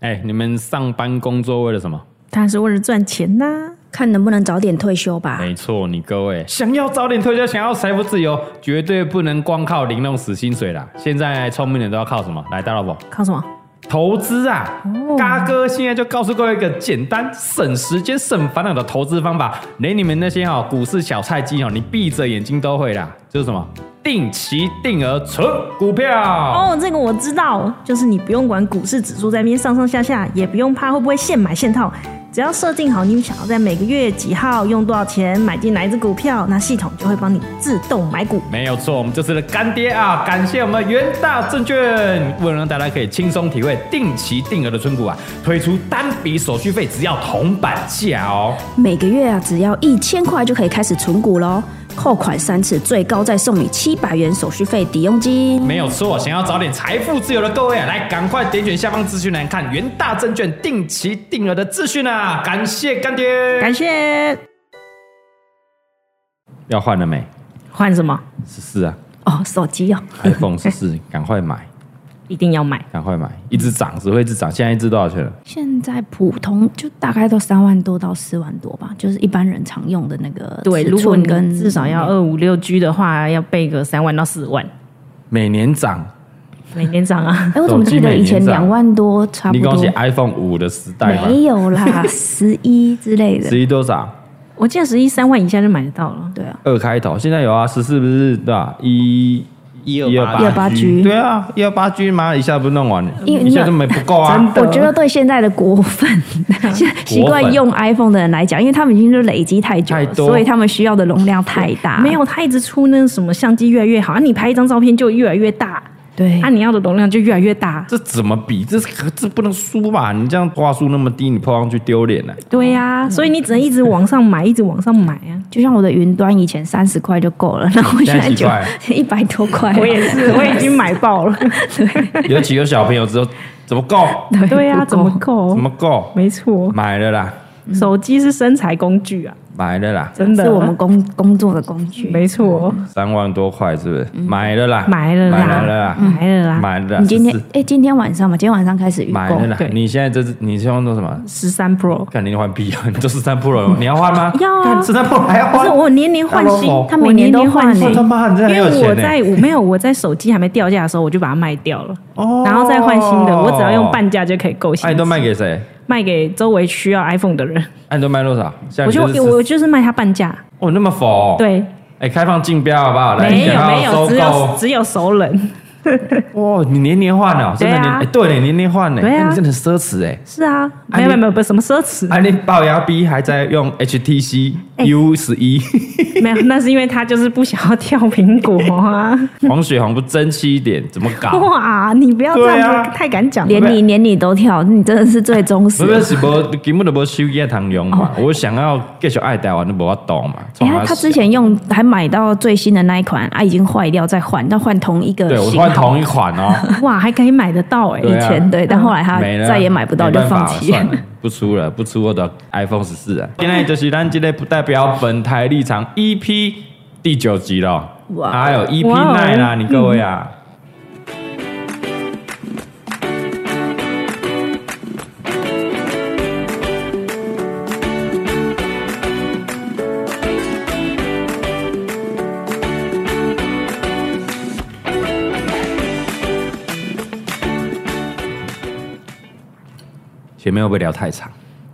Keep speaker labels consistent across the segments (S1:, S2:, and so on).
S1: 哎、你们上班工作为了什么？
S2: 当然是为了赚钱呐、
S3: 看能不能早点退休吧。
S1: 没错，你各位啊想要早点退休，想要财富自由，绝对不能光靠零用死薪水啦。现在聪明人都要靠什么？来，大老婆，
S2: 靠什么？
S1: 投资啊！嘎哥现在就告诉各位一个简单、省时间、省烦恼的投资方法，连你们那些哈、股市小菜鸡哦，你闭着眼睛都会啦。就是什么定期定额存股票。
S2: 哦，这个我知道，就是你不用管股市指数在那边上上下下，也不用怕会不会现买现套，只要设定好你想要在每个月几号用多少钱买进哪一只股票，那系统就会帮你自动买股。
S1: 没有错，我们这次的干爹啊，感谢我们元大证券，为了让大家可以轻松体会定期定额的存股啊，推出单笔手续费只要铜板价哦。
S3: 每个月啊，只要一千块就可以开始存股喽，扣款三次，最高再送你七百元手续费抵用金。
S1: 没有错，想要早点财富自由的各位啊，来赶快点选下方资讯栏看元大证券定期定额的资讯啊！感谢干爹。
S2: 感谢
S1: 要换了没？
S2: 换什么？
S1: 十四啊
S2: 哦，手机哦，
S1: ，iPhone 十四， 赶快买，
S2: 一定要买。
S1: 赶快买，一直涨，只会一直涨。现在一只多少钱了？
S4: 现在普通就大概都三万多到四万多吧，就是一般人常用的那个
S2: 对，
S4: 尺
S2: 如果
S4: 寸
S2: 你
S4: 跟
S2: 至少要二五六 G 的话，要备个三万到四万，
S1: 每年涨。
S2: 每年涨 啊。
S4: 哎，我怎么记得以
S1: 手机每
S4: 前
S1: 年涨
S4: 两万多差
S1: 你
S4: 不
S1: 恭
S4: 多
S1: 喜？iPhone 五的时代吧？
S4: 没有啦，十一之类的
S1: 十。一多少？
S2: 我记得十一三万以下就买得到了。
S4: 对啊，
S1: 二开头，现在有啊，十四不是对吧？一。
S5: 一
S1: 一
S5: 二八
S1: 二八
S4: 128G
S1: 对啊，一二八 G 妈一下不弄完了，
S4: 因为
S1: 一下就没不够啊。
S4: 我觉得对现在的果 粉，现在习惯用 iPhone 的人来讲，因为他们已经就累积太久了
S1: 太，多
S4: 所以他们需要的容量太大。
S2: 没有，他一直出那什么相机越来越好，啊，你拍一张照片就越来越大，
S4: 对
S2: 啊，你要的容量就越来越大。
S1: 这怎么比？这可这不能输吧？你这样话术那么低，你抛上去丢脸了。
S2: 对呀、所以你只能一直往上买，一直往上买啊。
S4: 就像我的云端以前三十块就 够了，然后我现
S1: 现在
S4: 在
S1: 几
S4: 就
S1: 块
S4: 一百多块。
S2: 我也是，我已经买爆了。
S1: 尤其有小朋友之后，怎么够？
S4: 对
S2: 对啊呀、
S4: 不
S2: 怎么
S4: 够
S2: 够
S1: 怎？么够？
S2: 没错，
S1: 买了啦，
S2: 手机是身材工具啊，
S1: 买了啦，
S2: 真的。
S4: 是我们工工作的工具。
S2: 没错，
S1: 三万多块是不是？买了啦，
S2: 买了啦，嗯
S1: 买了啦，
S2: 买了啦，
S1: 买了啦。
S4: 你今天
S1: 14
S4: 哎，今天晚上嘛，今天晚上开始预
S1: 啊买了
S4: 购。
S1: 啦
S2: 对？
S1: 你现在这是你是用的什么？
S2: 十三 Pro。
S1: 肯定换币啊！你就十三 Pro 了，你要换吗？
S2: 要啊
S1: 十三 Pro 还要
S2: 不
S1: 换
S2: 是？我年年换新
S1: Hello，
S4: 他每年都换
S2: 我
S4: 欸
S1: 我他妈，你这很
S2: 因为
S1: 有
S2: 我
S1: 钱呢！欸
S2: 在我没有我在手机还没掉价的时候，我就把它卖掉了，
S1: 哦
S2: 然后再换新的，我只要用半价就可以购新
S1: 哎，
S2: 机。
S1: 你都卖给谁？
S2: 卖给周围需要 iPhone 的人，
S1: 哎，你都卖多少？现在
S2: 我就
S1: 你是
S2: 我就是卖它半价。
S1: 哦那么佛，
S2: 对，
S1: 哎，开放竞标好不好？来，
S2: 没
S1: 想
S2: 有
S1: 要
S2: 没有，
S1: 收
S2: 只
S1: 购
S2: 有只有熟人。
S1: 哇，你年年换哦，真的
S2: 对啊
S1: 年，哎对你年年换呢，
S2: 对啊
S1: 哎你真的很奢侈哎。
S2: 是啊，
S1: 啊
S2: 没
S1: 你
S2: 有没有没有不是什么奢侈，
S1: 哎，你龅牙逼还在用 HTC
S2: 哎
S1: U 十一，
S2: 没有，那是因为他就是不想要跳苹果啊。
S1: 黄雪红不争气一点，怎么 搞？
S2: 哇，你不要这
S1: 对
S2: 样
S1: 啊
S2: 子，太敢讲了
S4: 连。你连你都跳，你真的是最忠实
S1: 不。是是无根本就无手机通用嘛，
S2: 哦
S1: 我想要继续爱台湾都无法懂嘛。
S4: 哎、
S1: 从
S4: 他
S1: 小
S4: 他之前用还买到最新的那一款，啊，已经坏掉，再换，但换同一个
S1: 对我
S4: 型
S1: 换
S4: 号。
S1: 同一款哦，
S2: 哇，还可以买得到哎、
S1: 对
S4: 以前对，但后来他
S1: 没了，
S4: 再也买不到，
S1: 没
S4: 就
S1: 办法
S4: 放
S1: 了
S4: 弃
S1: 算了，不出了，不出我的 iPhone 十四 啊。今天就是咱今天不代表本台立场，EP ，E 第九集了，
S4: 哇
S1: 还有 EP
S2: 哇哦
S1: nine 啦，你各位啊。前面会不会聊太长？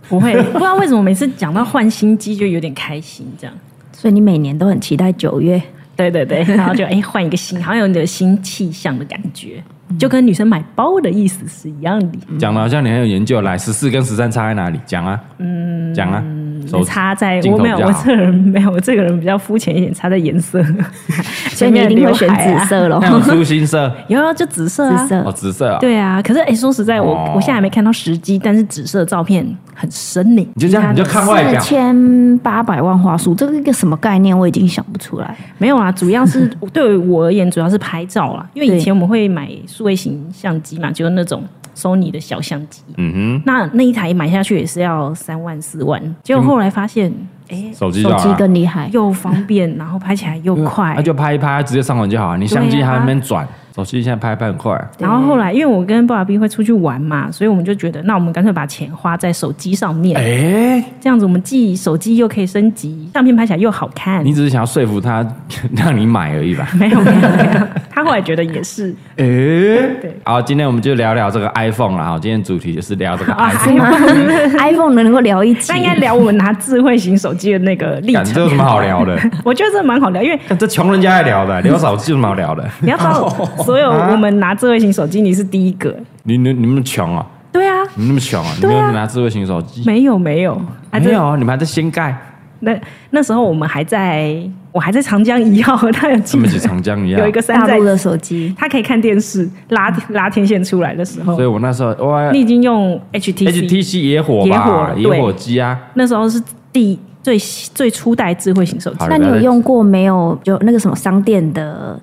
S2: 不会，不知道为什么每次讲到换新机就有点开心这样。
S4: 所以你每年都很期待九月，
S2: 对对对，然后就哎换一个新，好像有点新气象的感觉，
S1: 嗯
S2: 就跟女生买包的意思是一样的。
S1: 讲的好像你很有研究，来十四跟十三差在哪里？讲啊，嗯，讲啊，手
S2: 差在
S1: 镜
S2: 我
S1: 头
S2: 没有，
S1: 比较
S2: 我
S1: 好
S2: 这个人 没有，我这个人比较肤浅一点，差在颜色。
S4: 所以你一定会选
S1: 啊
S4: 紫色 咯。
S1: 那种珠心色
S2: 啊有啊，就紫色啊。
S4: 紫色
S1: 哦，紫色啊，
S2: 哦 对啊，可是哎、说实在，我、
S1: 哦
S2: 我现在还没看到实际，但是紫色的照片很欸深呢。
S1: 你就这样，你就看外
S4: 四
S1: 表。
S4: 千八百万画素，这个一个什么概念？我已经想不出来。
S2: 没有啦，啊主要是 对我而言，主要是拍照啦。因为以前我们会买数位型相机嘛，就是那种 Sony 的小相机。
S1: 嗯
S2: 那那一台买下去也是要三万四万，结
S1: 嗯
S2: 果后来发现，哎、
S1: 哼，手机就啊
S4: 手
S1: 好
S4: 机
S1: 了。
S4: 更厉害，
S2: 又方便，然后拍起来又快
S1: 啊那。就拍一拍，直接上传就好了。你相机
S2: 对啊
S1: 还在那边转，手机现在拍拍很快，
S2: 然后后来，因为我跟爸爸 B 会出去玩嘛，所以我们就觉得，那我们干脆把钱花在手机上面，
S1: 哎，
S2: 这样子我们既手机又可以升级，相片拍起来又好看。
S1: 你只是想要说服他 让你买而已吧？
S2: 没有没有没有，他后来觉得也是
S1: 哎，
S2: 对
S1: 好，今天我们就聊聊这个 iPhone 啦。好，今天主题就是聊哎这个 iPhone。
S4: 是吗 ？iPhone 能够聊一集
S2: 啊那，应该聊我们拿智慧型手机的那个历
S1: 感
S2: 程。
S1: 这有什么好聊的？
S2: 我觉得这蛮好聊，因为
S1: 看 这穷人家爱聊的，啊聊手机有什么好聊的？
S2: 你要知道，
S1: 哦
S2: 所有
S1: 啊
S2: 我们拿智慧型手机，你是第一个。
S1: 你你你们那么穷啊？
S2: 对啊，
S1: 你们那么穷啊？你
S2: 对啊
S1: 们拿智慧型手机？
S2: 没有没有，
S1: 没
S2: 啊这
S1: 有啊，你们还在掀盖，
S2: 那那时候我们还在，我还在长江一号，他有
S1: 这
S2: 记
S1: 么
S2: 得
S1: 几长江一样
S2: 有一。个山
S4: 大
S2: 寨
S4: 陆的手机，
S2: 他可以看电视，拉拉天线出来的时候
S1: 所以，呃我那时候哇
S2: 你已经用 HTC，,
S1: ，HTC 野火吧，
S2: 野火对
S1: 野火机啊，
S2: 那时候是第最最初代智慧型手机
S1: 好，了
S4: 那你有用过没有？就那个什么商店的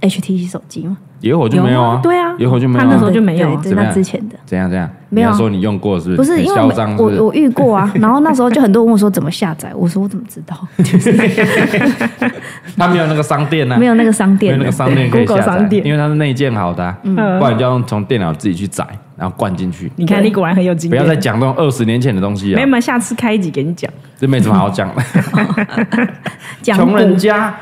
S4: HTC 手机吗？
S1: 野火就没有啊，
S2: 对啊，
S1: 野火就没有
S2: 他那时
S1: 啊
S2: 候。就没有
S4: 对，
S2: 啊。
S4: 这
S1: 怎
S4: 是
S1: 么
S4: 那
S1: 样
S4: 之前的。
S1: 怎样怎样？
S4: 没有啊
S1: 你要说你用过是
S4: 不
S1: 不是？
S4: 是
S1: 很
S4: 因为
S1: 嚣张是
S4: 我
S1: 不是
S4: 我我遇 过啊，然后那时候就很多人问我说怎么下载，我说我怎么知道，
S1: 他没有那个商店啊，
S4: 没有那个商
S1: 没有
S4: 店
S1: 那
S4: 的
S1: 个商店可以
S2: Google
S1: 下载
S2: 商，店
S1: 因为它是内建好的啊，不
S2: 嗯
S1: 然你就要用从电脑自己去载，然后灌进去。
S2: 你看，你果然很有经
S1: 不
S2: 验。
S1: 要再讲那种二十年前的东西
S2: 没
S1: 啊
S2: 有，没有，下次开一集给你讲。
S1: 这没什么好讲的。
S4: 讲
S1: 穷人
S4: 古
S1: 家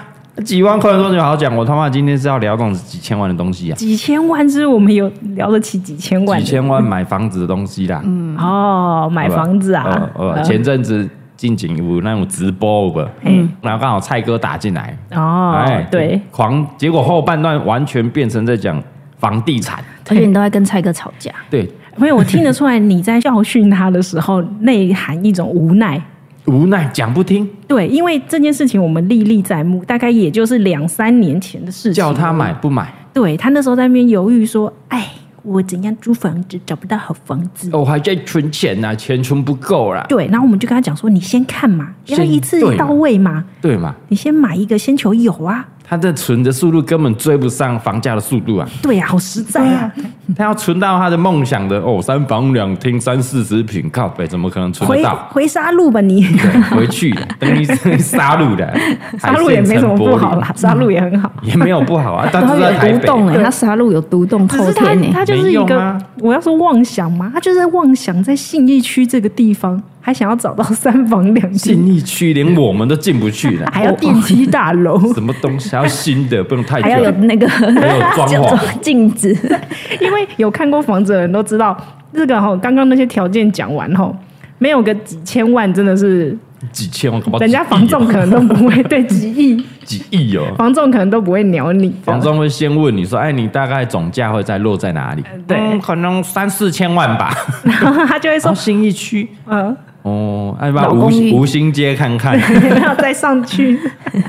S1: 几万块的东西好讲，我他妈今天是要聊这种几千万的东西啊，
S2: 几千万是我们有聊得起几千万
S1: 几
S2: 的，
S1: 千万买房子的东西啦。嗯，
S2: 哦，买房子啊，
S1: 呃呃，
S2: 呃
S1: 前阵子近景有那种直播吧，
S2: 嗯
S1: 然后刚好蔡哥打进来，哎
S2: 哦，对，
S1: 狂，结果后半段完全变成在讲房地产，
S4: 而且你都在跟蔡哥吵架，
S1: 对，
S2: 没有，我听得出来你在教训他的时候内含一种无奈。
S1: 无奈讲不听，
S2: 对，因为这件事情我们历历在目，大概也就是两三年前的事情。
S1: 叫他买不买，
S2: 对他那时候在那边犹豫说：“哎，我怎样租房子找不到好房子
S1: 我哦还在存钱呐、钱存不够啦？”，
S2: 对，然后我们就跟他讲说：“你先看嘛，不要
S1: 先
S2: 一次
S1: 对嘛
S2: 到位嘛，
S1: 对嘛？
S2: 你先买一个，先求有啊。
S1: 他的存的速度根本追不上房价的速度啊！”
S2: 对呀、啊，好实在啊，
S1: 他要存到他的梦想的哦，三房两厅三四十平，靠北怎么可能存啊得
S2: 回
S1: 到？
S2: 回杀戮吧 你，
S1: 对，回去等于杀戮的，
S2: 杀戮也没什么不好啦，杀戮也很好。
S1: 也没有不好啊，但
S4: 然后
S1: 是在台
S4: 有
S1: 北
S4: 独，栋哎，他杀戮有独栋
S2: 只
S4: 透
S2: 是他
S4: 天哎，
S2: 他就是一
S1: 没用
S2: 个
S1: 啊，
S2: 我要说妄想嘛，他就是在妄想在信义区这个地方，还想要找到三房两厅，
S1: 信义区连我们都进不去 了，
S2: 还要电梯大楼，
S1: 什么东西还要新的，不能太
S4: 还要有
S1: 旧。
S4: 那个
S1: 有装潢
S4: 叫做 镜子，
S2: 因为有看过房子的人都知道，这个哈、刚刚那些条件讲完吼、没有个几千万，真的是
S1: 几千万，搞不好
S2: 人家房仲可能都不会 对几亿，
S1: 几亿 哦。
S2: 房仲可能都不会鸟你。
S1: 房仲会先问你说：“哎，你大概总价会在落在哪里？”
S2: 对
S1: 嗯可能三四千万吧。
S2: 然后他就会
S1: 然
S2: 说
S1: 后，新一区
S2: 嗯，
S1: 哦，哎，把
S4: 老
S1: 吴
S4: 公寓
S1: 吴兴街看看。
S2: 然后再上去，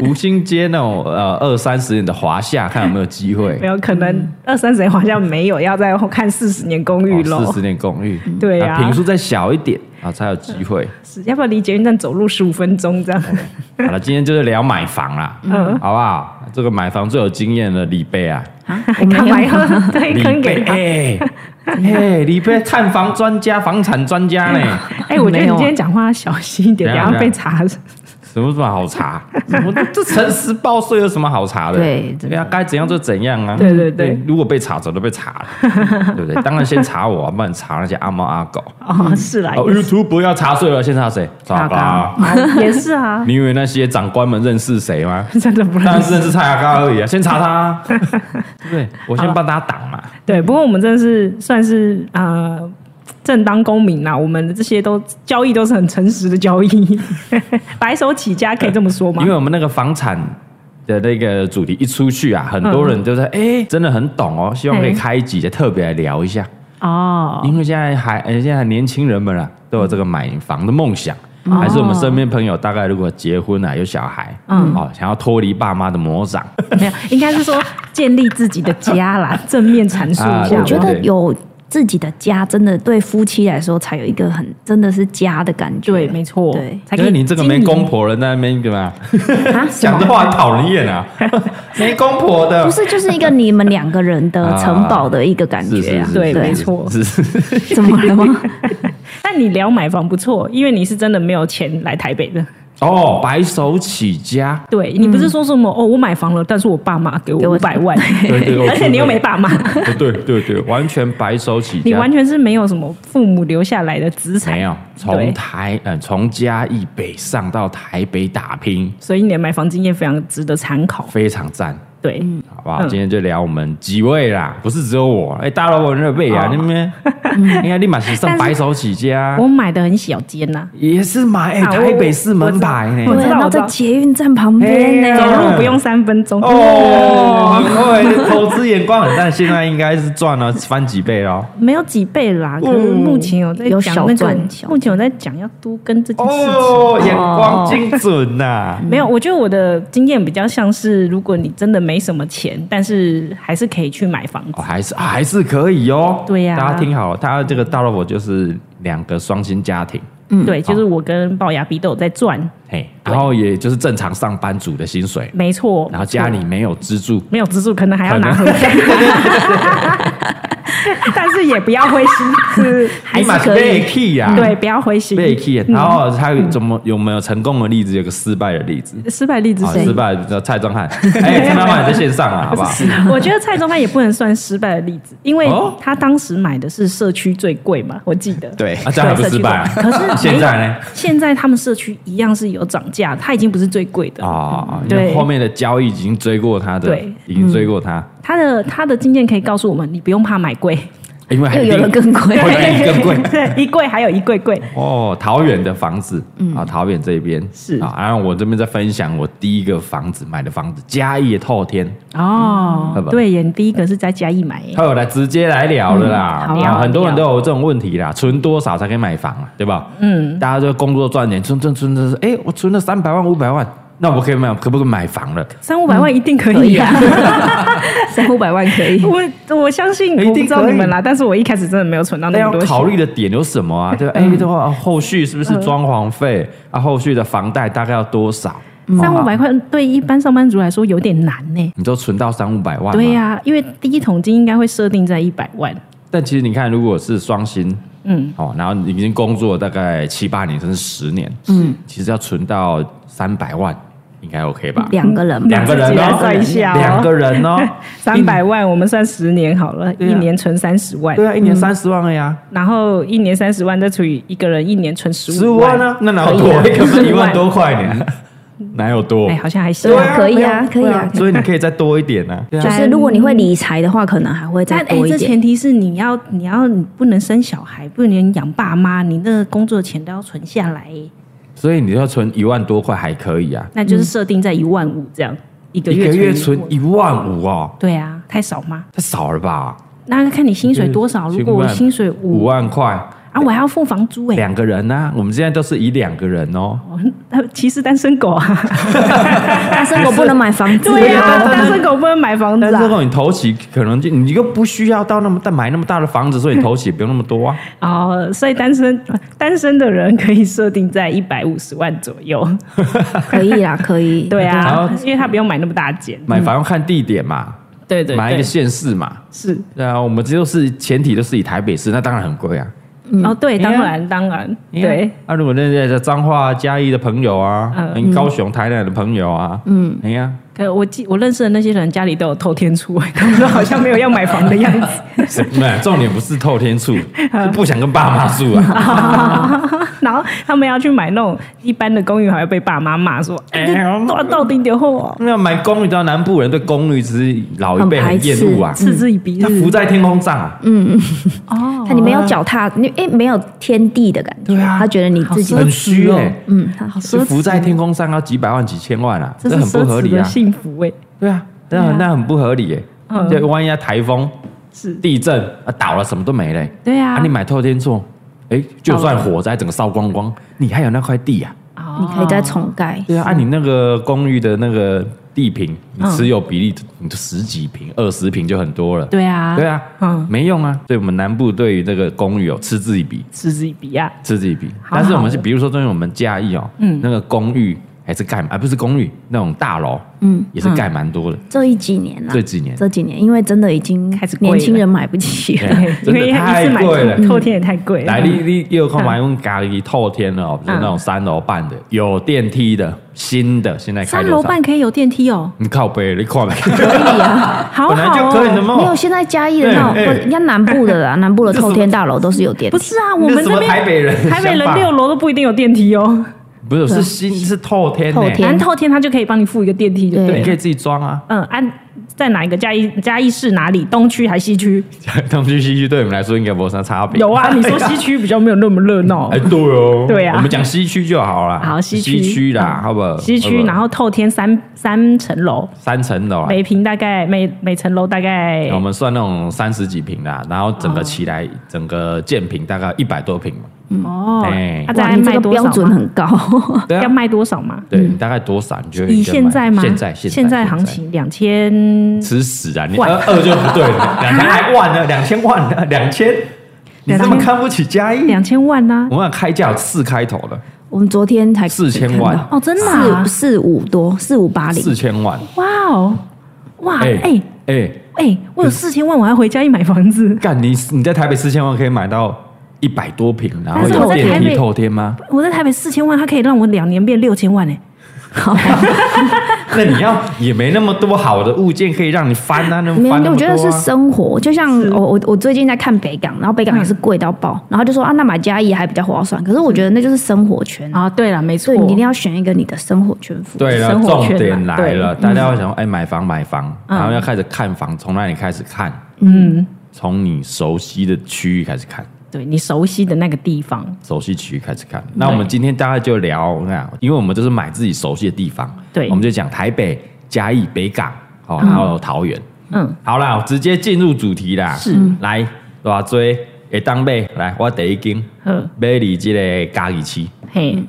S1: 五星街那种呃二三十年的华夏，看有没有机会
S2: 没有可能二三十年好像没有，要再看四十年公
S1: 哦
S2: 寓
S1: 四
S2: 喽
S1: 十。年公寓，
S2: 对啊
S1: 啊平数再小一点啊才有机会。
S2: 是要不要离捷运站走路十五分钟 这样？
S1: 好了，今天就是聊买房啦，
S2: 嗯
S1: 好不好？这个买房最有经验的李贝啊，
S4: 我没
S2: 干嘛要
S4: 有，
S2: 推
S1: 李
S2: 坑 给
S1: 贝
S2: 他？
S1: 哎。哎，李贝看房专家、房产专家 呢，
S2: 哎，我觉得
S4: 没
S2: 你
S4: 有啊
S2: 今天讲话要小心一点，
S1: 怎
S2: 等
S1: 样
S2: 下被查。
S1: 什么什么好查？什么这诚实报税有什么好查的？
S4: 对真的
S1: 对啊，该怎样就怎样啊。
S2: 对对对
S1: 如果被查，早就被查 了，对不对？当然先查我啊，不然查那些阿猫阿狗。
S2: 哦，是啦，
S1: 哦
S2: 也是
S1: ，YouTube 不要查税了，先查谁？查
S4: 查
S1: 高。
S2: 哦也是啊，
S1: 你以为那些长官们认识谁吗？
S2: 真的 不
S1: 当
S2: 认
S1: 然
S2: 识。
S1: 是认识蔡阿高而已啊，先查他、啊，对不对？我先帮他挡嘛。
S2: 对，不过我们真的是算是呃正当公民啦，我们这些都交易都是很诚实的交易，白手起家可以这么说吗
S1: 因？为我们那个房产的那个主题一出去啊，很多人就在哎、真的很懂哦，希望可以开一集的特别来聊一下，
S2: 哦，
S1: 因为现在还呃现在年轻人们啊，都有这个买房的梦想。还是我们身边朋友，大概如果结婚啊，有小孩，嗯，哦，想要脱离爸妈的魔掌，
S2: 没有，应该是说建立自己的家啦，正面阐述
S1: 啊
S2: 一下。
S1: 对
S4: 我觉
S1: 对
S4: 得有自己的家，真的对夫妻来说才有一个很真的是家的感觉，
S2: 对，没错，
S4: 对
S2: 才可
S1: 因为
S2: 以
S1: 哎你这个没
S2: 经营啊
S1: 公 婆人在那边干嘛？
S4: 啊，什
S1: 讲
S4: 么
S1: 这话很讨人厌啊！没公婆的，
S4: 不是就是一个你们两个人的城堡的一个感
S1: 是
S4: 觉
S1: 是
S4: 啊
S1: 是，，
S2: 对
S1: 是
S2: 没错
S1: 是是是
S4: 怎么了吗？
S2: 但你聊买房不错，因为你是真的没有钱来台北的，
S1: 哦，白手起 家，
S2: 对你不是说什么、哦，我买房了，但是我爸妈给
S4: 给
S2: 我
S4: 我
S2: 五百万，
S1: 对对对
S2: 而且你又没爸妈，
S1: 哦对对对，完全白手起家，
S2: 你完全是没有什么父母留下来的资产，
S1: 没有
S2: 对
S1: 从台嗯从嘉义北上到台北打拼，
S2: 所以你的买房经验非常值得参考。
S1: 非常赞。
S2: 对，
S1: 好不好？
S2: 嗯
S1: 今天就聊我们几位啦，不是只有我。哎、大老板那位啊，
S2: 哦嗯
S1: 那边应该立马是上白手起家
S2: 我，买的很小间呐、
S1: 也是买、哎
S2: 啊我
S1: 台北市门牌呢、
S2: 我知
S4: 对，
S2: 道
S4: 然
S2: 我
S4: 后
S2: 知
S4: 在
S2: 道
S4: 捷运站旁边
S1: 哎
S4: 呢，
S1: 呀
S2: 走路不用三分钟。
S1: 哦，很会，投资眼光很淡，现在应该是赚了翻几倍喽。
S2: 没有几倍啦，可是目前有在
S4: 有
S2: 讲那
S4: 小
S2: 个
S4: 赚，小
S2: 目前有在讲要多跟这件事情。
S1: 嗯哦，眼光精准呐、
S2: 没有，我觉得我的经验比较像是，如果你真的没什么钱，但是还是可以去买房子
S1: 哦，。还是、啊还是可以哦。
S2: 对呀
S1: 大家听好，他这个大老婆就是两个双薪家庭，
S2: 对，就是我跟龅牙鼻都有在赚，
S1: 嘿，然后也就是正常上班族的薪水，
S2: 没错。
S1: 然后家里没有支柱，
S2: 没有资助，可能还要拿
S1: 可能
S2: 回来， 但是也不要灰心，是 还
S1: 你
S2: 是
S1: 嘛
S2: 可以
S1: 被。气呀，
S2: 对，嗯不要灰心。
S1: 被气。然后他有怎么有没有成功的例子？有个失败的例子。
S2: 失败例子
S1: 好，
S2: 是
S1: 失败的蔡宗 翰，哎，蔡宗翰在线上啊，好不好？
S2: 我觉得蔡宗翰也不能算失败的例子，因为
S1: 哦
S2: 他当时买的是社区最贵嘛，我记得。
S5: 对
S1: 啊，这样还不失败啊？
S2: 可是哎
S1: 现在呢？
S2: 现在他们社区一样是有涨价，它已经不是最贵的。
S1: 啊，因为
S2: 对
S1: 后面的交易已经追过他的
S2: 对，嗯
S1: 已经追过他，
S2: 他的他的经验可以告诉我们，你不用怕买贵，
S1: 因为还
S4: 又
S1: 一定
S4: 有了更贵。
S1: 会哎比你哦更贵。
S2: 对，一贵还有一贵贵。
S1: 哦，桃园的房子，啊，桃园这边
S2: 嗯是
S1: 啊，然后我这边在分享我第一个房子买的房子，嘉义的透天，
S2: 哦
S1: 嗯，
S2: 对耶，你第一个是在嘉义买耶，
S1: 还有来直接来聊了啦，
S2: 嗯好
S1: 然后
S2: 啊
S1: 很多人都有这种问题啦，存多少才可以买房啊，对吧？嗯，大家就工作赚钱，存存存存，哎，我存了三百万五百万，那我可以买，可不可以买房了？
S2: 三五百万一定可
S4: 可
S2: 以
S4: 以
S2: 啊
S4: 啊。，三五百万可以。
S2: 我我相信，
S1: 嗯一定
S2: 我不知道
S1: 可以
S2: 你们啦，但是我一开始真的没有存到
S1: 那
S2: 那
S1: 要
S2: 么多
S1: 考
S2: 钱。嗯
S1: 虑的点有什么啊？对吧？哎，的话后续是不是装潢费啊？后续的房贷大概要多少？
S2: 三五百块对一般上班族来说有点难呢。
S1: 你都存到三五百万吗？
S2: 对呀、因为第一桶金应该会设定在一百万。
S1: 但其实你看，如果是双薪，
S2: 嗯，
S1: 哦，然后你已经工作大概七八年甚至十年，嗯，其实要存到三百万应该 OK 吧？
S4: 两个人吧，
S1: 两个人
S2: 自己来
S1: 哦
S2: 算一下哦
S1: 两个人哦，
S2: 三百万，我们算十年好了，
S1: 对啊
S2: 一年存三十万，
S1: 对啊，一年三十万了啊呀，
S2: 然后一年三十万再除以一个人一年存十
S1: 十五
S2: 五
S1: 万啊呢？那哪有多？
S2: 可以啊
S1: 一个是一
S2: 15
S1: 万多块呢，哪有多
S2: 哎，？好像还行
S4: 对。
S1: 对啊
S4: 啊，可以啊，可
S1: 对
S4: 以啊。
S1: 所以你可以再多一点呢。对
S4: 就
S1: 啊，
S4: 是如果你会理财的话，可能还会
S2: 但
S4: 再
S2: 哎，
S4: 多一
S2: 这
S4: 点。
S2: 前提是你要你要你不能生小孩，不能养爸妈，你那个工作钱都要存下来，
S1: 所以你要存一万多块还可以啊，
S2: 那就是设定在一万五这样一个
S1: 一
S2: 月
S1: 个月
S2: 一
S1: 存
S2: 万
S1: 一万五哦，
S2: 对啊，太少吗？
S1: 太少了吧？
S2: 那看你薪水多少，
S1: 就是
S2: 如果我薪水
S1: 五
S2: 五
S1: 万块，
S2: 啊，我还要付房租哎、
S1: 两个人呢、啊我们现在都是以两个人哦。
S2: 哦那其实单身狗啊，
S4: 但是我不能买房子
S2: 对
S4: 啊
S2: 啊，单身狗不能买房
S1: 但
S2: 子
S1: 是如
S2: 啊。
S1: 果你投起，可能就你又不需要到那么大买那么大的房子，所以你投起也不用那么多啊。
S2: 哦，所以单身单身的人可以设定在一百五十万左右。
S4: 可以啦，可以。
S2: 对啊
S1: 然后，
S2: 因为他不用买那么大间。
S1: 买房要看地点嘛，
S2: 对对
S1: 买一
S2: 对
S1: 个，县市嘛。
S2: 是
S1: 对啊，我们这就是前提都是以台北市，那当然很贵啊。
S2: 哦，对，
S1: 因为
S2: 当然当然，
S1: 因为
S2: 对，
S1: 啊，如果那些彰化、嘉义的朋友啊，
S2: 嗯
S1: 嗯、高雄、台南的朋友啊，嗯，哎呀，
S2: 可我记我认识的那些人家里都有偷天出，他们都好像没有要买房的样 子。
S1: 是没重点不是透天 厝，是不想跟爸妈住啊。
S2: 嗯然后他们要去买那种一般的公寓，还会被爸妈骂 说：“哎，
S1: 哎嗯呀
S2: 多到顶点货哦，
S1: 那买公寓，到南部人对公寓只是老一辈
S4: 很排
S1: 很厌恶啊，
S2: 嗤之以鼻。”
S1: 他浮在天空上啊。
S2: 嗯哦
S4: 他你没有脚踏，你哎没有天地的感觉，
S1: 对啊
S4: 他觉得你自己
S2: 哦
S1: 很虚哎、
S4: 嗯，他好
S1: 是浮在天空上要几百万、几千万啊，
S2: 这是
S1: 很不
S2: 奢
S1: 合
S2: 侈
S1: 理
S2: 的
S1: 啊！
S2: 幸福哎、
S1: 对啊，那很那很不合理耶、
S2: 嗯
S1: 就万一啊台风、
S2: 是
S1: 地震啊倒了，什么都没了耶、
S2: 对啊
S1: 啊，你买透天厝，哎，就算火灾整个烧光光，你还有那块地啊。
S2: 哦
S4: 你可以再重盖。
S1: 对啊，按、你那个公寓的那个地坪，你持有比例，你就十几平、二十平就很多了。
S2: 对啊，
S1: 对，啊，
S2: 嗯
S1: 没用啊。对我们南部对于这个公寓有嗤之以鼻。
S2: 嗤之以鼻 啊，
S1: 嗤之以鼻。
S2: 好
S1: 但是我们是
S2: 好
S1: 比如说，因为我们嘉义哦，那个公寓还是盖嘛，啊不是公寓那种大楼，嗯，也是盖蛮多的。
S4: 这一几年啦，
S1: 这几年
S4: 这几年，因为真的已经
S2: 开始贵了
S4: 年轻人买不起了。
S1: 对真
S2: 因为
S1: 的
S2: 一次
S1: 太
S2: 买
S1: 贵了。嗯
S2: 透天也太贵了
S1: 来，。你你你有空
S2: 嗯
S1: 吗？用咖喱透天的哦，就是那种三楼半的，有电梯的，新的，现在开
S2: 三
S1: 多
S2: 楼
S1: 少
S2: 半可以有电梯哦，
S1: 你靠背，你靠背，
S2: 好
S1: 本来就
S2: 好
S1: 可以的
S2: 哦。
S1: 嘛。
S4: 没有，现在嘉义的那种，
S1: 对
S4: 不
S1: 哎
S4: 人家南部 的啦，南部的透天大楼都是有电
S2: 不
S4: 梯。
S2: 是啊，
S1: 你
S2: 我们
S1: 什
S2: 这
S1: 么
S2: 边
S1: 台北人的
S2: 台北
S1: 想
S2: 人
S1: 法
S2: 六楼都不一定有电梯哦。
S1: 不是是新是透天呢
S4: 透，天
S2: 南透天他就可以帮你付一个电梯，对不
S1: 你
S2: 对
S1: 可
S2: 了？
S1: 以自己装啊。
S2: 嗯，安在哪一个嘉义嘉义市哪里？东区还西区？
S1: 东区西区对我们来说应该没啥差别。
S2: 有啊，你说西区比较没有那么热闹
S1: 哎，。对哦，
S2: 对啊
S1: 我们讲西区就好了。
S2: 好，西
S1: 西区啦，
S2: 嗯
S1: 好不好？
S2: 西
S1: 好
S2: 区，
S1: 不好
S2: 然后透天三三层楼，
S1: 三层楼啊，
S2: 每平大概每每层楼大概
S1: 那我们算那种三十几平啦，然后整个起来，整个建平大概一百多平嘛。
S2: 哦
S1: 哎，
S2: 他
S4: 哇，
S2: 在
S4: 你这
S2: 卖
S4: 个
S2: 多少啊
S4: 标
S2: 吗？
S4: 准很高。
S1: 对
S2: 要
S1: 啊，
S2: 卖多少嘛？
S1: 对你大概多少？你觉得
S2: 以嗯现在吗？
S1: 现在现
S2: 现在行情两千
S1: 吃屎啊！你
S2: 万
S1: 二二就不对 了，两千还万呢，两千万呢，两千，你这么
S2: 两千
S1: 看不起嘉义？
S2: 两千万呐
S1: 我！们开价有四开头的，
S4: 我们昨天才
S1: 四千万
S4: 看到
S2: 哦，真的啊
S4: 四四五多，四五八零
S1: 四。千万，
S2: 哇哦，哇哎
S1: 哎哎，
S2: 哎，我有四千万，我还回家一买房子。
S1: 干你你在台北四千万可以买到一百多平，然后
S2: 但是
S1: 有
S2: 我在
S1: 电
S2: 台
S1: 梯
S2: 北
S1: 透天吗？
S2: 我在台北四千万，它可以让我两年变六千万哎。
S1: 那你要也没那么多好的物件可以让你翻啊，能
S2: 嗯
S4: 没有
S1: 翻那么多啊
S4: 我觉得是生活，就像我我我最近在看北港，然后北港也
S2: 嗯
S4: 是贵到爆，然后就说啊，那买嘉义还比较划算。可是我觉得那就是生活圈啊，
S2: 啊，对了，没
S4: 所以你一定要选一个你的生活圈附近。
S1: 对了，
S2: 生活
S1: 重
S2: 圈
S1: 点
S2: 嘛
S1: 来
S2: 对嗯
S1: 了，大家会想说，哎，买房买房，然后要开始看房，从哪里开始看？
S2: 嗯，
S1: 从你熟悉的区域开始看，
S2: 对你熟悉的那个地方，
S1: 熟悉区域开始看。那我们今天大概就聊那样，因为我们就是买自己熟悉的地方，
S2: 对
S1: 我们就讲台北、嘉义、北港，哦，然后桃园。
S2: 嗯，
S1: 好啦，我直接进入主题啦。是，来，偌追会当买来，我第一间
S2: 呵，
S1: 买你这个嘉义区
S2: 呃嘿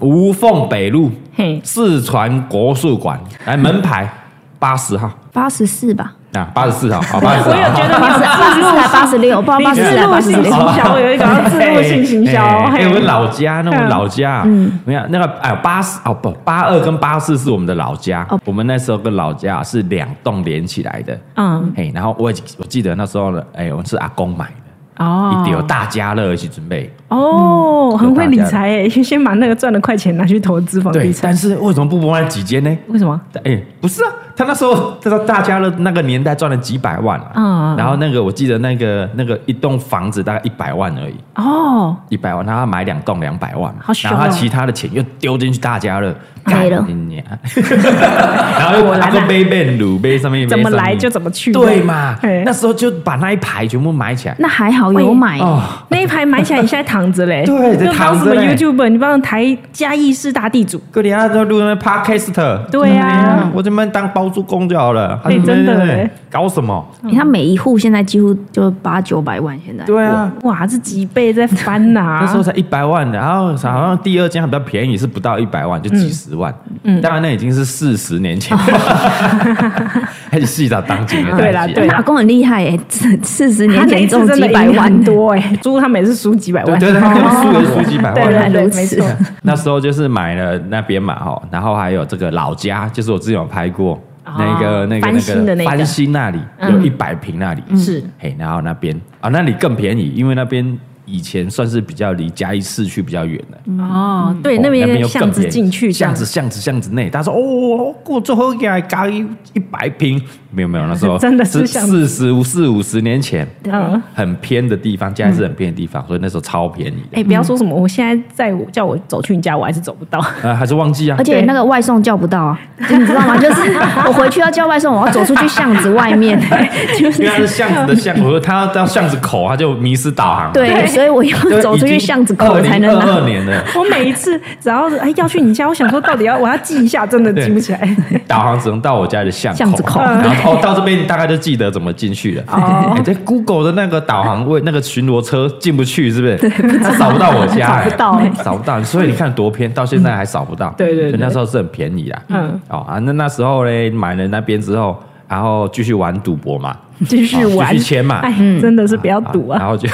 S1: 无缝北路
S2: 嘿，
S1: 四川国术馆，来门牌八十号。
S4: 八十 四吧，
S1: 啊，八十四号，好，八十四号。
S2: 觉得你有
S4: 八十四还八十六，不知道八
S2: 你
S4: 十四
S2: 自
S4: 还
S2: 入
S4: 八十
S2: 性
S4: 六。
S2: 行销，我有一个要自入性行销
S1: 哎，哎
S2: 嘿
S1: 哎我们老家，那我们老家，嗯，没有那个，哎，八十哦不，八二跟八四是我们的老家，
S2: 哦
S1: 我们那时候跟老家是两栋连起来的，
S2: 嗯
S1: 嘿，然后我也我记得那时候呢，哎，我们是阿公买的，
S2: 哦
S1: 一丢大家乐一起准备，
S2: 哦，很会理财诶， 先把那个赚的快钱拿去投资房地
S1: 对，
S2: 产
S1: 但，是为什么不拨那几间呢？
S2: 为什么？
S1: 哎、不是啊，他那时候他大家的那个年代赚了几百万啊，
S2: 嗯嗯嗯
S1: 然后那个我记得那个那个一栋房子大概一百万而已，
S2: 哦，
S1: 一百万，然后他买两栋两百万嘛，
S2: 好爽
S1: 然
S2: 哦
S1: 后他其他的钱又丢进去大家乐，
S4: 没了
S1: 干你 娘然后又
S2: 果然啊
S1: 他说杯面卤杯上面
S2: 怎么来就怎么去
S1: 对嘛
S2: 嘿，
S1: 那时候就把那一排全部买起来，
S4: 那还好有买，
S2: 嗯
S4: 欸
S1: 哦，
S2: 那一排买起来，你现在躺着 嘞，
S1: 对
S2: 就当
S1: 躺
S2: 什
S1: 着
S2: 么
S1: 嘞
S2: YouTuber，你帮台嘉义市大地主，
S1: 哥你啊，都录那 podcast，
S2: 对啊
S1: 嗯我这边当包租公就好了，
S2: 哎真的哎
S1: 搞什么？
S4: 你看每一户现在几乎就八九百万，现在
S1: 对啊。
S2: 哇，这几倍在翻呐、
S1: 那时候才一百万，然后好像第二间还比较便宜，是不到一百万，就几十万。嗯，当然那已经是四十年前 了， 还是细到当今的
S2: 对啦
S1: 代际啊
S2: 对
S4: 你阿公很厉害哎，四四十年前中几百
S2: 赢很
S4: 万，
S2: 多哎、租他每次输几百
S1: 对
S2: 万，
S1: 对对，输了输几 百
S2: 哦对
S1: 万。
S2: 对对
S4: 原来如
S2: 没
S4: 此
S2: 错。
S1: 那时候就是买了那边嘛哈，然后还有这个老家，就是我之前有拍过
S2: 哦
S1: 那个那个
S2: 翻新的
S1: 那
S2: 那个嗯
S1: 翻新那里有一百平那里
S2: 是
S1: 嘿，然后那边啊那里更便宜，因为那边以前算是比较离嘉义市区比较远的，
S2: 哦，对，
S1: 哦
S2: 那边
S1: 又更
S2: 巷子
S1: 便宜
S2: 进去这样
S1: 巷子巷子巷子内，他说哦，我最后给他加一一百平，没有没有，那时候
S2: 真的是巷子
S1: 四十五四五十年前，
S2: 嗯，
S1: 很偏的地方，家是很偏的地方，所以那时候超便宜
S2: 哎、不要说什么，我现在在我叫我走去你家，我还是走不到。
S1: 的，啊，还是忘记啊
S4: 而，且那个外送叫不到啊，就你知道吗？就是我回去要叫外送，我要走出去巷子外面，欸 就是
S1: 因为它是巷子的 巷，我说他要到巷子口，他就迷失导航，
S4: 对，所以我要
S1: 就已经
S4: 走出去巷子口才能啊
S1: 2022
S4: 拿。
S1: 年了，
S2: 我每一次只要哎要去你家，我想说到底要我要记一下，真的
S1: 对
S2: 记不起来。
S1: 导航只能到我家的巷
S4: 巷子口
S1: 然后哦到这边你大概就记得怎么进去了。
S2: 哦
S1: 哎，这 Google 的那个导航位那个巡逻车进不去，是不是？它扫不到我家，哎
S2: 扫不到哎
S1: 扫不到。所以你看多偏，到现在还扫不到。
S2: 嗯对对对
S1: 所以那时候是很便宜啦。
S2: 嗯
S1: 嗯，哦啊，那那时候嘞，买了那边之后。然后继续玩赌博嘛，
S4: 继续
S1: 哦
S4: 玩
S1: 继续签嘛，嗯
S2: 哎，真的是不要赌
S1: 然
S2: 啊！
S1: 后 就，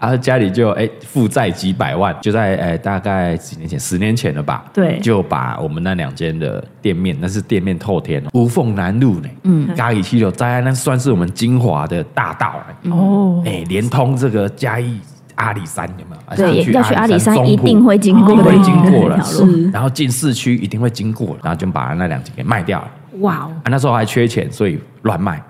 S1: 然后家里就哎负债几百万，就在哎大概几年前，十年前了吧，
S2: 对
S1: 就把我们那两间的店面，那是店面透天哦，无缝南路呢，嗯，嘉义七六在那算是我们金华的大道哎，
S4: 嗯
S2: 哦，
S1: 哎连通这个嘉义。阿里山有没有？啊
S4: 对，要去阿里山
S1: 中
S4: 一
S1: 埔
S4: 定会经过
S1: 一
S4: 的，
S1: 定会经过了，
S4: 那条路。嗯
S1: 是然后进市区一定会经过，然后就把那两间给卖掉了。
S2: 哇哦，
S1: 啊，那时候还缺钱，所以乱卖。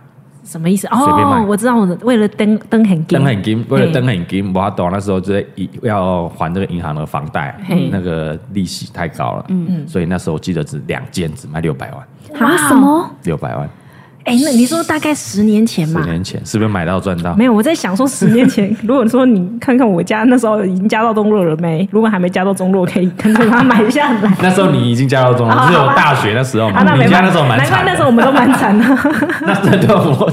S2: 什么意思？
S1: 随便买
S2: 哦，我知道，我为了登登很哎
S1: 登很金，为了登
S2: 嘿
S1: 很金，我懂那时候就是一要还这个银行的房贷
S2: 嘿，
S1: 那个利息太高了，嗯，所以那时候我记得是两间只卖六百万，
S4: 啊什么？
S1: 六百万，
S2: 哎，那你说大概十年前
S1: 十
S2: 嘛？
S1: 年前是不是买到赚到？
S2: 没有，我在想说十年前，如果说你看看我家那时候已经加到中路了没？如果还没加到中路，可以跟着把它买下 来。
S1: 那时候你已经加入中了，
S2: 啊
S1: 是我大学那时候
S2: 啊，
S1: 嘛，
S2: 那没
S1: 你家
S2: 办
S1: 那时候
S2: 法，
S1: 蛮
S2: 难怪
S1: 惨的，
S2: 那时候我们都蛮惨的。
S1: 那真的我，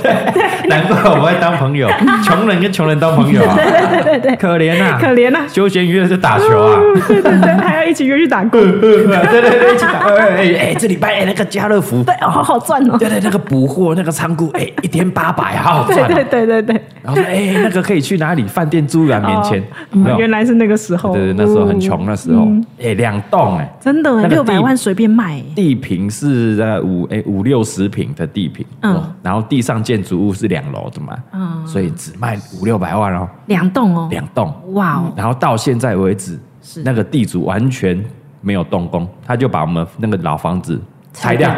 S1: 难怪我会当朋友，穷人跟穷人当朋友 啊，对对对对，可怜啊，
S2: 可怜啊哦
S1: 休闲娱乐就打球啊。
S2: 对对对，还要一起约去打工。
S1: 对对对，一起打。哎哎哎，这礼拜哎那个家乐福，
S2: 对，哦，好好赚 哦。
S1: 对对，那个补货那个仓 库，哎，一天八百，好好
S2: 对
S1: 赚哦
S2: 对。对对对，
S1: 然后说，哎，那个可以去哪里？饭店租两年前，没
S2: 哦
S1: 有
S2: 原来是那个时候。
S1: 对对，那时候很穷，
S2: 哦
S1: 那时候哎两栋哎，
S2: 真的
S1: 那个
S2: 六
S1: 地
S2: 百万随便卖。
S1: 地坪是在五哎五六十平的地坪，
S2: 嗯
S1: 嗯，然后地上建筑物是两楼的嘛，嗯，
S2: 嗯
S1: 所以只卖五六百万哦，
S2: 两栋哦，
S1: 两栋，
S2: 哇哦，
S1: 然后到现在为止，
S2: 是
S1: 那个地主完全没有动工，他就把我们那个老房子拆掉，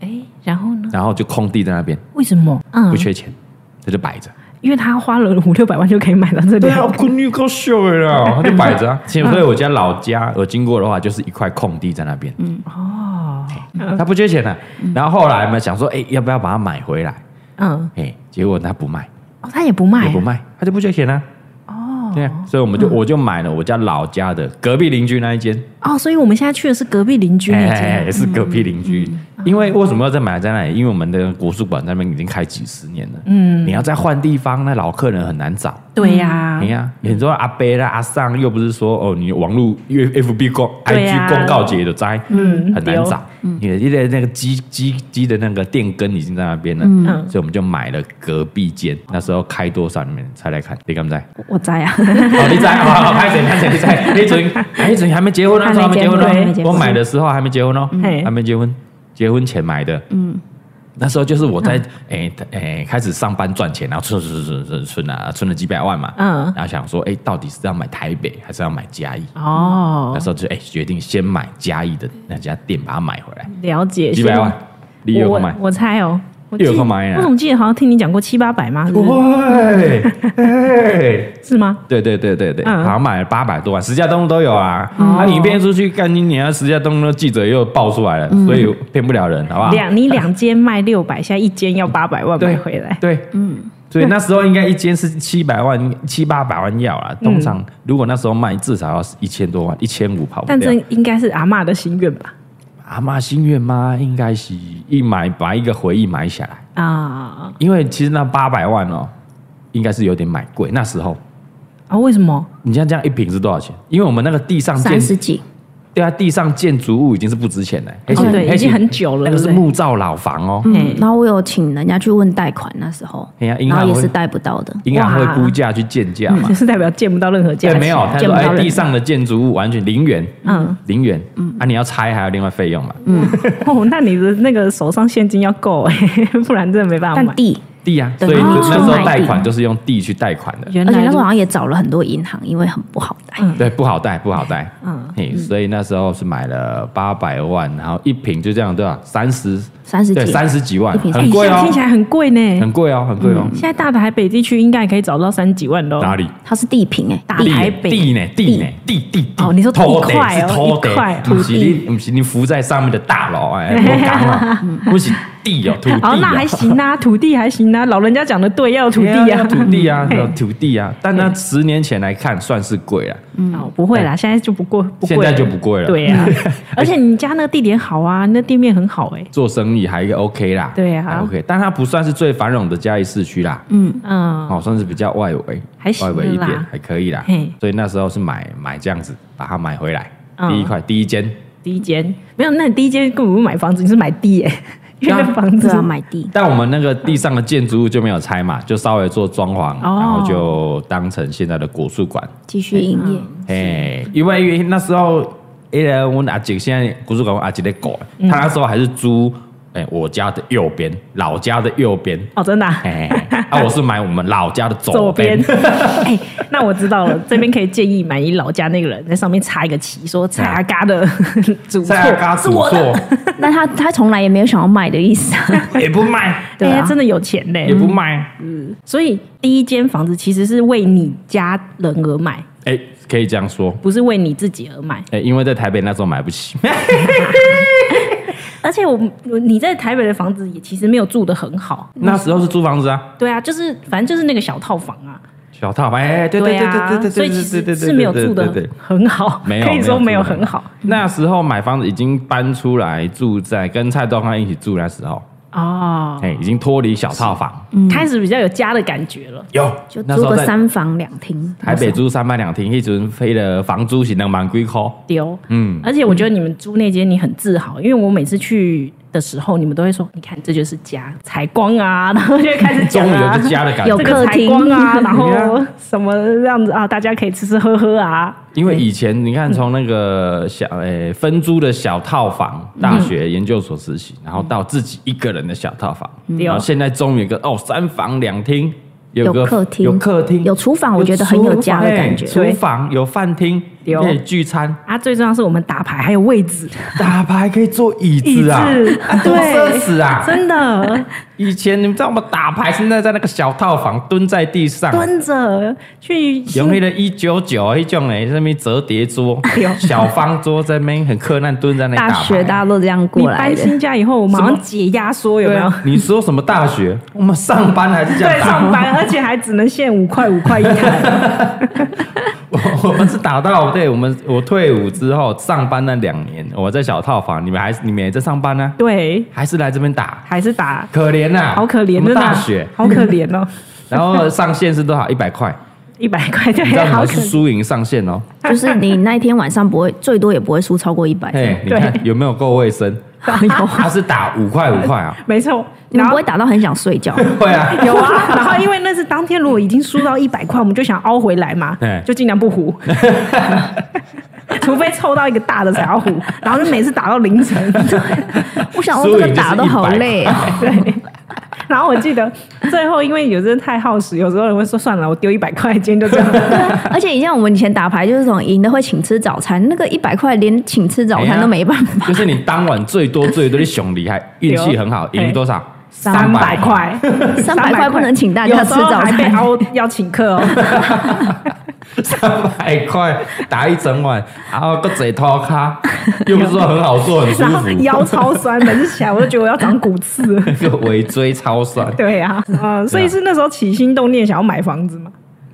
S2: 哎，然后呢？
S1: 然后就空地在那边，
S2: 为什么？嗯
S1: 不，缺钱，他就摆着。
S2: 因为他花了五六百万就可以买到这
S1: 对啊，
S2: 两
S1: 我闺女够秀的 啦，他就摆着啊。所以我家老家，我经过的话就是一块空地在那边，
S2: 哦，
S1: 他不缺钱的、然后后来嘛，想说，哎，要不要把它买回来？
S2: 嗯，
S1: 哎，结果他不卖，
S2: 哦，他也不卖
S1: 也不
S2: 啊，嗯
S1: 卖，他就不缺钱啊。哦，对啊，所以我们就我就买了我家老家的隔壁邻居那一间，
S2: 哦，所以我们现在去的是隔壁邻居那嗯
S1: 哎，
S2: 间
S1: 也是隔壁邻居。因为为什么要再买在那里？因为我们的国术馆那边已经开几十年了，嗯，你要再换地方，那老客人很难找。
S2: 啊，对呀
S1: 哎，呀，很多阿伯啦、阿桑，又不是说哦，你网络 F B 公、
S2: 对
S1: IG
S2: 啊
S1: 公告节的灾，
S2: 嗯
S1: 很难找。你的那那个鸡鸡鸡的那个店根已经在那边了，
S2: 嗯
S1: 所以我们就买了隔壁间。那时候开多少？你们猜来看，你敢不猜？
S4: 我在啊，
S1: 哦，你猜， 好，拍谁？拍谁？你猜？那准，那准还没结婚，那时候还没结婚
S4: 还没结
S1: 哦。
S4: 婚
S1: 我买的时候还没结婚哦
S2: 嗯，
S1: 还没结婚，结婚前买的。嗯。那时候就是我在诶诶、开始上班赚钱，然后存存存存存啊，存了几百万嘛，
S2: 嗯
S1: 然后想说，哎、到底是要买台北还是要买嘉义？
S2: 哦
S1: 那，时候就哎、决定先买嘉义的那家店，把它买回来，
S2: 了解，
S1: 几百万，你有空买
S2: 我？我猜哦，嗯我
S1: 又有
S2: 记
S1: 空买啊
S2: 我怎么记得好像听你讲过七八百吗？是不是
S1: 喂，哎
S2: 是吗？
S1: 对对对对对，
S2: 嗯哦
S1: 好像买了八百多万，石家东都有啊。那你骗出去，干你娘！石家东的记者又爆出来了，所以骗不了人，好不好？
S2: 嗯两你两间卖六百，现在一间要八百万买回来，
S1: 对，嗯，所以那时候应该一间是七百万、七八百万要啦。通
S2: 嗯
S1: 常如果那时候卖，至少要一千多万，一千五跑不
S2: 但这
S1: 掉。
S2: 应该是阿嬷的心愿吧？
S1: 阿妈心愿吗？应该是一买把一个回忆买下来，
S2: 啊
S1: 因为其实那八百万哦，应该是有点买贵。那时候
S2: 啊，为什么？
S1: 你像这样一瓶是多少钱？因为我们那个地上建
S4: 三十几，
S1: 对啊，地上建筑物已经是不值钱的，而且、
S2: 哦，对，
S1: 而
S2: 已经
S1: 且
S2: 很久了，
S1: 那个是
S2: 对不对
S1: 木造老房哦，
S4: 嗯，然后我有请人家去问贷款，那时候，
S1: 哎呀银
S4: 然
S1: 行
S4: 后也是
S1: 会
S4: 贷不到的，
S1: 银行会估价去建价嘛
S2: 嗯就。是代表见不到任何价
S1: 对，
S2: 值，
S1: 没有，他
S2: 见
S1: 说
S2: 不到
S1: 哎，
S2: 人
S1: 地上的建筑物完全零元，
S2: 嗯
S1: 零元，啊，你要拆还有另外费用嘛？
S2: 哦，那你的那个手上现金要够哎、 不然真的没办法
S4: 但
S2: 买。
S4: 地，
S1: 地啊，
S4: 对
S1: 所以
S4: 哦
S1: 那时候
S4: 买地
S1: 贷款就是用地去贷款的，
S2: 原
S4: 而且那时
S2: 如
S4: 候好像也找了很多银行，因为很不好贷。
S1: 对，不好贷，不好贷，
S2: 嗯
S1: 嘿，所以那时候是买了八百万，然后一瓶就这样对吧？三十，
S4: 30
S1: 对，
S4: 几
S1: 三十几万
S4: 一，瓶
S1: 很贵
S2: 哎现在
S1: 哦
S2: 听起，来嗯很贵呢、
S1: 很贵哦，很贵哦，
S2: 现在大台北地区应该也可以找到三几万的哦。
S1: 哪里？
S4: 它是地平哎、
S2: 大
S4: 地
S2: 啊台北
S1: 地呢，地呢，地地地
S2: 哦你说
S1: 土
S2: 一
S1: 地
S2: 块
S1: 是
S2: 哦
S1: 土
S2: 一块
S1: 地，不是你不是你浮在上面的大楼哎，我讲 啊，不是地哦，土地
S2: 哦，那还
S1: 啊。
S2: 行 啊，土地还行啊，老人家讲的对，要有土地
S1: 对
S2: 啊，
S1: 土地啊，
S2: 嘿
S1: 土地啊，但那十年前来看算是贵了，
S4: 嗯
S2: 哦，不会啦，现在就不过不
S1: 哎
S2: 贵
S1: 现
S2: 了，
S1: 在就不贵了。
S2: 对，呀、而且你家那个地点好啊，那店面很好哎、
S1: 做生意还 OK 啦，
S2: 对啊
S1: 还 OK，但它不算是最繁荣的嘉义市区啦，
S2: 嗯，
S1: 哦，算是比较外围，
S2: 还行
S1: 外
S2: 啦
S1: 围一点，还可以啦
S2: 嘿。
S1: 所以那时候是买买这样子，把它买回来，
S2: 嗯
S1: 第一块第一间
S2: 第一间没有，那你第一间根本不是买房子，你是买地哎、因为那房子
S4: 对啊，买地
S1: 但我们那个地上的建筑物就没有拆嘛，就稍微做装潢，然后就当成现在的国术馆。
S4: 继续营业，
S1: 哎，因为那时候，因为我阿姐现在国术馆我阿姐在搞，她那时候还是租哎、我家的右边，老家的右边。
S2: 哦，真的啊、
S1: 哎，啊，我是买我们老家的左
S2: 左
S1: 边
S2: 边。。 哎、那我知道了，这边可以建议买一老家那个人在上面插一个旗，说蔡阿嘎的 主
S1: 在阿哎嘎
S2: 是
S1: 主
S2: 我的，
S1: 座
S4: 但他他从来也没有想要卖的意 思啊，
S1: 也不卖，
S2: 哎、
S4: 对啊
S2: 他真的有钱嘞、
S1: 也不卖，
S2: 所以第一间房子其实是为你家人而买，
S1: 哎、可以这样说，
S2: 不是为你自己而买。
S1: 哎、因为在台北那时候买不起，
S2: 而且我你在台北的房子也其实没有住的很好，
S1: 那时候是租房子啊，
S2: 对啊，就是反正就是那个小套房啊，
S1: 小套房，哎、对对对
S2: 啊，
S1: 对对对对对对，
S2: 所以其
S1: 对
S2: 实
S1: 对对
S2: 是没有住的
S1: 对对对
S2: 很好，
S1: 没有，
S2: 可以说没有
S1: 住得
S2: 很好。
S1: 那时候买房子已经搬出来住在跟蔡东汉一起住那时候，
S2: 哦，
S1: 哎、已经脱离小套房，
S2: 开始比较有家的感觉了。
S1: 有
S4: 就
S1: 那时
S4: 租
S1: 候
S4: 个
S1: 在
S4: 三房两厅，
S1: 台北租三百两厅，一直飞的房租是能蛮贵扣，
S2: 丢，
S1: 嗯，
S2: 而且我觉得你们租那间你很自豪，因为我每次去的时候，你们都会说，你看这就是家，采光啊，然后就开始
S1: 终
S2: 讲
S1: 于有
S2: 啊
S1: 个，家的感
S4: 有
S1: 觉
S2: 这。个
S4: 客
S2: 采
S4: 厅
S2: 光 啊，然后
S1: 对啊
S2: 什么这样子啊，大家可以吃吃喝喝啊，
S1: 因为以前你看，从那个小诶、分租的小套房，大学研究所实习，然后到自己一个人的小套房，
S4: 嗯
S1: 然后现在终于有一个哦三房两厅，有个
S4: 有客厅
S1: 有客厅，
S4: 有厨房，我觉得很有家的感觉。
S1: 厨房哎厨房有饭厅，
S2: 有
S1: 可以聚餐，
S2: 啊，最重要是我们打牌还有位置，
S1: 打牌可以坐椅子啊，
S2: 椅子
S1: 啊多奢侈啊！
S2: 真 的
S1: 以前你们知道我们打牌，现在在那个小套房蹲在地上，啊
S2: 蹲着去
S1: 有
S2: 新
S1: 那个一九九啊那种诶，上面折叠桌
S2: 哎呦、
S1: 小方桌在那边很困难蹲在那里
S4: 大
S1: 打
S4: 学
S1: 牌。
S4: 大家都这样
S2: 你
S4: 过来
S2: 搬
S4: 的，
S2: 新家以后，我马
S1: 什
S2: 上
S1: 么
S2: 解压缩有
S1: 对
S2: 没有？
S1: 啊，你说什么大学？我们上班还是这样
S2: 对，
S1: 打？
S2: 上班，而且还只能限五块五块一台。
S1: 我我们是打到对，我们我退伍之后上班那两年，我在小套房，你们还是你们也在上班呢、
S2: 对，
S1: 还是来这边打？
S2: 还是打，
S1: 可怜呐、
S2: 好可
S1: 我
S2: 怜啊
S1: 们
S2: 的
S1: 大学，
S2: 好可怜哦，
S1: 然后上限是多少？一百块，
S2: 一百块对
S1: 你知道， 吗？
S2: 好可
S1: 是
S2: 怜。
S1: 输赢上限哦。
S4: 就是你那一天晚上不会，最多也不会输超过一百。
S1: 嘿，你看有没有够卫 生？他是打五块五块啊，
S2: 没错，
S4: 你
S2: 然
S4: 们不
S2: 后
S4: 会打到很想睡 觉，
S1: 会啊，
S2: 有啊，然后因为那是当天如果已经输到一百块，我们就想凹回来嘛
S1: 对，
S2: 就尽量不胡，除非抽到一个大的才要胡，然后就每次打到凌晨。
S4: 我想说这个打都好累哦，
S2: 对，然后我记得最后因为有时候太耗时，有时候人会说算了，我丢一百块，今天就这样。
S4: 而且以前我们以前打牌就是这种赢的会请吃早餐，那个一百块连请吃早餐都没办 法，
S1: 就是你当晚最多最多的熊梨还运气很好，
S2: 对
S1: 赢多少？
S2: 三百。块，
S4: 三百块不能请大家吃早
S2: 有时候还被
S4: 餐，
S2: 凹要请客哦。
S1: 三百块打一整晚，然后个嘴掏 咖，又不是说很好做，很舒
S2: 然 后
S1: 服，
S2: 腰超酸，每次起来我就觉得我要长骨刺了。
S1: 那个尾椎超酸。
S2: 对呀、啊，嗯，所以是那时候起心动念想要买房子嘛？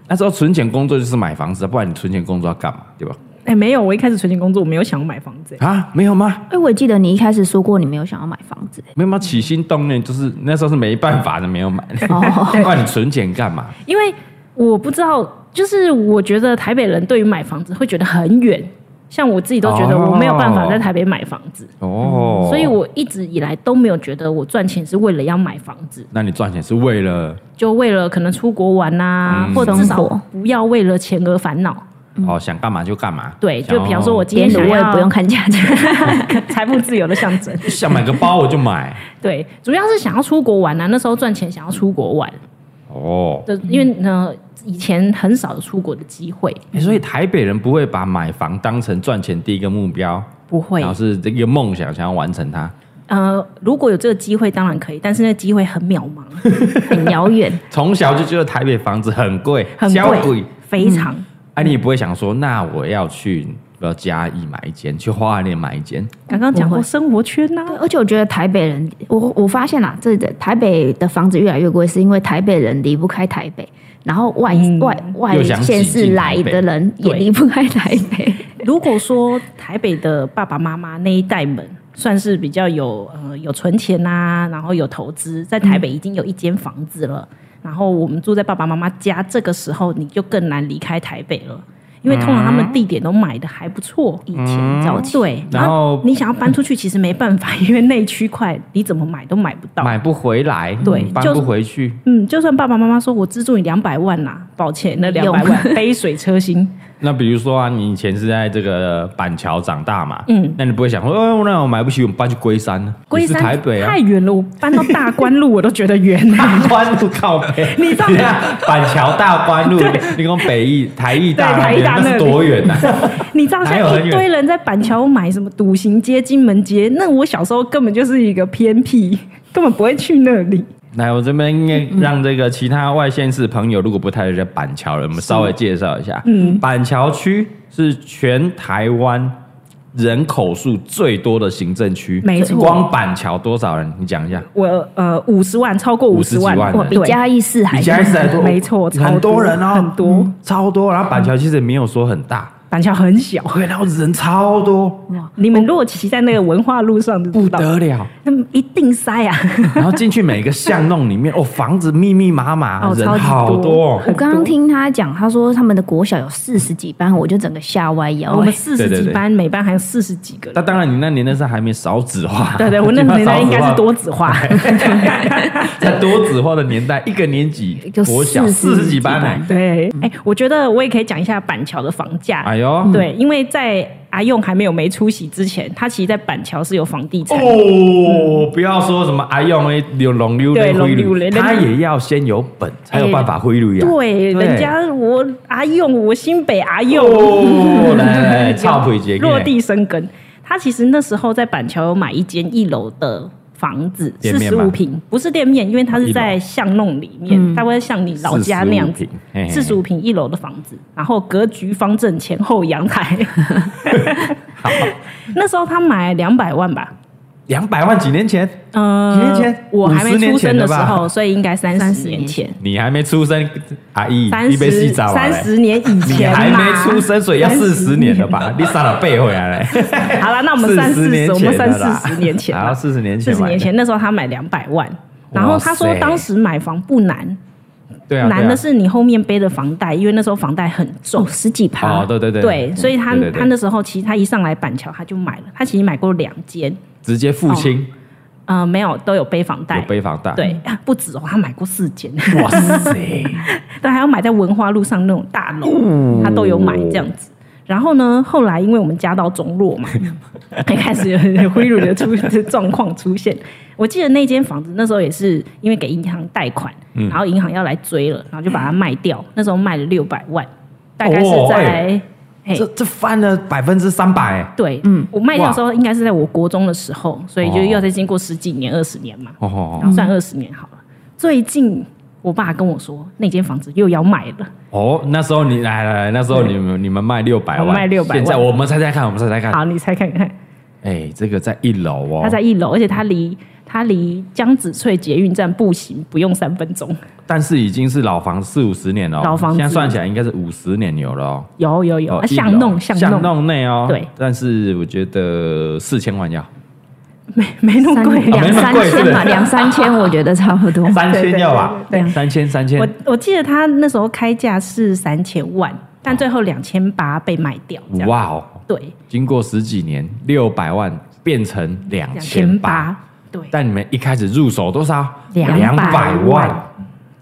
S1: 那时候存钱工作就是买房子，不然你存钱工作要干嘛？对吧？
S2: 哎、没有，我一开始存钱工作，我没有想要买房子、
S1: 啊，没有吗？
S4: 哎，我记得你一开始说过你没有想要买房子，
S1: 没有吗？起心动念就是那时候是没办法的，没有买。
S4: 哦
S1: 不然你存钱干嘛？
S2: 因为我不知道，就是我觉得台北人对于买房子会觉得很远，像我自己都觉得
S1: 哦
S2: 我没有办法在台北买房子，
S1: 哦，
S2: 嗯所以我一直以来都没有觉得我赚钱是为了要买房子，
S1: 那你赚钱是为了
S2: 就为了可能出国玩呐、
S1: 嗯
S2: 或者至少
S4: 生活
S2: 不要为了钱而烦恼。
S1: 哦想干嘛就干嘛。
S2: 嗯对，就
S1: 想
S2: 比方说我今
S4: 点
S2: 天
S4: 卤
S2: 想
S4: 味
S2: 要
S4: 不用看价钱，
S2: 财富自由的象征。
S1: 想买个包我就买。
S2: 对，主要是想要出国玩啊，那时候赚钱想要出国玩，
S1: 哦，
S2: 就因为呢以前很少有出国的机会，
S1: 欸所以台北人不会把买房当成赚钱第一个目标，
S2: 不会
S1: 然后。是这个梦想想要完成它。
S2: 呃，如果有这个机会当然可以，但是那机会很渺茫，
S4: 很遥远。
S1: 从小就觉得台北房子很贵，
S2: 很
S1: 娇
S2: 贵，非常。
S1: 哎、你也不会想说，那我要去呃嘉义买一间，去花莲买一间，
S2: 刚刚讲
S4: 不
S2: 过
S4: 会
S2: 生活圈啊呐、
S4: 对而且我觉得台北人，我我发现啦，这台北的房子越来越贵，是因为台北人离不开台北，然后外、
S2: 嗯
S4: 外外
S1: 又想挤进
S4: 县市来的人
S2: 北
S4: 也离不开台北。
S2: 如果说台北的爸爸妈妈那一代们算是比较有呃有存钱呐、然后有投资，在台北已经有一间房子了，然后我们住在爸爸妈妈家，这个时候你就更难离开台北了。因为通常他们地点都买的还不错。
S4: 以前早期
S2: 对，
S1: 嗯然后
S2: 你想要搬出去，其实没办 法，因为那区块你怎么买都买不到。
S1: 买不回来，
S2: 对
S1: 嗯搬
S2: 就是
S1: 不回去，
S2: 嗯，就算爸爸妈妈说我资助你两百万啦、啊抱歉，那两百万杯水车薪。
S1: 那比如说啊，你以前是在这个板桥长大嘛，
S2: 嗯
S1: 那你不会想说，哦，那我买不起，我们搬去龟山呢？
S2: 龟
S1: 你
S2: 山
S1: 是台北啊
S2: 太，远了，我搬到大关路我都觉得 远了。
S1: 大关路靠北，
S2: 你知道
S1: 看 板桥大关路，你跟北艺、台艺大
S2: 对台艺大
S1: 那边那是
S2: 那
S1: 多远啊呐？
S2: 你知道现
S1: 哪有
S2: 在
S1: 很
S2: 一
S1: 远
S2: 堆人在板桥买什么笃行街、金门街，那我小时候根本就是一个偏僻， 根本不会去那里。
S1: 来，我这边应该让这个其他外县市朋友，如果不太了解板桥人，我们稍微介绍一下。嗯，板桥区是全台湾人口数最多的行政区，
S2: 没错
S1: 光板桥多少人？你讲一下。
S2: 我呃五十万超过五十万，
S1: 50万
S2: 哇
S1: 人
S4: 比
S2: 对
S4: 嘉义市还
S1: 比嘉义市 还多，
S2: 没错超多
S1: 很多嗯人哦，
S2: 很多
S1: 嗯超多。然后板桥其实也没有说很大，
S2: 板桥很小。
S1: 对，然后人超多，
S2: 你们如果骑在那个文化路上就
S1: 不
S2: 知道，
S1: 得了。
S2: 那么一定塞啊！
S1: 然后进去每个巷弄里面，哦，房子密密麻麻，
S2: 哦超
S1: 人
S2: 级
S1: 好
S2: 多
S1: 多哦。
S4: 我刚刚听他讲，他说他们的国小有四十几班，我就整个吓歪腰、
S2: 我们
S4: 哎
S2: 四十
S1: 哦对对
S2: 几
S1: 对
S2: 班，每班还有四十几个 人
S1: 那。当然，你那年代是还没少子化，
S2: 对 对，我那
S1: 地方
S2: 年代应该
S1: 少子
S2: 是
S1: 化
S2: 多 子化，
S1: 在多子化的年代，一个年级
S4: 就
S1: 国小
S4: 四
S1: 四十
S4: 十
S1: 几
S4: 几
S1: 班
S4: 班
S1: 呢。
S2: 对，哎、我觉得我也可以讲一下板桥的房价。
S1: 哎呦，
S2: 对，因为在阿用还没有没出息之前，他其实在板桥是有房地产。
S1: 哦，不要说什么哎用哎流龙溜的
S2: 对
S1: 挥
S2: 龙溜
S1: 旅，
S2: 嘞
S1: 他也要先有本才有办法挥旅啊。
S2: 哎对，
S1: 对
S2: 人家我阿用，我新北阿用，
S1: 哦，哎来来来，操腿姐，
S2: 落地生根。他其实那时候在板桥有买一间一楼的房子，
S1: 店
S2: 四
S1: 面
S2: 十
S1: 吗
S2: 五平，不是店面，因为它
S1: 一
S2: 是
S1: 楼嗯
S2: 在巷弄里面，大概像你老家那样子，四十
S1: 五
S2: 五平一楼的房子，然后格局方正，前后 阳台。 那时候他买两百万吧，
S1: 两百万，几年前
S2: 嗯、
S1: 几年前
S2: 我还没
S1: 50
S2: 出生的时
S1: 年前的
S2: 候，所以应该三十
S4: 30
S2: 年
S4: 年
S2: 前，
S1: 你还没出生，阿姨，
S2: 三
S1: 你被洗
S2: 十
S1: 澡啊
S2: 三
S1: 嘞
S2: 十年以
S1: 你
S2: 前嘛
S1: 还没出生，所以要四十年了吧？你傻了背回来了。
S2: 好了，那我们三
S1: 40
S2: 四
S1: 年
S2: 十，我们
S1: 前
S2: 三
S1: 的啦
S2: 四十年前
S1: 然后
S2: 吧，
S1: 四十年前，
S2: 四十年，前那时候他买两百万，然后他说
S1: 哇塞
S2: 当时买房不难，
S1: 对啊，对啊
S2: 难的是你后面背的房贷，因为那时候房贷很重
S4: 哦，十几趴，
S1: 哦，对对对，
S2: 对，所以他
S1: 对对对
S2: 他那时候其实他一上来板桥他就买了，他其实买过两间，
S1: 直接付清
S2: 呃，没有都有背房
S1: 有
S2: 贷，
S1: 背啊房贷，，
S2: 对，不止哦，他买过四间，
S1: 哇塞，
S2: 但还要买在文化路上那种大楼，
S1: 哦
S2: 他都有买这样子。然后呢，后来因为我们家道中落嘛， 才开始有贿赂的出的状况出现。我记得那间房子那时候也是因为给银行贷款，
S1: 嗯
S2: 然后银行要来追了，然后就把它卖掉。那时候卖了六百万，大概是
S1: 哦
S2: 在、 嘿
S1: 这这翻了百分之三百，
S2: 对，
S4: 嗯
S2: 我卖掉的时候应该是在我国中的时候，所以就又要再经过十几年、二十年嘛。
S1: 哦
S2: 然后算二十年好了。最近我爸跟我说，那间房子又要卖了，
S1: 哦，那时候你来来来，那时候你们你们卖六百
S2: 我
S1: 万，
S2: 卖600万
S1: 现在我们猜猜看，我们猜猜看，
S2: 好，你猜看看，
S1: 哎，这个在一楼哦，
S2: 它在一楼，而且它离它离江子翠捷运站步行不用三分钟，
S1: 但是已经是老房四五十年了哦，
S2: 老房子
S1: 现在算起来应该是五十年有了哦。
S2: 有有有，啊
S1: 一楼
S2: 巷弄
S1: 巷弄内哦，
S2: 对
S1: 但是我觉得四千万要
S2: 没没那么
S4: 三
S2: 贵。啊
S1: 啊哦没
S4: 两
S1: 那么
S4: 三
S1: 贵是
S4: 千
S1: 不
S4: 吧，
S1: 是
S4: 两三千，我觉得差不多。
S1: 三
S2: 对
S1: 千
S2: 对
S1: 要吧，
S2: 对对对
S1: 三千三千
S2: 我，我记得他那时候开价是三千万，但最后两千八被卖掉，这样
S1: 哇哦，
S2: 对，
S1: 经过十几年，六百万变成两
S2: 两
S1: 千
S2: 千
S1: 八。
S2: 八，对，
S1: 但你们一开始入手多少？
S4: 200
S1: 百
S2: 万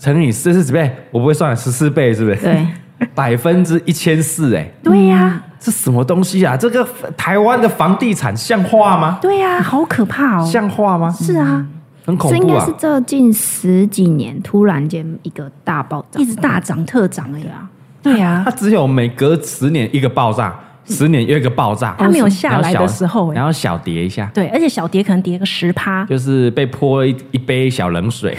S1: 乘以四十几倍，我不会算十四倍是不是？
S4: 对，
S1: 百分之一千四，哎，
S2: 对呀、
S1: 这什么东西啊？这个台湾的房地产像话吗？
S2: 对呀、好可怕哦！
S1: 像话吗？
S2: 是啊，
S1: 很恐
S4: 这应
S1: 怖
S4: 该
S1: 啊
S4: 是！这近十几年突然间一个大爆炸
S2: 一，直大涨特涨而已啊。嗯对呀、
S1: 它只有每隔十年一个爆炸，十年又一个爆炸，
S2: 它没有下来的时候欸
S1: 然后小跌一下，
S2: 对，而且小蝶可能跌个十趴，
S1: 就是被泼一一杯小冷 水，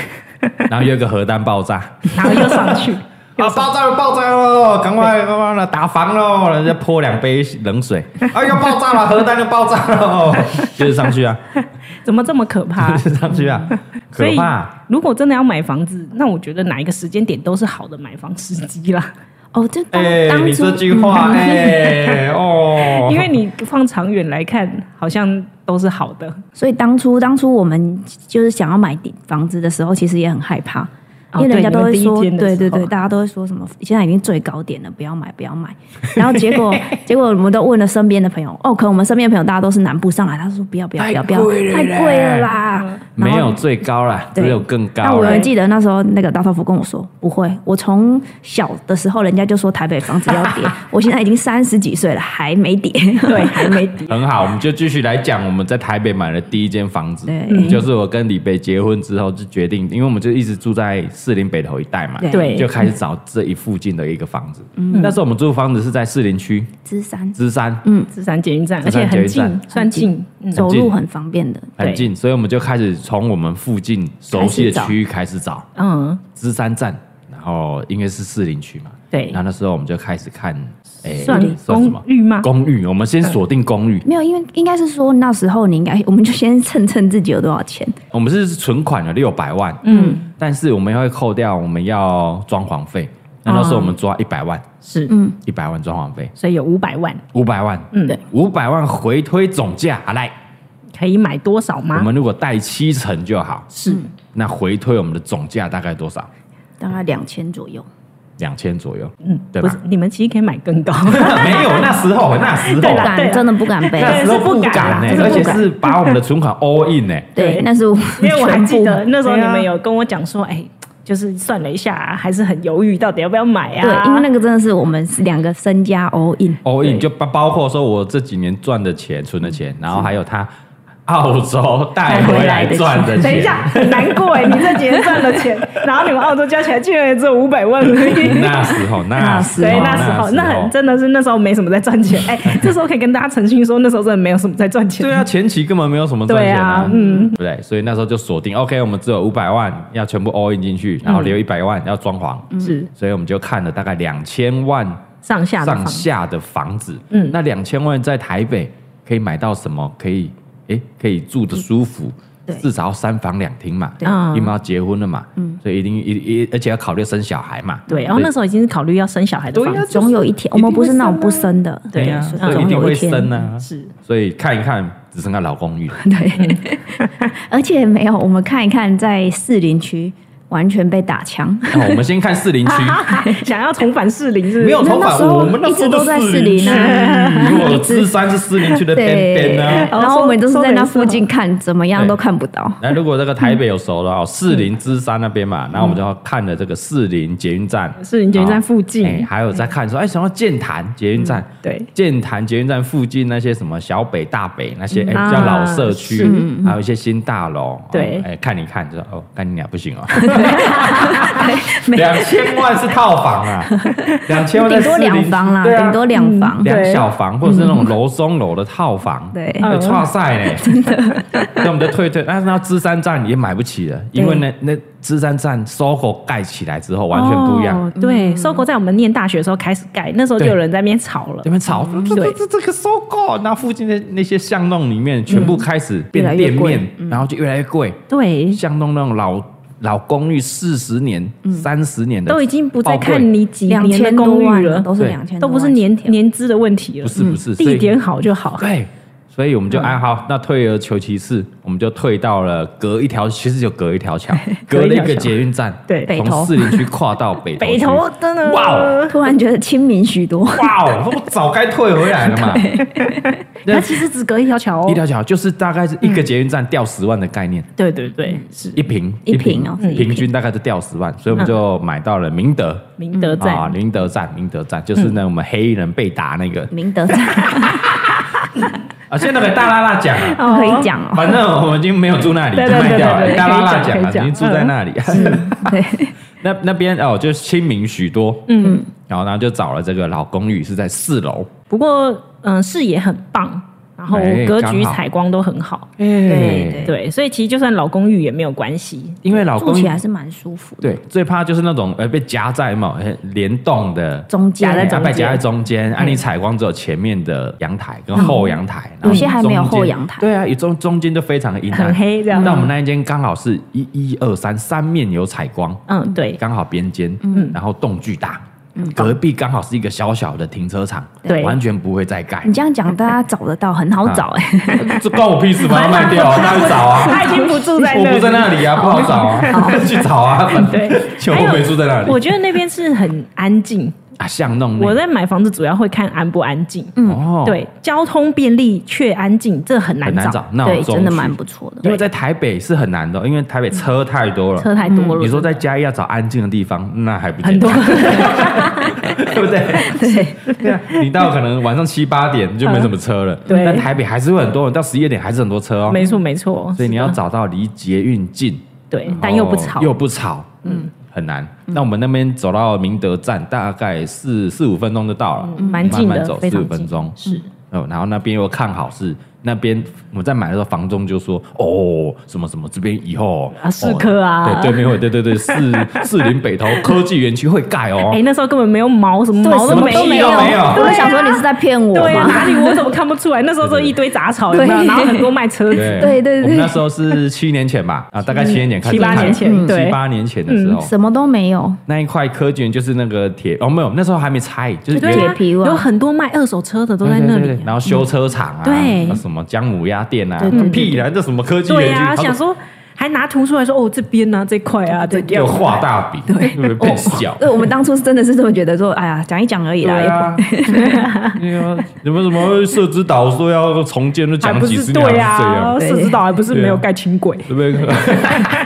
S1: 然后又一个核弹爆炸。
S2: 然后又上去。
S1: 啊！爆炸了！爆炸了！赶快，赶快了！打房喽！人家泼两杯冷水，啊，要爆炸了！核弹要爆炸 了！就是上去啊，
S2: 怎么这么可怕
S1: 就？是上去啊，可
S2: 所以
S1: 怕！，
S2: 如果真的要买房子，那我觉得哪一个时间点都是好的买房时机啦，
S4: 哦，这当
S1: 哎，
S4: 当
S1: 你
S4: 初嗯
S1: 这句话， 哎，哦，
S2: 因为你放长远来看，好像都是好的。
S4: 所以当初当初我们就是想要买地房子的时候，其实也很害怕，因为人家
S2: 哦对
S4: 都会
S2: 你们
S4: 说，
S2: 第一间的
S4: 对对
S2: 时候
S4: 对，大家都会说什么现在已经最高点了，不要买，不要买。然后结 果结果我们都问了身边的朋友，哦，可能我们身边的朋友大家都是南部上来，他说不要不要不要不要，
S1: 太贵了
S4: 太
S1: 啦嗯
S4: 贵了啦，然
S1: 没
S4: 后
S1: 有最高啦，
S4: 对
S1: 只有更高啦。欸
S4: 但我还记得那时候那个大头佛跟我说，不会，我从小的时候人家就说台北房子要 跌，我现在已经三十几岁了还没跌，
S2: 对，还 没跌。
S1: 很好，我们就继续来讲我们在台北买的第一间房子，
S4: 对
S1: 就是我跟李北结婚之后就决定，因为我们就一直住在士林北头一带嘛，
S2: 对嗯
S1: 就开始找这一附近的一个房子。那时候我们住的房子是在士林区
S4: 之三
S1: 芝山，
S2: 芝山嗯捷运站，
S1: 芝
S2: 而
S1: 山
S2: 且
S1: 捷运
S2: 很近
S1: 站，
S2: 算近。嗯，
S4: 走路很方便的，
S1: 很近，所以我们就开始从我们附近熟悉的区域开始找
S2: 嗯，
S1: 芝山站，然后因为是士林区嘛，
S2: 对
S1: 然后那时候我们就开始看，诶，
S2: 算
S1: 什么
S2: 公寓吗
S1: 公寓，我们先锁定公寓，
S4: 没有，因为应该是说那时候你应该，我们就先称称自己有多少钱，
S1: 我们是存款了六百万，嗯，但是我们会扣掉我们要装潢费，那那时候我们
S2: 哦
S1: 抓一百万，
S2: 是，
S1: 一百万装潢费，
S2: 所以有五百万，
S1: 五百万，
S2: 嗯，对，
S1: 五百万回推总价来，
S2: 可以买多少
S1: 我
S2: 吗？
S1: 们如果贷七成就好，
S2: 是
S1: 那回推我们的总价大概多少？
S4: 大概两千左右。
S1: 两千左右，
S2: 嗯，
S1: 对
S2: 不
S1: 吧
S2: 是，你们其实可以买更高，
S1: 没有那时候，那时候
S2: 对
S4: 不
S2: 啦
S4: 敢，真的不敢背。
S1: 那时候不敢呢、
S2: 对是
S1: 而
S2: 不
S1: 且
S2: 敢
S1: 是把我们的存款 all in 欸呢、
S4: 对
S2: 对，
S4: 那是我
S2: 因为我还记得
S4: 全部
S2: 那时候你
S1: 对
S2: 们
S1: 啊
S2: 有跟我讲说，哎，就是算了一下啊，还是很犹豫，到底要不要买啊？
S4: 对，因为那个真的是我们两个身家 all in。
S1: all in 哦就包包括说我这几年赚的钱、存的
S2: 嗯
S1: 钱，然后还有他澳洲带回来赚的钱。
S2: 等一下，很难 过哎，你这几年赚了钱，然后你们澳洲加起来竟然也只有五百万而 已。
S1: 那时候，那时
S2: 所以
S1: 候，
S2: 那时候，
S1: 啊
S2: 那很真的是那时候没什么在赚钱。 哎、这时候可以跟大家澄清说，那时候真的没有什么在赚钱。
S1: 对啊，前期根本没有什么赚钱啊，
S2: 对啊
S1: 嗯，对不对？所以那时候就锁定，OK，我们只有五百万要全部 all in 进去，然后留一百万要装潢，
S2: 嗯是
S1: 所以我们就看了大概两千万
S2: 上下的
S1: 上
S2: 房
S1: 下的房子，
S2: 嗯
S1: 那两千万在台北可以买到什么？可以，诶，可以住的舒服。
S4: 对啊
S1: 至少要三房两厅嘛，
S2: 对
S1: 因为要结婚了嘛，
S4: 嗯
S1: 所以一定一一，而且要考虑生小孩嘛，
S2: 对，
S4: 哦
S2: 然后
S1: 所以
S2: 那时候已经是考虑要生小孩的房
S1: 对啊
S2: 子，
S4: 总有一天，我
S1: 一定
S4: 们不是那种不生的，
S1: 对呀，
S4: 所
S1: 所以
S4: 以
S1: 一
S4: 总
S1: 定
S4: 有
S1: 会
S4: 一天
S1: 生啊，
S2: 是
S1: 所以看一看只剩下老公寓了，
S4: 对，
S1: 嗯
S4: 而且没有，我们看一看，在士林区完全被打枪。
S1: 那哦我们先看士林 区，
S2: 想要重返士林是不是
S1: 没有头
S4: 那
S1: 发，
S4: 时候
S1: 我们那
S4: 一直
S1: 时候
S4: 都在
S1: 士
S4: 士
S1: 林
S4: 林啊
S1: 区如果
S4: 一直
S1: 芝山是士林区的啊边边呢。
S4: 然后我们都是在那附近看，怎么样
S1: 对
S4: 都看不到。
S1: 那如果这个台北有熟的
S2: 嗯
S1: 哦，士林芝山那边嘛，然后我们就要看了这个士林捷运站，
S2: 士林捷运站附近嗯
S1: 哎还有在看说，哎，想到剑潭捷运站，
S2: 对，
S1: 剑潭捷运站附近那些什么小北、大北那些哎
S2: 啊
S1: 比较老社区
S2: 是，嗯
S1: 还有一些新大楼，哦
S2: 对
S1: 哎，看一看就说哦，干你俩不行 哦， 两千万是套房啊，两千万在
S4: 顶多
S1: 士林
S4: 两
S1: 区
S4: 房啦，
S1: 对啊
S4: 顶多两
S2: 嗯
S4: 房。
S1: 两小房，或者是那种楼中楼的套房，
S4: 对
S1: 会差赛呢，真的。 那我们就退退，但是那芝山站也买不起了，因为那那芝山站搜狗盖起来之后完全不一样嗯
S2: 哦。对，搜狗在我们念大学的时候开始盖，那时候就有人在那边吵了
S1: 那。边吵，这这这这个搜狗，那附近的那些巷弄里面全部开始
S4: 越
S1: 变
S4: 来越
S1: 店
S4: 贵
S1: 面，然后就越来越贵。
S2: 对，
S1: 巷弄那种老老公寓四十年、三十年的
S2: 都已经不再
S1: 爆贵
S2: 看你几
S4: 两
S2: 年的
S4: 千多
S2: 公
S4: 万
S2: 寓
S4: 了，
S2: 了，
S4: 都是
S1: 对
S4: 两千，
S2: 都不是年年资的问题了。嗯
S1: 不是不是，所以
S2: 地点好就好。
S1: 对，所以我们
S2: 嗯
S1: 就哎好，那退而求其次，我们就退到了隔一条，其实就隔一条 桥，隔了一个捷运站，
S2: 对
S4: 北
S1: 从
S4: 投
S1: 士林区跨到北
S2: 北
S1: 区
S2: 投真的
S1: 哇哦
S4: 突然觉得亲民许多。
S1: 哇哦，我早该退回来了 嘛。那
S4: 它其实只隔一条桥
S1: 一
S4: 哦，
S1: 条桥就是大概是一个捷运站掉十万的概念，
S2: 对对对，是
S1: 一平
S4: 一平哦是一平
S1: 平均大概就掉十万，所以我们就买到了明德
S2: 明嗯德
S1: 啊，
S2: 站，嗯
S1: 明德站，明德站就是那我们黑衣人被打那个
S4: 明德站
S1: 啊，现在给大拉拉讲 啊，
S4: 可以讲 哦。
S1: 反正我们已经没有住那里，
S2: 对
S1: 就
S2: 对
S1: 卖
S2: 对
S1: 掉了。
S2: 对对
S1: 大拉
S2: 可以
S1: 拉
S2: 讲
S1: 讲了，
S2: 可以讲嗯
S1: 已经住在那里。
S4: 对，
S1: 那那边哦，就是亲民许多，嗯，然后然后就找了这个老公寓，是在四楼，
S2: 不过嗯、视野很棒，然后
S1: 哎
S2: 格
S1: 刚
S2: 局
S1: 好
S2: 采光都很好，
S4: 哎
S1: 对
S4: 对
S2: 对，所以其实就算老公寓也没有关系。
S1: 因为老
S4: 住
S1: 公
S4: 起
S1: 寓
S4: 来是蛮舒服的。
S1: 对最怕就是那种呃被夹在嘛，呃联动的。
S4: 中间嗯
S2: 夹在中
S1: 啊
S2: 间
S1: 被夹在中间，啊，你采光只有前面的阳台跟后阳台，然后
S4: 嗯有些还没有
S1: 中间
S4: 后阳台
S1: 对啊，有中中间就非常的阴暗，
S2: 很黑这样
S1: 那我们那一间刚好是一一二三三面有采光，
S2: 嗯，对，
S1: 刚好边间，嗯，然后洞巨大，隔壁刚好是一个小小的停车场，
S4: 对
S1: 完全不会再盖
S4: 你，这样讲，大家找得到，很好找
S1: 啊
S4: 哎、
S1: 这关我屁事， 把它卖掉啊，大家去找啊。
S2: 他已经不住在
S1: 我
S2: 那
S1: 不在
S2: 里。
S1: 那里啊，不好找 啊， 去找啊，
S2: 对，
S1: 就我没住在那里
S2: 我觉得那边是很安静。
S1: 啊，巷弄内
S2: 我在买房子主要会看安不安静。
S1: 哦，
S2: 对，交通便利却安静，这很
S1: 很
S2: 难
S1: 难
S2: 找。
S1: 找，那
S4: 对，
S1: 我
S4: 真的蛮不错
S1: 因为
S4: 的，
S1: 在台北是很难的，因为台
S2: 嗯
S1: 北车太多了。
S4: 车太多了。
S1: 你说在嘉义要找安静的地方，那还不简
S2: 很多
S1: 单，对 不对？ 对对啊，你到可能晚上七八点就没什么车了，
S2: 嗯对
S1: 但台北还是会很多人，到十一点还是很多车哦。
S2: 没错没错，
S1: 所以你要找到离捷运近，
S2: 对，但又不
S1: 哦
S2: 吵。
S1: 又不吵，嗯，很难。那我们那边走到明德站，大概四四五分钟就到了，
S2: 嗯蛮近的
S1: 慢慢走
S2: 非
S1: 四
S2: 常
S1: 五
S2: 近
S1: 分钟是。哦，然后那边又看好是那边我在买的时候，房东就说哦什么什么，这边以后
S2: 啊四
S1: 哦
S2: 科啊
S1: 对对没有对对对， 四四林北投科技园区会盖哦
S2: 哎、，那时候根本没有毛，什么
S4: 对
S2: 毛
S4: 什么
S2: 没
S4: 都没
S1: 有都没有
S4: 我想说你是在骗我
S2: 对啊，
S4: 吗？
S2: 哪里我怎么看不出来？那时候都一堆杂 草，有没有
S4: 对
S2: 然后很多卖车子，
S1: 对
S4: 对对对
S1: 我们那时候是七年前吧，啊，大概七年前开始
S2: 七八
S1: 看
S2: 年前
S1: 嗯
S2: 对嗯
S1: 七八年前的时候，
S4: 什么都没有，
S1: 那一块科技园就是那个铁哦，没有，那时候还没拆，就是
S2: 对
S1: 原
S2: 啊
S4: 铁皮屋啊
S2: 有很多卖二手车的都在那
S1: 对对
S2: 里嗯
S1: 对。然后修车厂啊，
S2: 对
S1: 啊什么姜母鸭店啊
S4: 对对，对
S1: 屁啦，这什么科技
S2: 对
S1: 园
S2: 呀、
S1: 区，
S2: 想说还拿图出来说，哦，这边呢、啊，这块啊，这
S1: 就
S2: 掉
S1: 画大饼，对，
S2: 哦
S1: 变小。
S4: 呃对，我们当初真的是这么觉得，说，哎呀，讲一讲而已啦，
S1: 对 啊，对啊，你们什么社指导说要重建，都
S2: 还
S1: 讲
S2: 不
S1: 几
S2: 是
S1: 十年还
S2: 对
S1: 是这
S2: 啊，
S1: 样，
S4: 对
S2: 社子岛还不是没有
S1: 对啊
S2: 盖轻轨，
S1: 对不对？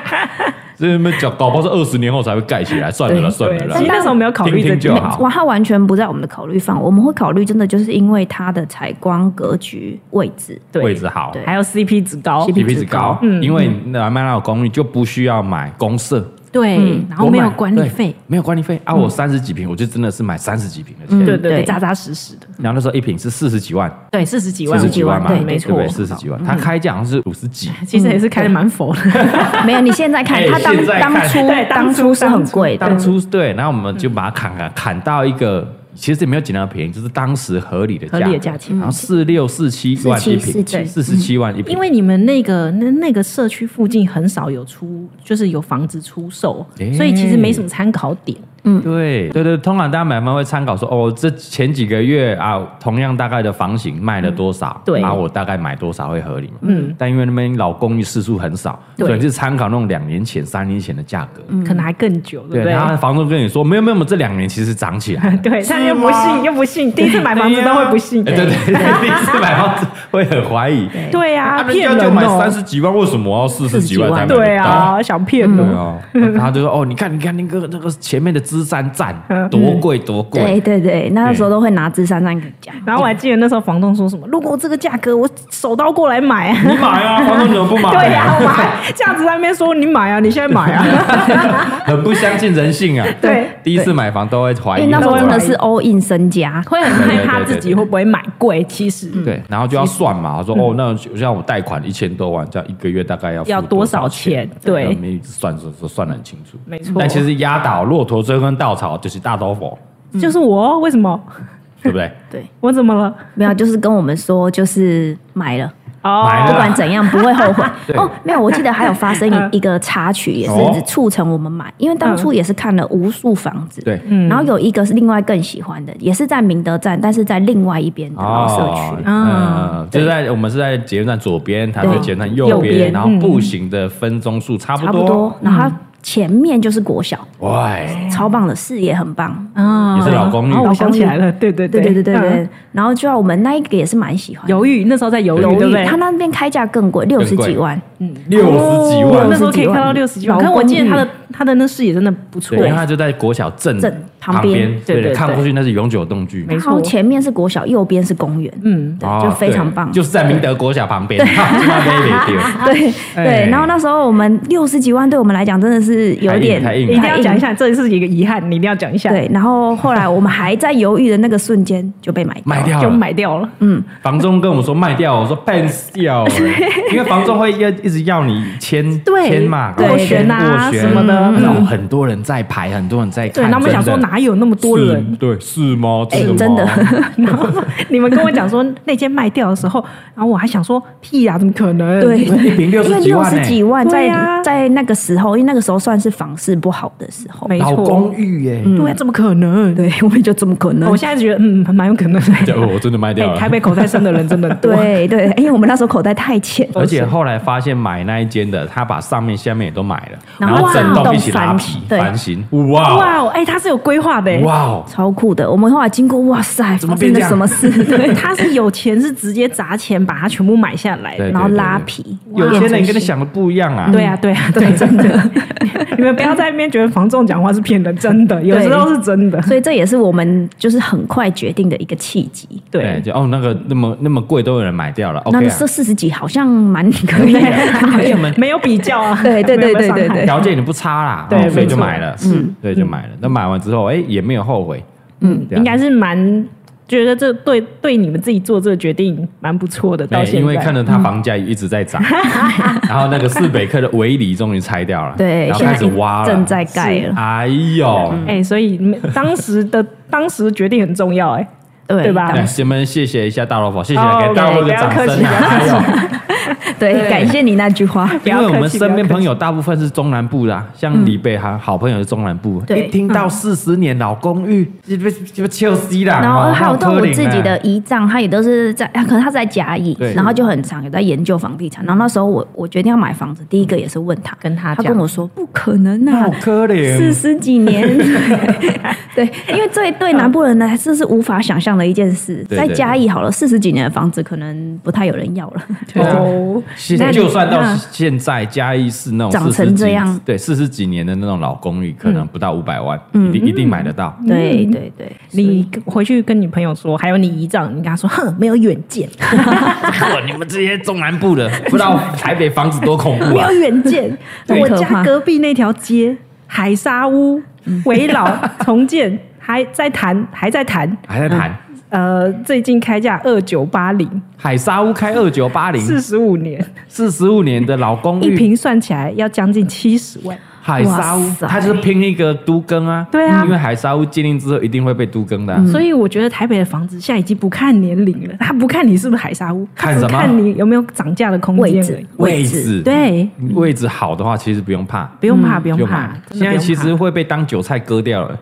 S1: 这你们讲，搞不好是二十年后才会盖起来，算了啦，算了
S2: 对，
S1: 啦
S2: 其实，那时候没有考虑
S1: 听
S2: 这
S1: 听就
S2: 点。
S1: 好。
S4: 哇，它完全不在我们的考虑范围。我们会考虑，真的就是因为它的采光、格局、位置。
S2: 对嗯
S1: 位置好
S4: 对
S2: 还有 CP 值高，
S1: ，CP 值高，因为南麦那有公寓就不需要买公社，
S2: 对，然后没有
S1: 我买
S2: 管理
S1: 对
S2: 费，
S1: 没有管理费啊！我三十几平，我就真的是买三十几平的钱，
S2: 嗯对对对，
S4: 对
S2: 扎扎实实的，
S1: 然后那时候一平是四十几万，
S2: 对，四十几
S1: 四
S2: 万，
S1: 十几万嘛，
S2: 对，没
S1: 对不
S2: 错
S1: 对，四十几万，它开价好像是五十几，
S2: 其实也 是开的蛮佛的，
S4: 没有，你现在看
S1: 哎
S4: 它
S1: 现
S4: 当
S1: 在看
S4: 当初
S2: 对当初
S4: 当初是很贵
S1: 当
S4: 的，
S1: 初对，然后我们就把它砍砍砍到一个，其实也没有减到便宜，就是当时合理的
S2: 合理的价钱
S1: 然后四六四七万一平，
S3: 47
S1: 四十七万一平，
S2: 因为你们那个那那个社区附近很少有出，就是有房子出售，
S1: 哎
S2: 所以其实没什么参考点。
S1: 对对对，通常大家买方会参考说，哦，这前几个月啊，同样大概的房型卖了多少，
S2: 嗯对
S1: 然后我大概买多少会合理嘛。嗯，但因为那边老公寓次数很少，所以是参考那种两年前、三年前的价格。
S2: 可能还更久，对
S1: 嗯对，
S2: 不对？。
S1: 然后房东跟你说，没有没有，我们这两年其实涨起来了
S2: 对，他又不信，又不信， 第一次买房子都会不信，
S1: 哎对对对，第一次买房子会很怀疑。
S2: 对啊，
S1: 人
S2: 骗
S1: 家
S2: 人
S1: 就买三
S2: 哦，
S1: 十几万，为什么要四十几万才买得到？
S2: 对啊，想骗
S1: 对
S2: 人，
S1: 啊，然后就说哦，你看，你看那个那个前面的芝山站
S2: 嗯
S1: 多贵多贵，
S4: 对对对，那时候都会拿智商让你讲。
S2: 然后我还记得那时候房东说什么，如果这个价格我手刀过来买啊，
S1: 你买啊，房东怎么不买？
S2: 对啊呀，我还 这样子在那边说你买啊，你现在 买啊，
S1: 很不相信人性啊。
S2: 对，
S1: 第一次买房都会怀
S4: 因
S1: 疑，
S4: 为那时候真的是 all in 身家，
S2: 会很害怕自己会不会买贵，嗯其实嗯
S1: 对，然后就要算嘛，说哦，那就像我贷款一千多万，这样一个月大概要付
S2: 要
S1: 多
S2: 多少钱？
S1: 我
S2: 对，
S1: 们一直算算算算得很清楚。
S2: 没错。
S1: 但其实压倒骆驼最后根稻草就是大刀 佛，
S2: 就是我哦，为什么
S1: 对 不对？
S2: 我怎么了？
S4: 没有，就是跟我们说，就是买了，
S1: 买
S4: 不
S1: 了
S2: 哦，
S4: 管怎样不会后悔
S1: 对。
S4: 哦，没有，我记得还有发生
S2: 嗯
S4: 一一个插曲，也
S1: 哦
S4: 是促成我们买，因为当初也是看了无数房子，
S1: 对
S4: 然后有一个是另外更喜欢的，也是在明德站，但是在另外一边的社区。
S2: 啊
S1: 嗯，就是在我们是在捷运站左边，它在
S4: 对
S1: 捷运站右
S4: 右
S1: 边，
S4: 边
S1: 然后
S2: 嗯
S1: 步行的分钟数差
S4: 差
S1: 不
S4: 不
S1: 多
S4: 多。，然后它前面就是国小，
S1: 喂，
S4: 超棒的，视野很棒。
S2: 啊
S1: 也是老公寓
S2: 哦我想起来了，对对
S4: 对对
S2: 对
S4: 对对
S2: 嗯
S4: 对，然后就要我们那一个也是蛮喜欢的，
S2: 犹豫，那时候在犹豫，
S4: 犹
S2: 对不
S4: 豫
S2: 对？
S4: 他那边开价更贵，六十
S1: 更贵
S4: 几万，
S1: 六十几
S2: 我
S1: 万
S2: 哦那，时候可以看到六十几万，可是我记得他的他的那视野真的不错
S1: 对，因，为它就在国小镇
S4: 镇
S1: 旁
S4: 旁边
S1: 边，
S2: 对对
S1: 对，
S2: 对
S1: 看过去那是永久动居，
S2: 没
S4: 然
S2: 错
S4: 后前面是国小，右边是公园，
S2: 嗯，
S4: 对，
S1: 哦
S4: 就非常棒
S1: 对。就是在明德国小旁边， 哈去那边也丢。
S4: 对
S1: 哎
S4: 对，然后那时候我们六十几万，对我们来讲真的是有点
S1: 太硬
S2: 你一
S1: 太
S2: 定要讲一下，这是一个遗憾，你一定要讲一下，
S4: 对，然后后来我们还在犹豫的那个瞬间就被买掉
S1: 卖掉
S2: 就
S1: 了，
S2: 买掉了，
S1: 房东跟我说卖掉，我说笨笑欸，因为房东会要一一直要你签
S4: 对
S1: 签嘛，
S4: 对
S1: 过旋
S2: 选啊
S1: 过旋
S2: 什么的嗯
S1: 然后很多人在排，很多人在看，
S2: 对，那我们想说
S1: 真的
S2: 哪有那么多人？
S1: 是对，是吗？
S4: 哎
S1: 吗
S4: 真的
S2: 然后 你们跟我讲说那间卖掉的时候，然后我还想说屁啊呀、怎么可能？
S4: 对
S1: 一瓶 六
S4: 因为
S1: 十几
S4: 六
S1: 万欸
S4: 十几
S1: 呢，
S4: 万在、
S2: 对啊
S4: 在那个时候，因为那个时候算是房市不好的时候，
S2: 没
S1: 老
S2: 错
S1: 公，寓耶，
S2: 对啊，怎么可能？
S4: 对，我也就这么可能
S2: 我。现在觉得嗯，蛮有可能
S1: 这
S2: 的。
S1: 样哦我真的卖掉
S2: 哎，
S1: 了
S2: 台。北口袋深的人真的多。
S4: 对对，因为我们那时候口袋太浅，
S1: 而且后来发现买那一间的，他把上面下面也都买了，
S4: 然
S1: 然
S4: 后
S1: 后
S4: 哇
S1: 震动一起拉皮
S4: 对
S1: 翻新，哇
S2: 哇哦，哎，它是有规划的，
S1: 哇哦，
S4: 超酷的。我们后来经过，哇塞，
S1: 怎么
S4: 发
S1: 变
S4: 生
S1: 这
S4: 了
S1: 样
S4: 什么事？ 对，
S2: 他是有钱是直接砸钱把它全部买下来
S1: 对
S2: 的。
S4: 然后拉皮，
S1: 有
S4: 变
S1: 些
S4: 成
S1: 人跟你
S4: 是
S1: 想的不一样啊，
S2: 对啊，对啊， 对，真的。你们不要在那边觉得房仲讲话是骗人，真的，有时候是真的。
S4: 所以这也是我们就是很快决定的一个契机。
S1: 对，
S2: 对，
S1: 就哦那个那么那么贵都有人买掉了
S4: 那
S1: ，OK 啊
S4: 这四十几好像蛮可 以的，
S1: 且我们
S2: 没有比较啊。
S4: 对对对
S2: 没有被
S4: 对对
S2: 伤害
S4: 对
S1: 条件你不差啦，
S2: 对
S1: 哦所以
S2: 没
S1: 就
S2: 错
S1: 买了，嗯，对，就买了。那买完之后，哎，也没有后悔，嗯，
S2: 应该是蛮觉得这对对你们自己做这个决定蛮不错的。到
S1: 哎
S2: 现在，
S1: 因为看着它房价一直在涨，然后那个四北科的围篱终于拆掉了，
S4: 对，
S1: 然后
S4: 现
S1: 开
S4: 在
S1: 始挖了，
S4: 正在盖了，
S1: 哎呦，
S2: 哎、所以你们当时的 当时决定很重要、哎，
S4: 对
S2: 对吧
S1: 来，先们谢谢一下大萝卜，谢谢
S2: 哦
S1: 给大萝卜一个掌声啊！哎呦，
S4: 对，感谢你那句话。
S2: 不
S1: 因
S2: 要
S1: 为我们
S2: 客气
S1: 身边
S2: 不要
S1: 朋友大部分是中南部的啊，像李贝涵好朋友是中南部，
S4: 嗯
S1: 一
S4: 对
S1: 听到四十年老公寓，就被就被笑死啦。
S4: 然后
S1: 哦
S4: 还有对
S1: 那
S4: 我
S1: 可怜啊
S4: 自己的姨丈，他也都是在，啊可能他是在甲乙
S1: 对，
S4: 然后就很常有在研究房地产。然后那时候我我决定要买房子，第一个也是问他，
S2: 跟他
S4: 他
S2: 讲
S4: 跟我说不可能
S1: 那
S4: 啊
S1: 好，可
S4: 四
S1: 怜，
S4: 十几 年，对，因为这对南部人来这是无法想象的一件事。
S1: 对
S4: 在
S1: 对
S4: 嘉义好了，四十几年的房子可能不太有人要了。
S1: 对啊
S2: 哦，
S1: 现
S4: 那你
S1: 就算到
S4: 那
S1: 现在嘉义市那种
S4: 长
S1: 40
S4: 成
S1: 几
S4: 这样嗯
S1: 对四十几年的那种老公寓，可能不到五百万，一定一定买得到。
S4: 对对 对，
S2: 你回去跟你朋友说，还有你姨丈，你跟他说，哼，没有远见，
S1: 哇，你们这些中南部的，不知道台北房子多恐怖
S2: 没
S1: 啊
S2: 有！远见。
S4: 对
S2: 我
S4: 很可
S2: 家
S4: 怕
S2: 隔壁那条街，海沙屋
S1: 嗯
S2: 围老 重建，还在谈，还在谈。
S1: 还在谈
S4: 嗯
S2: 呃，最近开价二九八零，
S1: 海沙屋开二九八零，
S2: 四十五年，
S1: 四十五年的老公
S2: 一
S1: 寓，
S2: 平算起来要将近七十万。
S1: 嗯海沙屋
S4: 哇，塞
S1: 它就是拼一个都更啊。
S2: 对啊嗯
S1: 因为海沙屋禁令之后一定会被都更的啊、
S2: 所以我觉得台北的房子现在已经不看年龄了， 他不看你是不是海沙屋，
S1: 看
S2: 他只
S1: 什么
S2: 看你有没有涨价的空
S4: 位
S2: 间而
S4: 置
S2: 已。
S1: 位置
S2: 对，
S1: 位置好的话，其实不嗯用怕，
S2: 不用怕，不用
S1: 就
S2: 怕
S1: 买。
S2: 真
S1: 现在
S2: 的不用
S1: 其实
S2: 怕
S1: 会被当韭菜割掉了，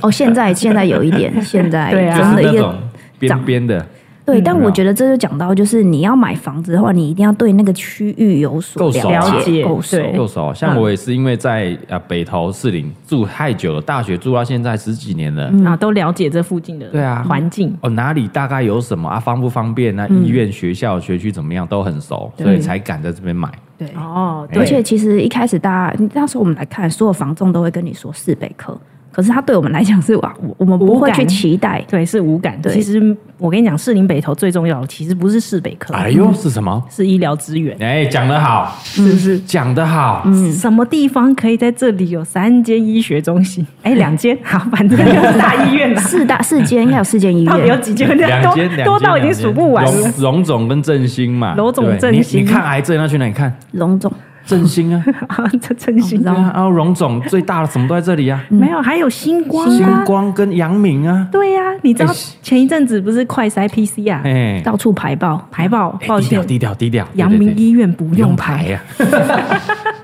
S4: 哦，现在现在有一 点，现在
S2: 对啊
S1: 就是
S4: 真的
S1: 那
S4: 一个
S1: 种边边的
S4: 嗯对，啊但
S1: 没有
S4: 我觉得这就讲到，就是你要买房子的话，你一定要对那个区域有所
S1: 够熟啊
S4: 了解、
S2: 了解
S4: 够熟。
S2: 对
S1: 右手。像我也是因为在呃北投士林住太久了，大学住到现在十几年了。
S2: 啊，都了解这附近的
S1: 对啊
S2: 环境。
S1: 哦，哪里大概有什么啊？方不方便？那
S2: 嗯
S1: 医院、学校、学区怎么样？都很熟，所以才敢在这边买。
S4: 对，
S2: 哦，
S1: 对
S4: 而且其实一开始大家，那时候我们来看，所有房仲都会跟你说四北科，可是他对我们来讲是哇，我我们不
S2: 无
S4: 会
S2: 感
S4: 去期 待。
S2: 对是无感。
S4: 对
S2: 其实我跟你讲，士林北投最重要的其实不是市北科，
S1: 哎呦，是什么？
S2: 是医疗资源，
S1: 哎，讲得好，
S2: 是不是？嗯
S1: 讲得好。
S2: 什么地方可以在这里有三间医学中心？哎，两间，好，反正就是 大医 院啦。
S4: 四大四间应该有四间医
S2: 到底有
S4: 院，
S2: 几间？
S1: 两间
S2: 多多到已经数不完了
S1: 荣。荣总跟振兴嘛，
S2: 荣总
S1: 对不对
S2: 振兴
S1: 你你看癌症要去哪里看？
S4: 龙总
S1: 振兴 啊，
S2: 啊，这真心
S1: 对啊，然后荣总最大的什么都在这 里啊，
S2: 没有，还有星光
S1: 星
S2: 啊，
S1: 光跟阳明啊，
S2: 对呀、你知道
S1: 哎是
S2: 前一阵子不是快筛 PC 啊，
S1: 哎，
S4: 到处排爆，
S2: 排爆，
S1: 哎
S2: 抱
S1: 低调
S2: 歉，
S1: 低调低调，
S2: 阳明
S1: 医
S2: 医院不
S1: 不
S2: 用
S1: 用
S2: 排，
S1: 排啊呀，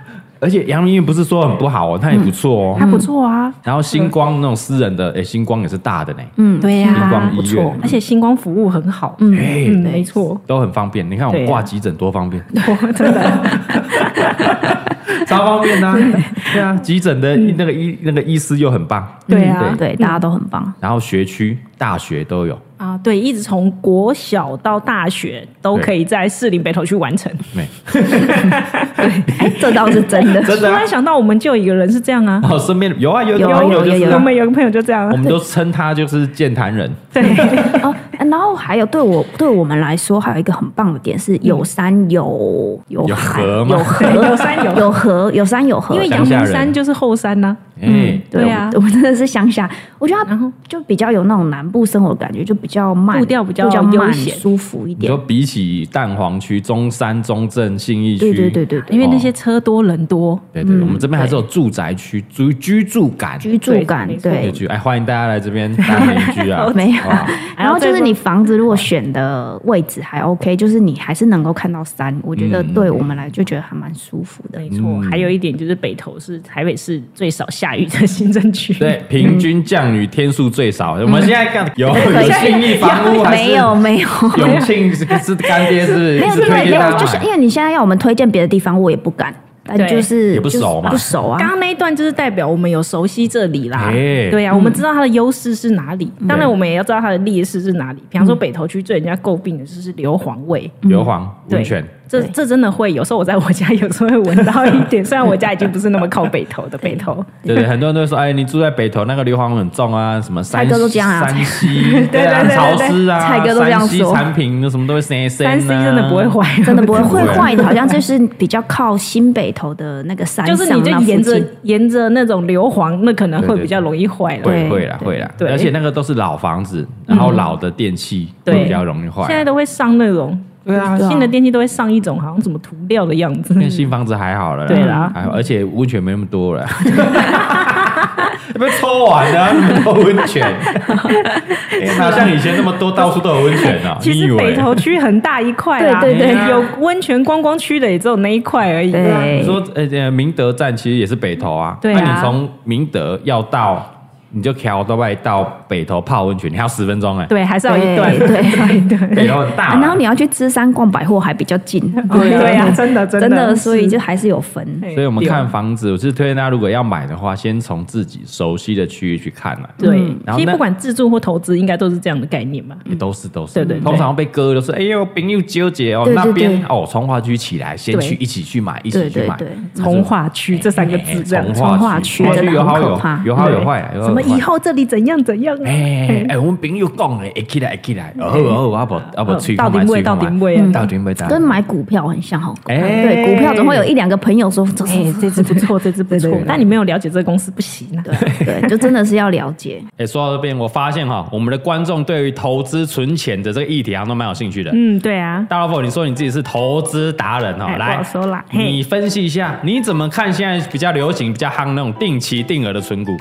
S1: 而且阳明医院不是说很不好哦，它也不错
S2: 还
S1: 哦。
S2: 不错啊，
S1: 然后星光那种私人的，哎，星光也是大的呢，
S4: 嗯，
S2: 对呀、
S1: 星光
S2: 不
S1: 医
S2: 错
S1: 院，
S2: 而且星光服务很好，
S4: 嗯
S1: 哎
S2: 嗯，没错，
S1: 都很方便。你看我们
S2: 对啊
S1: 挂急诊多 方便，
S2: 我真的，
S1: 超方便的啊。对啊，急诊的
S2: 嗯
S1: 那个医那个医师又很棒，
S2: 对啊，
S4: 嗯对，大家都很棒。
S1: 然后学区、大学都有，
S2: 啊，对，一直从国小到大学都可以在士林北投去完成。
S1: 没？
S4: 哎， 这倒是真的。
S1: 真
S2: 突
S1: 的啊
S2: 然想到，我们就有一个人是这样啊，
S1: 哦，身边有啊，有
S4: 有
S1: 朋友
S4: 有
S1: 就是
S4: 有
S1: 啊
S2: 我们有个朋友就这样 啊
S1: 我，们都称他就是健谈人，
S2: 对，
S4: 哦，然后还有对我对我们来说，还有一个很棒的点
S2: 嗯
S4: 是有山有有
S1: 有
S4: 海
S1: 河吗
S4: 有河有山有有河有山有河，
S2: 因为
S1: 下
S2: 阳
S1: 人
S2: 明山就是后山呐、
S1: 哎，
S4: 嗯对
S2: 对啊
S4: 我我真的是乡下，我觉得
S2: 然后
S4: 它就比较有那种南部生活的感觉，就比较慢，
S2: 步调比较
S4: 较
S2: 悠
S4: 慢，
S2: 闲
S4: 舒服一
S1: 你
S4: 点
S1: 说。比起蛋黄区、中山、中正、信义区，
S4: 对对对对对，
S2: 因为那些车多人多，
S1: 对对，我们这边还是有住宅区、居居住感。
S4: 居住感
S2: 对没错
S1: 居
S4: 对。！
S1: 居哎，欢迎大家来这边当邻居啊
S4: 没有
S1: 哇，
S4: 然后就是你房子如果选的位置还 OK，就是你还是能够看到山，我觉得
S1: 嗯
S4: 对我们来就觉得还蛮舒服的。
S2: 没错。还有一点就是北投是台北市最少下雨的行政区，
S1: 对，
S4: 嗯
S1: 平均降雨天数最少。我们现在看 有有信义房屋还是
S4: 没嗯有没有
S1: 永庆是是干爹是不是一
S4: 没有
S1: 直推
S4: 对
S1: 荐
S4: 没
S1: 大家
S4: 有，就是因
S1: 买，
S4: 为你现在要我们推荐别的地方，我也不敢，但
S2: 对
S4: 就是
S1: 也不熟嘛
S4: 就是不熟啊
S2: 刚。刚那一段就是代表我们有熟悉这里啦，
S1: 哎
S2: 对呀、啊
S4: 嗯
S2: 我们知道它的优势是哪里，
S1: 嗯
S2: 当然我们也要知道它的劣势是哪里。比方说北投区最人家诟病的就是硫磺味，
S1: 硫磺
S2: 对
S1: 温泉。
S2: 这
S4: 嗯对
S2: 这真的会，有时候我在我家有时候会闻到一 点，虽然我家已经不是那么靠北投的北投，
S1: 对对，很多人都会说，哎，你住在北投，那个硫磺味很重啊，什么山
S4: 蔡哥都这样啊
S1: 山西对啊，
S2: 对对对
S1: 潮湿啊，
S4: 蔡哥都这样
S1: 山西
S4: 说
S1: 产品什么都会生生啊
S2: 三 C 真的不会，坏，
S4: 真的不会
S1: 不会
S4: 会坏的，好像就是比较靠新北投的那个山
S2: 就
S4: 上，
S2: 是你就
S4: 那附
S2: 沿着
S4: 近
S2: 沿着那种硫磺，那可能会比较容易坏了。
S1: 会
S4: 对
S1: 会啦
S4: 对
S1: 会啦，
S2: 对嗯
S1: 而且那个都是老房子，然后老的电器
S2: 对
S1: 会比较容易坏。
S2: 现在都会上那种，对啊，新的电器都会上一种好像什么涂料的样子
S1: 因。为新房子还好了，
S2: 对啦
S1: 还好，而且温泉没那么多了，被抽完了、啊，那么多温 泉，哎哪像以前那么多，到处都有温泉啊？
S2: 其
S1: 你以
S2: 实
S1: 为
S2: 北投区很大一块啊，
S4: 对
S1: 对对
S2: 有温泉观光区的也只有那一块而已。
S4: 对
S2: 啊
S1: 你说呃呃，明德站其实也是北投啊，
S2: 哎对啊
S1: 那你从明德要到，你就桥到外到北投泡温泉，你还要十分钟哎、
S2: 对，还是要一段，
S4: 对对
S2: 还是要一 段。
S1: 北投很大
S4: 啊
S1: 啊、
S4: 然后你要去芝山逛百货还比较近，
S2: 对啊，真的真的
S4: 真的，所以
S2: 是
S4: 就还是有分。
S1: 所以我们
S2: 对
S1: 看房子，我是推荐大家如果要买的话，先从自己熟悉的区域去看啊。
S2: 对，
S1: 然后
S2: 其实
S1: 那
S2: 不管自住或投资，应该都是这样的概念吧。
S1: 也都是都是，
S2: 对对对
S1: 通常被割的是，哎呦，朋友纠结哦，
S4: 对对
S1: 那边
S4: 对
S1: 哦，从化区起来，先
S2: 对
S1: 去一起去买，一起
S4: 对
S1: 去
S4: 对
S1: 买。嗯哎
S4: 对，
S2: 从化区这三个字，这样
S1: 从
S4: 从
S1: 化
S4: 化
S1: 区，
S4: 区
S1: 从化
S4: 真
S1: 区
S4: 的
S1: 有
S4: 很
S1: 好
S4: 可
S1: 有
S4: 怕
S1: 有好有坏啊，有好
S2: 什么
S1: 有坏
S2: 以？后这里怎样怎样啊？
S1: 哎哎，我们朋友讲的，哎起来起来，哦好哦好，阿伯阿伯
S2: 嗯
S1: 去
S2: 到底位到底位啊
S1: 到底位到底
S4: 跟
S1: 位。
S4: 买股票很像哦。
S1: 哎
S4: 对，股票总会有一两个朋友说，这
S2: 哎，这只不错，这只不错。但你没有了解这个公司不行啊。
S4: 对，就真的是要了解。
S1: 哎，说到这边，我发现哈，我们的观众对于投资存钱的这个议题好像都蛮有兴趣的。
S2: 嗯，对啊，
S1: 大老婆，你说你自己是投资达人哦，
S2: 哎
S1: 来
S2: 不好说啦，嘿
S1: 你分析一下，你怎么看现在比较流行、比较夯那种定期定额的存股？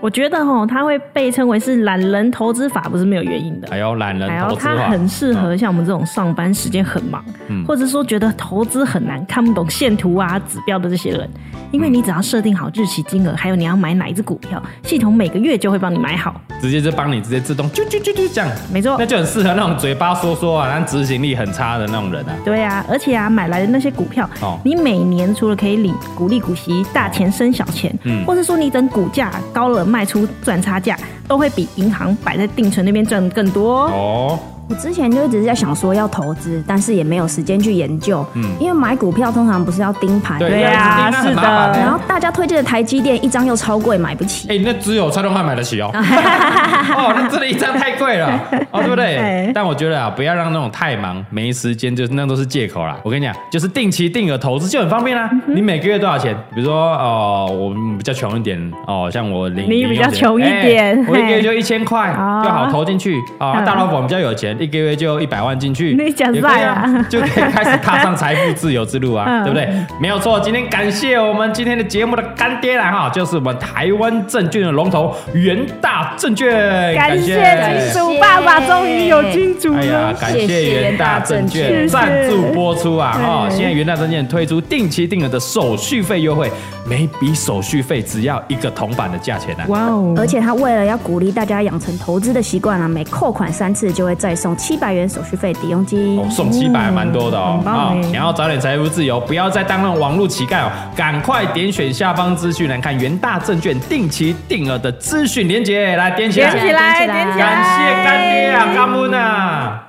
S2: 我觉得吼，它会被称为是懒人投资法，不是没有原因的。
S1: 哎呦，懒人
S2: 还有
S1: 投资嗯
S2: 它
S1: 化，
S2: 很适合像我们这种上班时间很忙，
S1: 嗯
S2: 或者说觉得投资很难看不懂线图啊、指标的这些人，因
S1: 嗯
S2: 为你只要设定好日期、金额，还有你要买哪一只股票，系统每个月就会帮你买好。
S1: 直接就帮你直接自动啾啾啾啾这样，
S2: 没错
S1: 那就很适合那种嘴巴说说啊，但执行力很差的那种人啊。
S2: 对啊，而且啊，买来的那些股票，
S1: 哦
S2: 你每年除了可以领股利、股息、大钱生小钱，
S1: 嗯
S2: 或是说你等股价高了卖出赚差价，都会比银行摆在定存那边赚更多哦。
S1: 哦，
S4: 我之前就一直在想说要投资，但是也没有时间去研究，因为买股票通常不是要盯盘，
S1: 嗯对要一直
S2: 啊
S1: 盯那很麻烦
S2: 是
S1: 欸
S2: 的
S4: 然后大家推荐的台积电一张又超贵，买不起。
S1: 哎、那只有蔡东汉买得 起哦。哦，那真的一张太贵了，哦，对不对
S2: 哎？
S1: 但我觉得啊，不要让那种太忙、没时间，就是那都是借口啦。我跟你讲，就是定期定额投资就很方便
S2: 嗯
S1: 啦。你每个月多少钱？比如说哦，我们比较穷一点哦，像我零，
S2: 你
S1: 零
S2: 比
S1: 用
S2: 较
S1: 钱
S2: 穷一
S1: 哎
S2: 点
S1: 我一个月
S2: 嘿
S1: 就一千块
S2: 哦嗯
S1: 就好投进去哦。啊大老板比较有钱，一个月就一百万进去，
S2: 你讲
S1: 也可以
S2: 啥
S1: 啊
S2: 呀，
S1: 就可以开始踏上财富自由之路啊，
S2: 嗯
S1: 对不对？没有错，今天感谢我们今天的节目的干爹啦哈，就是我们台湾证券的龙头元大证券，
S2: 感谢金主爸爸，终于有金主
S1: 哎呀
S2: 了，，
S1: 感谢元大证券
S2: 谢谢
S1: 赞助播出啊！哈，
S2: 哎
S1: 现在元大证券推出定期定额的手续费优惠，每笔手续费只要一个铜板的价钱啊！
S2: 哇哦！
S3: 而且他为了要鼓励大家养成投资的习惯啊，每扣款三次就会再送七百元手续费抵用金。
S1: 哦，
S4: 嗯
S1: 送七百蛮多的哦
S2: 很棒
S1: 啊！
S2: 哎
S1: 想要早点财富自由，不要再当那种网络乞丐哦，赶快点选下方资讯栏看元大证券定期定额的资讯连接，来点起来，
S2: 点起
S3: 点
S2: 来，点
S3: 起来
S2: 起来！
S1: 感谢干爹啊，干木啊！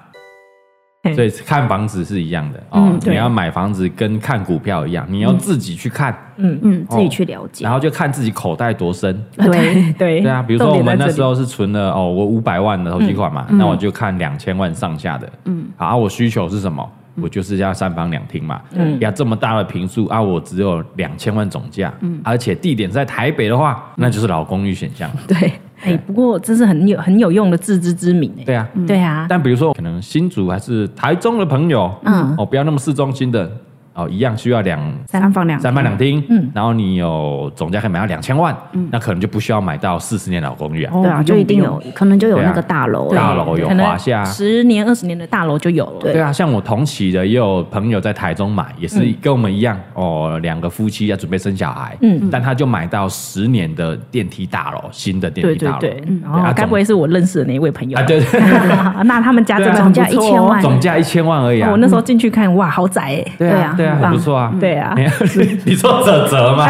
S2: 嘿
S1: 所以看房子是一样的哦
S4: 嗯。对
S1: 你要买房子跟看股票一样，你要自己去看，
S4: 嗯，自己
S1: 哦
S4: 去了解
S1: 然。后就看自己口袋多深。
S4: 对，
S2: 对
S1: 对啊，比如说我
S2: 重点
S1: 们
S2: 在
S1: 那
S2: 这
S1: 时候是存了哦，我五百万的投机款嘛，那我就看两千万上下的。嗯，啊，我需求是什么？我就是要三房两厅嘛，嗯，要这么大的平数啊，我只有两千万总价，嗯，而且地点在台北的话，那就是老公寓选项了。
S4: 对，
S2: 里哎，不过这是很有很有用的自知之明哎。
S1: 对啊，
S2: 对啊，
S1: 但比如说可能新竹还是台中的朋友，嗯，哦，不要那么市中心的，哦，一样需要两
S4: 三房两
S1: 三房两厅，嗯，然后你有总价可以买到两千万，嗯，那可能就不需要买到四十年老公寓啊，
S2: 哦
S4: 对啊，就一定有，可能就有那个大楼
S1: 大
S4: 了。
S1: 楼有
S2: 可能
S1: 华夏。
S2: 十年二十年的大楼就有了。
S1: 对啊，像我同期的也有朋友在台中买，也是跟我们一样、哦，两个夫妻要准备生小孩，嗯，但他就买到十年的电梯大楼，新的电
S2: 对
S1: 梯
S2: 对
S1: 大楼，
S2: 对，然后
S1: 啊
S2: 该不会是我认识的那一位朋友
S1: 啊？对对，
S2: 那他们家真的很不错哦
S4: 总价1000万
S1: 总价一千万而已啊
S2: 哦我，那时候进去看，哇，豪宅哎。
S1: 对啊对
S4: 对啊
S1: 啊，
S4: 很
S1: 很
S4: 棒
S1: 不错啊，
S2: 对啊，
S1: 没有， 你说泽泽吗？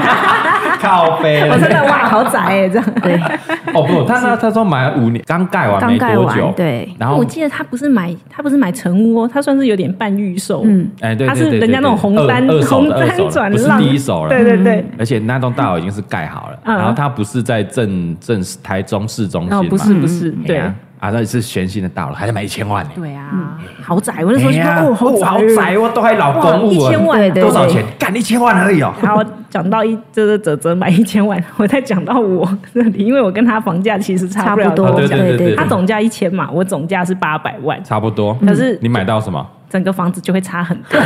S1: 靠背
S2: 我真
S1: 了。
S2: 的哇，豪宅哎，这样。
S4: 对，
S1: 哦不，他那他说买五年，刚盖完
S4: 刚
S1: 没
S4: 盖
S1: 多久
S4: 完，，对，
S1: 然后
S2: 我记得他不是买，他不是买成屋哦，他算是有点半预售。嗯，
S1: 哎对，
S2: 他
S1: 对
S2: 是
S1: 对
S2: 人家
S1: 对
S2: 那种
S1: 对
S2: 红
S1: 二
S2: 单
S1: 二手
S2: 红
S1: 的二手
S2: 单
S1: 的
S2: 转
S1: 不是
S2: 让
S1: 第一手了，嗯
S2: 对对对，
S1: 而且那栋大楼已经是盖好了，
S2: 嗯
S1: 然后它不是在正正台中市中心嘛，
S2: 哦，不是不是，
S1: 哎
S2: 对
S1: 呀啊，那是全新的大楼，还得买一千万呢。
S2: 对啊，豪宅，我那时候
S1: 哎
S2: 就
S1: 呀
S2: 说哦，豪
S1: 哦豪
S2: 宅。
S1: 宅我都还老公物啊，
S2: 哇1000万
S4: 对对
S1: 多少
S4: 对
S1: 钱？干一千万而已哦。
S2: 然后讲到一，就是泽泽买一千万，我再讲到我这里，因为我跟他房价其实差
S4: 差
S2: 不了
S4: 不多
S1: 啊，
S2: 多
S1: 对
S2: 少。
S1: 对
S4: 对
S1: 对
S2: 他总价一千嘛，我总价是八百万，
S1: 差不多，
S2: 可是
S1: 你买到 什么？
S2: 整个房子就会差很 多，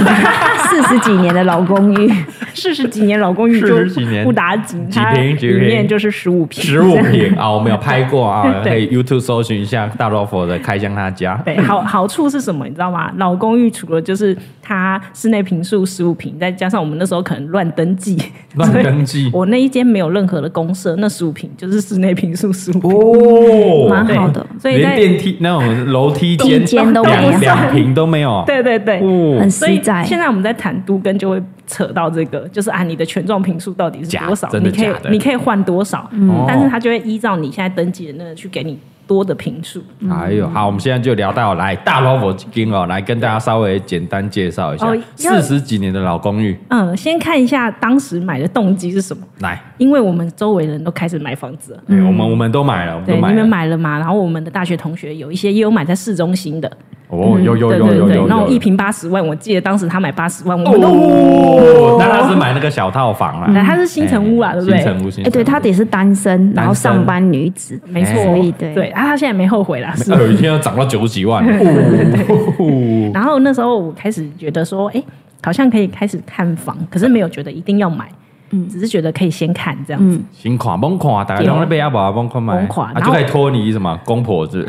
S4: 四十几年的老公寓，
S2: 四十几年老公寓就
S1: 40几年
S2: 不打紧，
S1: 几
S2: 它
S1: 平几平
S2: 里面就是十五平，
S1: 十五平啊，我们有拍过啊，可
S2: 对
S1: 以 YouTube 搜寻一下大老佛的开箱他家。
S2: 对，好好处是什么？你知道吗？老公寓除了就是它室内平数十五平，再加上我们那时候可能乱登记，
S1: 乱登记
S2: 所以我那一间没有任何的公社，那十五平就是室内平数十五平，
S1: 哦
S4: 蛮
S2: 对
S4: 好的
S2: 所以
S1: 连
S2: 在
S1: 电梯那种楼梯间
S4: 梯间都没
S1: 两
S4: 有
S1: 两平都没有。
S2: 对对对。
S1: 哦
S4: 很，
S2: 所
S4: 实
S2: 以
S4: 在。
S2: 现在我们在谈都跟就会扯到这个，就是啊，你的权重平数到底是
S1: 假
S2: 多少？
S1: 真的
S2: 你可以
S1: 假的
S2: 你可以换多少？
S1: 哦
S2: 但是它就会依照你现在登记的那个去给你多的平数。
S1: 哎
S2: 嗯
S1: 呦，好，我们现在就聊到来大老佛金哦，来跟大家稍微简单介绍一下
S2: 哦要
S1: 四十几年的老公寓，
S2: 嗯，先看一下当时买的动机是什么，
S1: 来，
S2: 因为我们周围人都开始买房子了。
S1: 哎我们我们都买了，我们
S2: 嗯对，
S1: 都
S2: 你
S1: 买
S2: 们
S1: 了，
S2: 买了嘛？然后我们的大学同学有一些也有买在市中心的，
S1: 哦，有有
S2: 嗯对
S1: 有
S2: 对
S1: 有
S2: 对，
S1: 有
S2: 那种
S1: 有
S2: 一。平八十万，我记得当时他买八十万，我们都
S1: 哦，那他是买那个小套房啦，
S2: 他是新城屋啊，
S1: 哎
S2: 对不对？
S1: 新城屋，新
S4: 哎，
S1: 城
S4: 对，
S1: 屋
S4: 她也是单身，然后上班女子，
S2: 没错，
S4: 所以哎对
S2: 对，啊，他现在没后悔啦，是
S1: 哎呦，一天要涨到九十几 万，哦，
S2: 然后那时候我开始觉得说，哎，好像可以开始看房，可是没有觉得一定要买，嗯，只是觉得可以先看这样子。
S4: 嗯
S1: 新款崩款，大家都在被阿宝崩款买，
S2: 崩垮
S1: 啊
S2: 然后
S1: 就可以托你什么公婆子，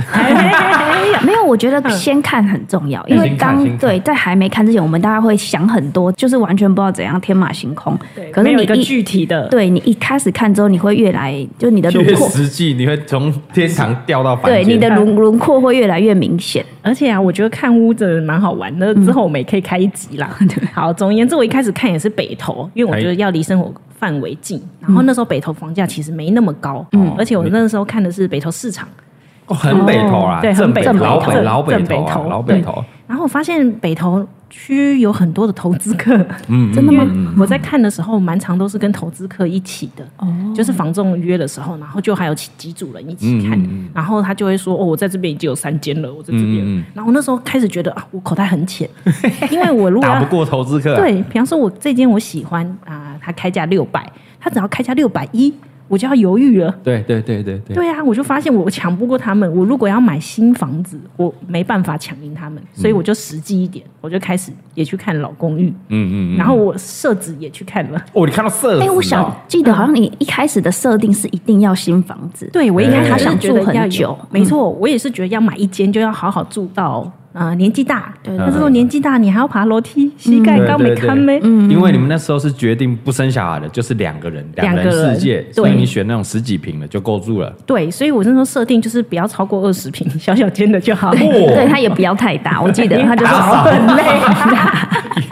S4: 没有，我觉得先看很重要，因为
S1: 嗯先看
S4: 当
S1: 先看
S4: 对在还没看之前，我们大家会想很多，就是完全不知道怎样天马行空。
S2: 对
S4: 可
S2: 没
S4: 是
S2: 有
S4: 你
S2: 一个
S4: 一
S2: 具体的，
S4: 对你一开始看之后，你会越来就你的轮
S1: 越
S4: 廓，
S1: 实际你会从天堂掉到凡间，
S4: 对你的轮轮廓会越来越明显。
S2: 而且啊，我觉得看屋真的蛮好玩的，之后我们也可以开一集 啦。好，总而言之，我一开始看也是北投，因为我觉得要离生活范围近。然后那时候北投房价其实没那么高，
S1: 嗯
S2: 而且我那时候看的是北投市场，
S1: 哦，很北头啦，
S2: 对
S1: 正
S2: 很北
S1: 头
S2: 头
S1: 老北
S2: 正
S1: 老北
S2: 正北嗯
S1: 头啊，
S2: 头
S1: 老北头，
S2: 然后我发现北投区有很多的投资客。
S1: 嗯，
S4: 真的
S1: 嗯
S4: 吗
S1: 嗯
S2: 我在看的时候，蛮常都是跟投资客一起的，哦、就是房仲约的时候，然后就还有几几组人一起看，
S1: 嗯嗯嗯
S2: 然后他就会说：“哦，我在这边已经有三间了，我在这边。
S1: 嗯嗯嗯
S2: 然后那时候开始觉得啊，我口袋 很浅，因为我如果
S1: 打
S2: 要
S1: 不过投资客，，啊
S2: 对，比方说我这间我喜欢啊、它开价六百，它只要开价六百一，我就要犹豫了。
S1: 对对对对对，
S2: 对啊，我就发现我抢不过他们。我如果要买新房子，我没办法抢赢他们，
S1: 嗯
S2: 所以我就实际一点，我就开始也去看老公寓，
S1: 嗯嗯嗯，
S2: 然后我设置也去看了。
S1: 哦，你看到色，
S4: 哎，我想记得好像你一开始的设定是一定要新房子，
S1: 哦
S2: 对我一开
S1: 对
S2: 始
S1: 他
S2: 哎是
S4: 想
S2: 觉
S4: 住
S2: 得
S4: 很
S2: 要有
S4: 久
S2: 没错，我也是觉得要买一间就要好好住到呃年纪大。
S4: 对
S2: 但是说年纪大你还要爬楼梯，膝盖
S1: 对
S2: 高
S1: 嗯对
S2: 没
S1: 对
S2: 堪没。嗯
S1: 因为你们那时候是决定不生小孩的，就是两个人，
S2: 两个人
S1: 人世界，
S2: 对
S1: 所以你选那种十几平的就够 住了。
S2: 对，所以我那时候设定就是不要超过二十平，小小间的就好。
S1: 哦
S4: 对，她也不要太大，我记得她就是
S1: 打扫
S4: 很 累。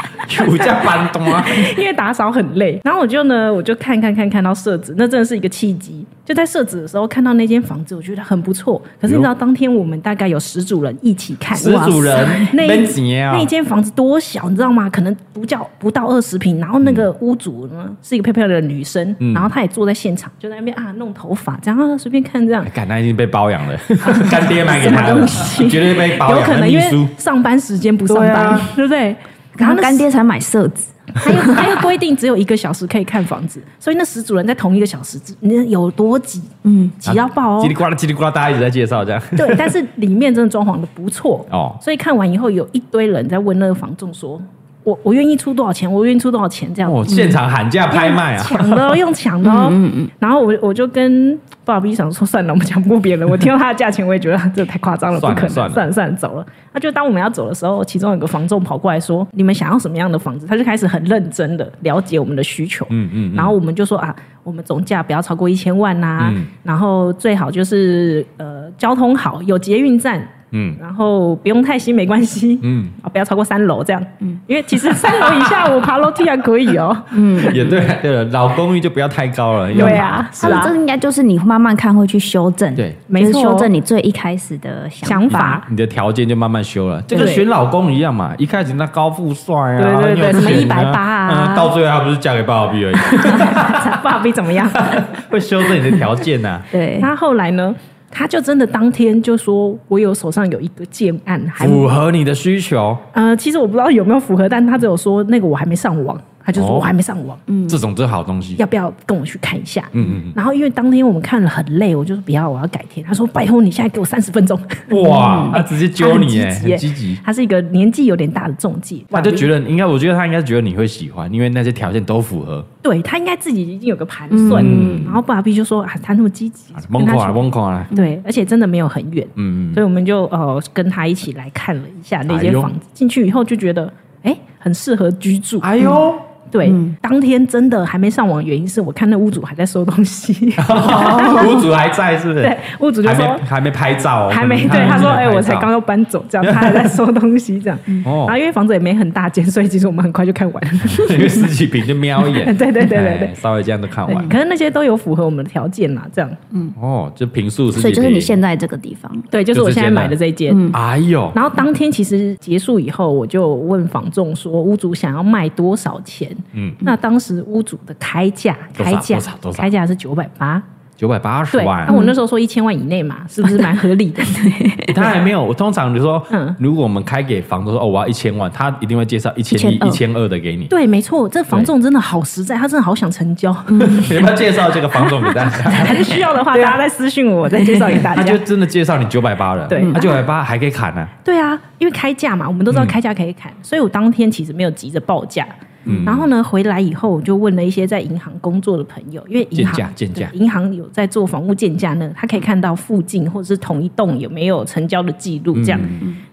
S1: 有家搬东啊，
S2: 因为打扫很累。然后我就呢，我就看看看看到设置，那真的是一个契机。就在设置的时候看到那间房子，我觉得很不错。可是你知道，当天我们大概有十组人一起看，
S1: 十组人
S2: 那
S1: 没钱啊
S2: 那间房子多小，你知道吗？可能不叫不到二十平，然后那个屋主呢、是一个漂漂亮的女生，
S1: 嗯
S2: 然后她也坐在现场，就在那边啊弄头发，这样啊随便看这样
S1: 哎。干，他已经被包 养了，干爹买给他
S2: 什么
S1: 了
S2: 东，西
S1: 绝对被包
S2: 有
S1: 养。
S2: 可
S1: 那
S2: 能
S1: 秘
S2: 因
S1: 书
S2: 为上班时间不上班，
S1: 对
S2: 对,、
S1: 啊
S2: 不对？然
S4: 然
S2: 后
S4: 后
S2: 那
S4: 干爹才买色子，
S2: 还有还有规定，只有一个小时可以看房子，所以那十组人在同一个小时之，你有多挤？嗯，挤到爆
S1: 叽
S2: 哦
S1: 里。呱啦叽里呱啦，大家一直在介绍这样。
S2: 对，但是里面真的装潢的不错
S1: 哦
S2: 所以看完以后有一堆人在问那个房仲说：“我我愿意出多少钱？我愿意出多少钱？”这样
S1: 哦，
S2: 嗯
S1: 现场喊价拍卖啊！嗯
S2: 抢 的、哦、用抢的、哦，然后我我就跟鲍比想说算了，我们讲不别人。我听到他的价钱，我也觉得这太夸张了，不
S1: 算了
S2: 可能，
S1: 算
S2: 算
S1: 了
S2: 了算了，走了。那就当我们要走的时候，其中有个房仲跑过来说：“你们想要什么样的房子？”他就开始很认真的了解我们的需求，
S1: 嗯嗯嗯
S2: 然后我们就说啊，我们总价不要超过一千万呐、
S1: 嗯
S2: 然后最好就是呃交通好，有捷运站，
S1: 嗯
S2: 然后不用太新没关系，
S1: 嗯，
S2: 啊不要超过三楼这样，嗯，因为其实三楼以下我爬楼梯还可以哦，
S1: 也对了，对了，老公寓就不要太高了。要
S2: 对啊，是
S4: 他们
S2: 啊
S4: 这，应该就是你慢慢看会去修正，
S1: 对
S4: 就是
S2: 没错
S4: 修正你最一开始的
S2: 想
S4: 想法。
S2: 法。
S1: 你的条件就慢慢修了，就跟
S2: 对
S1: 选老公一样嘛，一开始那高富帅啊，
S2: 对对对
S1: 很有
S2: 什么
S1: 钱
S2: 180啊
S1: 嗯到最后他不是嫁给鲍 比而已，
S2: 爸比怎么样？
S1: 会修正你的条件呐、啊。
S4: 对，
S2: 他后来呢？他就真的当天就说：“我有手上有一个建案，还
S1: 符合你的需求，
S2: 呃，其实我不知道有没有符合，但他只有说那个我还没上网，他就说
S1: 哦
S2: 我还没上网，
S1: 嗯，这种是好东西。
S2: 要不要跟我去看一下？
S1: 嗯嗯
S2: 然后因为当天我们看了很累，我就说不要，我要改天。他说拜托你现在给我三十分钟。
S1: 嗯，哇，他直接揪你哎，
S2: 他很积极
S1: 很
S2: 耶
S1: 积极，
S2: 他是一个年纪有点大的中介，
S1: 他就觉得应该，我觉得他应该觉得你会喜欢，因为那些条件都符合。
S2: 对他应该自己已经有个盘算。
S1: 嗯
S2: 然后爸比就说啊，他那么积极，
S1: 懵
S2: 跟他
S1: 垮了，
S2: 说
S1: 懵垮了。
S2: 对，而且真的没有很远，
S1: 嗯嗯，
S2: 所以我们就呃跟他一起来看了一下那
S1: 哎
S2: 间
S1: 呦
S2: 房子。进去以后就觉得，哎，很适合居住。
S1: 哎呦，
S2: 对，当天真的还没上网，原因是我看那屋主还在收东 西，
S1: 屋主还在是不是？
S2: 对，屋主就
S1: 还
S2: 说
S1: 没。还没拍照哦，
S2: 还没嗯对他说：“哎、我才刚要搬走，这 样他还在收东西，这样。
S1: 哦
S2: 然后因为房子也没很大间，所以其实我们很快就看完 了。
S1: 因为十几平就瞄一眼，
S2: 对对对对对
S1: 哎稍微这样都看完
S2: 可是那些都有符合我们的条件啦，这样。
S1: 哦，就平数十几
S4: 所以
S1: 平，
S4: 就是你现在这个地方，
S2: 对，就是
S1: 就
S2: 我
S1: 这
S2: 现在
S1: 间
S2: 买
S1: 啦
S2: 的这一间。
S1: 哎呦，
S2: 然后当天其实结束以后，我就问房仲说屋主想要卖多少钱？
S1: 嗯
S2: 嗯，那当时屋主的开价，
S1: 多
S2: 开
S1: 少
S2: 价
S1: 多少多，少
S2: 开价是九百八。
S1: 九百八十
S2: 对，哦
S1: 万
S2: 那，我那时候说一千万以内嘛，是不是蛮合 理的？
S1: 他还没有。我通常就说
S2: 嗯，
S1: 如果我们开给房东说哦，我要一千万，他一定会介绍一千一、一
S4: 1200
S1: 千二的给你。
S2: 对，没错，这房仲真的好实在，他真的好想成交。
S1: 你要不要介绍这个房东给大家？
S2: 还是需要的话，大
S1: 啊
S2: 家再私信我，我再介绍给大
S1: 他就
S2: 家。
S1: 真的介绍你九百八了，嗯
S2: 对
S1: 他九百八还可以砍呢。
S2: 对啊，因为开价嘛，我们都知
S1: 嗯
S2: 道开价可以砍，所以我当天其实没有急着报价。
S1: 嗯
S2: 然后呢，回来以后我就问了一些在银行工作的朋友，因为银行
S1: 鉴价鉴价
S2: 对银行有在做房屋鉴价呢，他可以看到附近或者是同一栋有没有成交的记录
S1: 嗯
S2: 这样。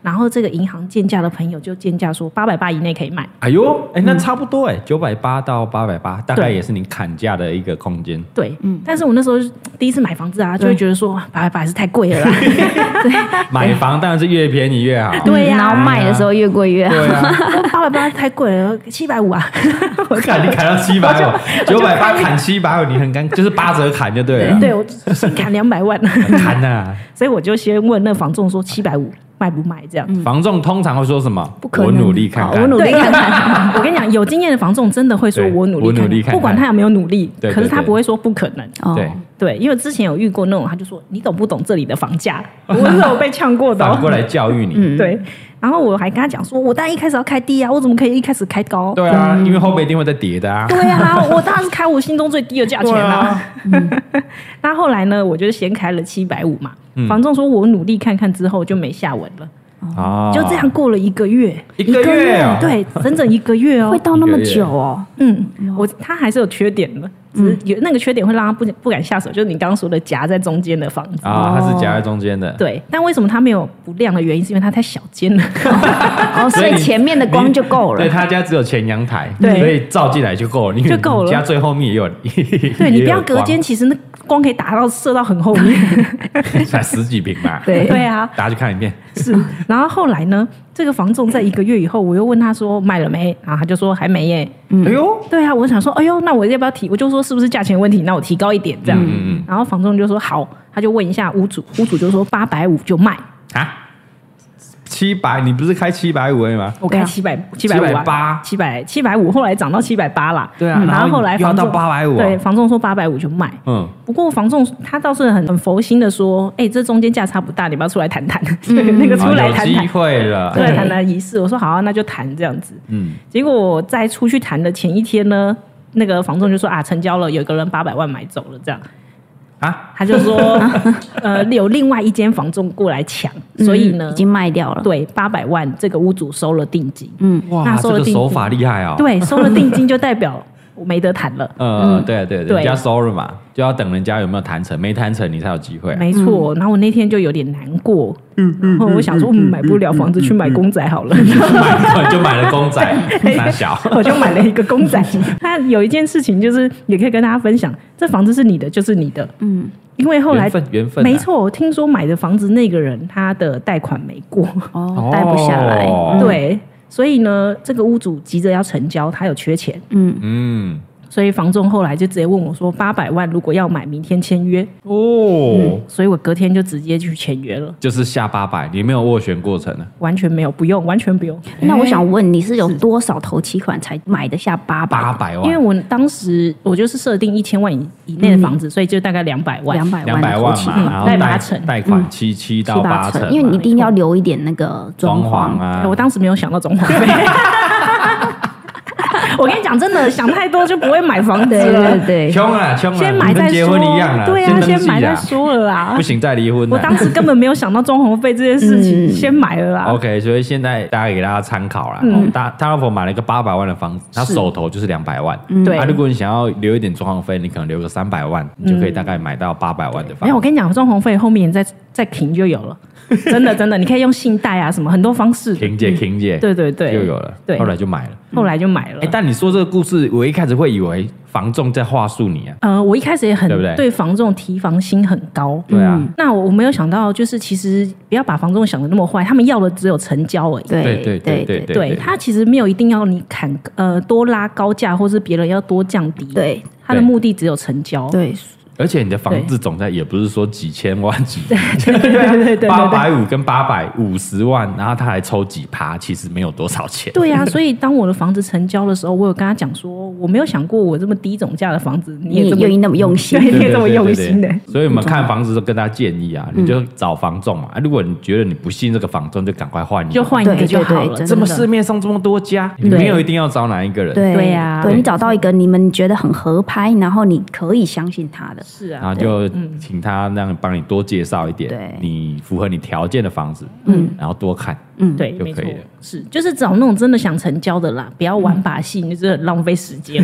S2: 然后这个银行鉴价的朋友就鉴价说八百八以内可以买。
S1: 哎呦，哎，那差不多哎，九百八到八百八，大概
S2: 对
S1: 也是你砍价的一个空间。
S2: 对，
S1: 嗯
S2: 但是我那时候就是第一次买房子啊，就会觉得说八百八还是太 贵了啦。
S1: 买房当然是越便宜越好。
S2: 哎对啊呀
S4: 然后卖的时候越贵越好。
S1: 对啊，
S2: 八百八太贵了，七百五啊。
S1: 我砍你砍到七百五，九百八砍七百哦五，你很尴，就是八折砍就对啊嗯了，
S2: 对，我先砍 两百万，
S1: 砍啊呐、
S2: 所以我就先问那房
S1: 啊
S2: 仲说七百五卖不卖这样。
S1: 房仲通常会说什么？
S4: 不可能
S1: 我努力看看，
S4: 好我努力
S2: 对， 我跟你讲，有经验的房仲真的会说
S1: 对
S2: 我努力
S1: 我努力看看
S2: 不管他有没有努力，
S1: 对对
S2: 可是他
S1: 对
S2: 不会说不可能。
S4: 哦
S1: 对，
S2: 对，因为之前有遇过那种，他就说你懂不懂这里的房价？ 我是有被呛过的哦、
S1: 反过来教育你。
S2: 对，然后我还跟他讲说，我当然一开始要开低啊，我怎么可以一开始开高？
S1: 对啊，因为后面一定会再叠的啊。
S2: 嗯
S1: 啊
S2: 对啊，我当然是开我心中最低的价钱啊啦、那后来呢，我就先开了七百五嘛。
S1: 嗯
S2: 房仲说我努力看看之后就没下文了，
S1: 啊
S2: 就这样过了一个月，
S1: 一个月哦
S2: 对，整整一个月哦
S4: 会。到那么久哦，
S2: 嗯，我他还是有缺点的，只是有那个缺点会让他不不敢下手，就是你刚刚说的夹在中间的房子。
S1: 啊，它是夹在中间的。，
S2: 对，但为什么他没有不亮的原因，是因为他太小间 了。
S4: 哦，所以
S1: 你
S4: 前面的光就够
S1: 对
S4: 了。
S1: 他家只有前阳台，
S2: 对
S1: 所以照进来就够了。你
S2: 就够了
S1: 你家最后面也有，
S2: 对
S1: 也
S2: 你
S1: 有
S2: 不要隔
S1: 光
S2: 间，其实那光可以打到射到很后面。
S1: 才十几平吧？
S4: 对
S2: 对啊，
S1: 大家去看影片。
S2: 是。然后后来呢，这个房仲在一个月以后，我又问他说买了没，啊然后他就说还没耶。
S1: 哎呦，
S2: 对啊，我想说，哎呦，那我要不要提？我就说是不是价钱问题？那我提高一点这样。
S1: 嗯嗯
S2: 然后房仲就说好，他就问一下屋主，屋主就说八百五就卖，
S1: 啊，七百，你不是开七百五而已吗？
S2: 我
S4: 啊
S2: 开七百七百五啊
S1: 780
S2: 七百七百五，后来涨到七百八啦。
S1: 对啊
S2: 嗯
S1: 然
S2: 然
S1: 后
S2: 后后来
S1: 又要
S2: 房
S1: 到
S2: 仲
S1: 850
S2: 对，房仲说八百五就卖。
S1: 嗯，
S2: 不过房仲他倒是很很佛心的说，哎，这中间价差不大，你要不要出来谈谈？对，
S4: 嗯
S2: 那个出来
S1: 啊
S2: 谈
S1: 有机
S2: 谈，
S1: 会了
S2: 出。来谈谈仪式。我说好啊，那就谈这样子。
S1: 嗯，
S2: 结果我在出去谈的前一天呢，那个房仲就说啊，成交了，有一个人八百万买走了，这样
S1: 啊，
S2: 他就 说，呃，有另外一间房仲过来抢，所以呢
S4: 嗯已，经卖掉了。
S2: 对八百万这个屋主收了定金，
S1: 哇，
S2: 那收
S1: 这
S2: 了
S1: 个
S2: 定金
S1: 手法厉害哦。，
S2: 对，收了 定金就代表我没得谈了。
S1: 呃，对对对，
S2: 对
S1: 人家收了嘛，就要等人家有没有谈成，没谈成你才有机会啊。
S2: 没错，然后我那天就有点难过，然后我想嗯说，嗯，嗯买不了房子，去买公仔好了，
S1: 买 就买了公 仔，三小。
S2: 我就买了一个公 仔。那有一件事情就是，也可以跟大家分享，这房子是你的就是你的，嗯，因为后来
S1: 缘分缘分啊
S2: 没错，我听说买的房子那个人他的贷款没过，
S4: 哦，待不下来。
S1: 哦
S4: 嗯，
S2: 对，所以呢，这个屋主急着要成交，他有缺钱，
S4: 嗯，
S1: 嗯，
S2: 所以房仲后来就直接问我说，八百万如果要买，明天签约，
S1: 哦，
S2: 所以我隔天就直接去签约了，
S1: 就是下八百，你没有斡旋过程啊？
S2: 完全没有，不用，完全不用。
S1: 哎
S4: 那我想问，你是有多少头期款才买得下八百？
S1: 八百万，
S2: 因为我当时我就是设定一千万以以内的房子，所以就大概两百万。
S4: 两百
S1: 嗯两
S4: 万
S1: 百
S4: 的
S1: 万
S4: 头期
S1: 嘛，
S4: 款，
S1: 然后
S2: 贷
S1: 贷
S2: 八成嗯
S1: 贷款七七到
S4: 七
S1: 八
S4: 八
S1: 成嘛，
S4: 因为你一定要留一点那个
S1: 装
S4: 装
S1: 潢
S4: 潢。
S1: 啊
S2: 对，哎我当时没有想到装潢费。 我跟你讲，真的想太多就不会买房子
S4: 对
S2: 了。
S4: 对对，
S1: 穷啊穷啊，
S2: 先买
S1: 跟
S2: 再
S1: 结
S2: 说
S1: 婚一样啦，，
S2: 对啊，
S1: 登
S2: 先
S1: 记
S2: 买
S1: 啦
S2: 再说了啦
S1: 不。行再离婚啦。啊
S2: 我当时啊根本没有想到装潢费这件事情，
S4: 嗯
S2: 先买了啦。
S1: OK，所以现在大家给大家参考
S2: 嗯
S1: 啦。哦大他老婆买了一个八百万的房子，他手头就是两百万。
S2: 嗯对嗯
S1: 啊，如果你想要留一点装潢费，你可能留个三百万，你就可以大概买到八百万的房
S2: 没有，我
S1: 子。
S2: 跟你讲，装潢费后面再再停就 有了。真的真的，你可以用信贷啊，什么很多方式。
S1: 婷姐，婷姐，
S2: 对对对，
S1: 就有了。
S2: 对
S1: 后，来就买了。
S2: 后来就买了
S1: 哎，。但你说这个故事，我一开始会以为房仲在话术你啊。
S2: 呃，我一开始也很
S1: 对不对
S2: 对房仲提防心很高。嗯
S1: 对啊，
S2: 那我我没有想到，就是其实不要把房仲想的那么坏，他们要的只有成交而已。
S1: 对
S4: 对
S1: 对对对
S4: 对
S2: 嗯对他其实没有一定要你砍呃多拉高价，或是别人要多降低。，
S4: 对
S2: 他的
S1: 对
S2: 目的只有成交。
S4: 对，
S1: 而且你的房子总价也不是说几千万几， 八百五跟八百五十万，然后他还抽几趴，其实没有多少钱。
S2: 对呀、 所以当我的房子成交的时候，我有跟他讲说，我没有想过我这么低总价的房子，你
S4: 你
S2: 也
S4: 也
S2: 这么
S4: 愿意那么用心
S2: 对，你
S1: 对
S2: 也这么
S1: 对对
S2: 用
S1: 对
S2: 心的。嗯
S1: 所以我们看房子都跟他建议啊，你就找房仲嘛。啊如果你觉得你不信这个房仲，就赶快换一个。
S2: 就换一个
S4: 对
S2: 就
S4: 对
S2: 好
S4: 对
S2: 了。
S4: 真
S1: 这么
S4: 的
S1: 市面上这么多家，你没有一定要找哪一个人。
S4: 对
S2: 对啊
S4: 对你找到一个你们觉得很合拍，然后你可以相信他的，
S2: 是
S1: 然
S2: 啊，
S1: 后就请他让帮你多介绍一点
S4: 对
S1: 你符合你条件的房子，嗯，然后多 看，
S4: 嗯，
S2: 对，
S1: 就
S2: 没
S1: 可
S2: 错
S1: 以了，
S2: 是就是找那种真的想成交的啦，不要玩把戏，你就是很浪费时 间。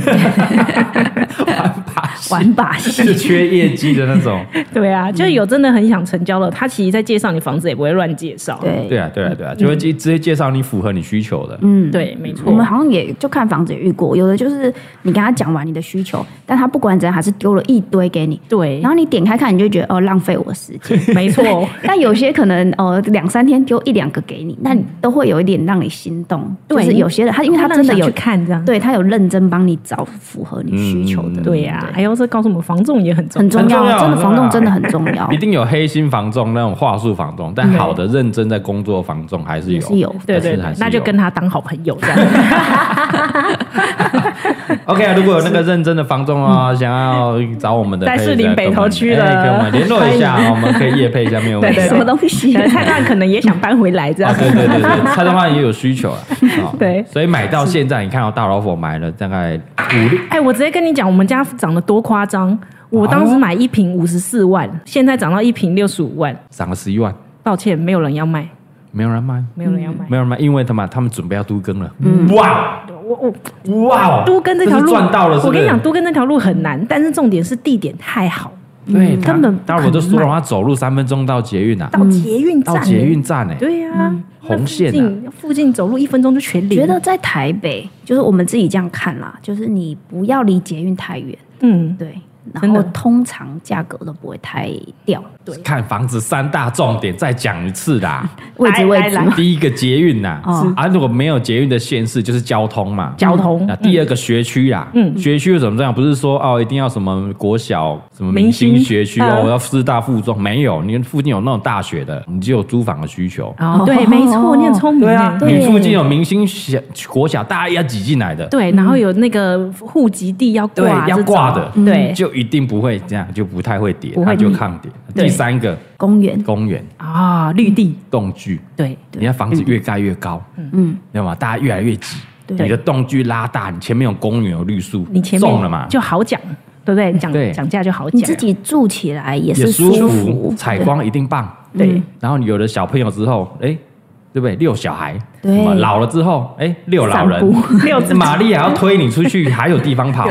S4: 玩把
S1: 是
S4: 戏，
S1: 缺业绩的那 种。
S2: 对
S4: 嗯
S2: 啊，就有真的很想成交的，他其实在介绍你房子也不会乱介绍。
S4: 对
S1: 对啊，对啊，对啊，就
S2: 嗯
S1: 会直直接介绍你符合你需求的。
S4: 嗯，
S2: 对，没错。
S4: 我们好像也就看房子也遇过，有的就是你跟他讲完你的需求，但他不管怎样还是丢了一堆给你，
S2: 对
S4: 然，后你点开看，你就觉得哦浪费我的时 间。
S2: 没 错，
S4: 但有些可能呃两三天丢一两个给你，那你都会有一点让你心动。
S2: 对
S4: 就是有些人他啊因为他真的
S2: 会让你想
S4: 有
S2: 去，看这样。
S4: 对他有认真帮你找符合你需求的，啊
S1: 嗯
S2: 对呀，还有这告诉我们房仲也很重
S4: 很
S2: 要。
S4: 重
S1: 很重要
S4: 要，真
S1: 很
S4: 的
S1: 重要
S4: 房仲真的很重 要
S1: 一，定有黑心房仲那种话术房仲，但好的认真在工作房仲还是
S4: 也
S1: 有，
S4: 是有
S2: 对
S1: 还是
S2: 对，
S1: 还
S2: 对
S1: 是
S2: 那就
S1: 有
S2: 跟他当好朋友这样。
S1: OK 啊，如果有那个认真的房仲啊，想要找我们的，
S2: 在
S1: 可以
S2: 嗯士林
S1: 再
S2: 北
S1: 跟我
S2: 投
S1: 们
S2: 区的
S1: 哎跟我们联络一下啊，我们可以夜配一下，没有问题。
S2: 对
S4: 什么东 西。
S2: 蔡大可能也想搬回来这
S1: 啊，
S2: 样。
S1: 对对对对，蔡的话也有需求 啊，哦
S2: 对
S1: 所以买到现在，你看到大老虎买了大概五六，
S2: 哎，我直接跟你讲，我们家涨得多夸张！我当时买一瓶五十四万，现在涨到一瓶六十五万。
S1: 涨了十一万，
S2: 抱歉，没有人要卖，
S1: 没有人卖，
S2: 没有人要卖。
S1: 没有人卖，因为他们他们准备要都更了，哇
S2: 我我
S1: 哇哦，
S2: 嗯都跟这条
S1: 嗯是
S2: 路
S1: 赚到了，是不
S2: 我跟你
S1: 是
S2: 讲，？都跟那条路很难，但是重点是地点太好，
S1: 对，
S2: 嗯根本不
S1: 大老虎
S2: 可
S1: 都
S2: 能
S1: 说了，
S2: 卖
S1: 他走路三分钟到捷运啊，
S2: 到捷运站、
S1: 到捷运，站哎，
S2: 对呀、那
S1: 红线啊
S2: 附近附近走路一分钟就全
S4: 我
S2: 零。
S4: 觉得在台北，就是我们自己这样看啦，就是你不要离捷运太远，
S2: 嗯，
S4: 对，然
S2: 真的
S4: 后通常价格都不会太掉。对，
S1: 看房子三大重点，再讲一次啦。
S4: 位置
S2: 来
S4: 位
S2: 来
S4: 置
S2: 来
S4: 嘛
S1: 第一个捷运 呐
S4: 哦，
S1: 啊，如果没有捷运的县市，就是交通嘛。
S2: 交通
S1: 那第二个学区啦，
S2: 嗯
S1: 学区为什么这样？不是说哦，一定要什么国小什么明星
S2: 明星
S1: 学区
S2: 嗯
S1: 哦，我要师大附中，没有，你附近有那种大学的，你就有租房的需求。
S2: 哦对，没错，你很聪明
S1: 对
S2: 耶。
S1: 啊，
S4: 对
S1: 你附近有明星小国小，大家要挤进来的，
S2: 对，然后有那个户籍地要
S1: 对
S2: 挂，，
S1: 要挂的，
S2: 对
S1: 就一定不会这样，就不太会跌，啊
S2: 不会
S1: 它就抗跌。
S2: 对
S1: 第三个
S4: 公园
S1: 公园
S2: 啊，绿地，
S1: 动距，
S2: 对
S1: 你看房子越盖越高，嗯，对吗？大家越来越挤，
S4: 对
S1: 你的动距拉大，你前面有公园有绿树，
S2: 你前
S1: 中了嘛哎
S2: 面，就好讲，对不对？讲
S1: 对
S2: 讲价就好
S4: 你
S2: 讲
S4: 自，己住起来也
S1: 也
S4: 是
S1: 舒
S4: 舒
S1: 服
S4: 服，，
S1: 采光一定棒。
S2: 对，
S1: 然后你有了小朋友之后，哎、对不对？遛小孩，
S4: 对
S1: 什么老了之后，哎、遛老人
S4: 散步，
S2: 遛 自己
S1: 玛丽还要推你出去，还有地方跑。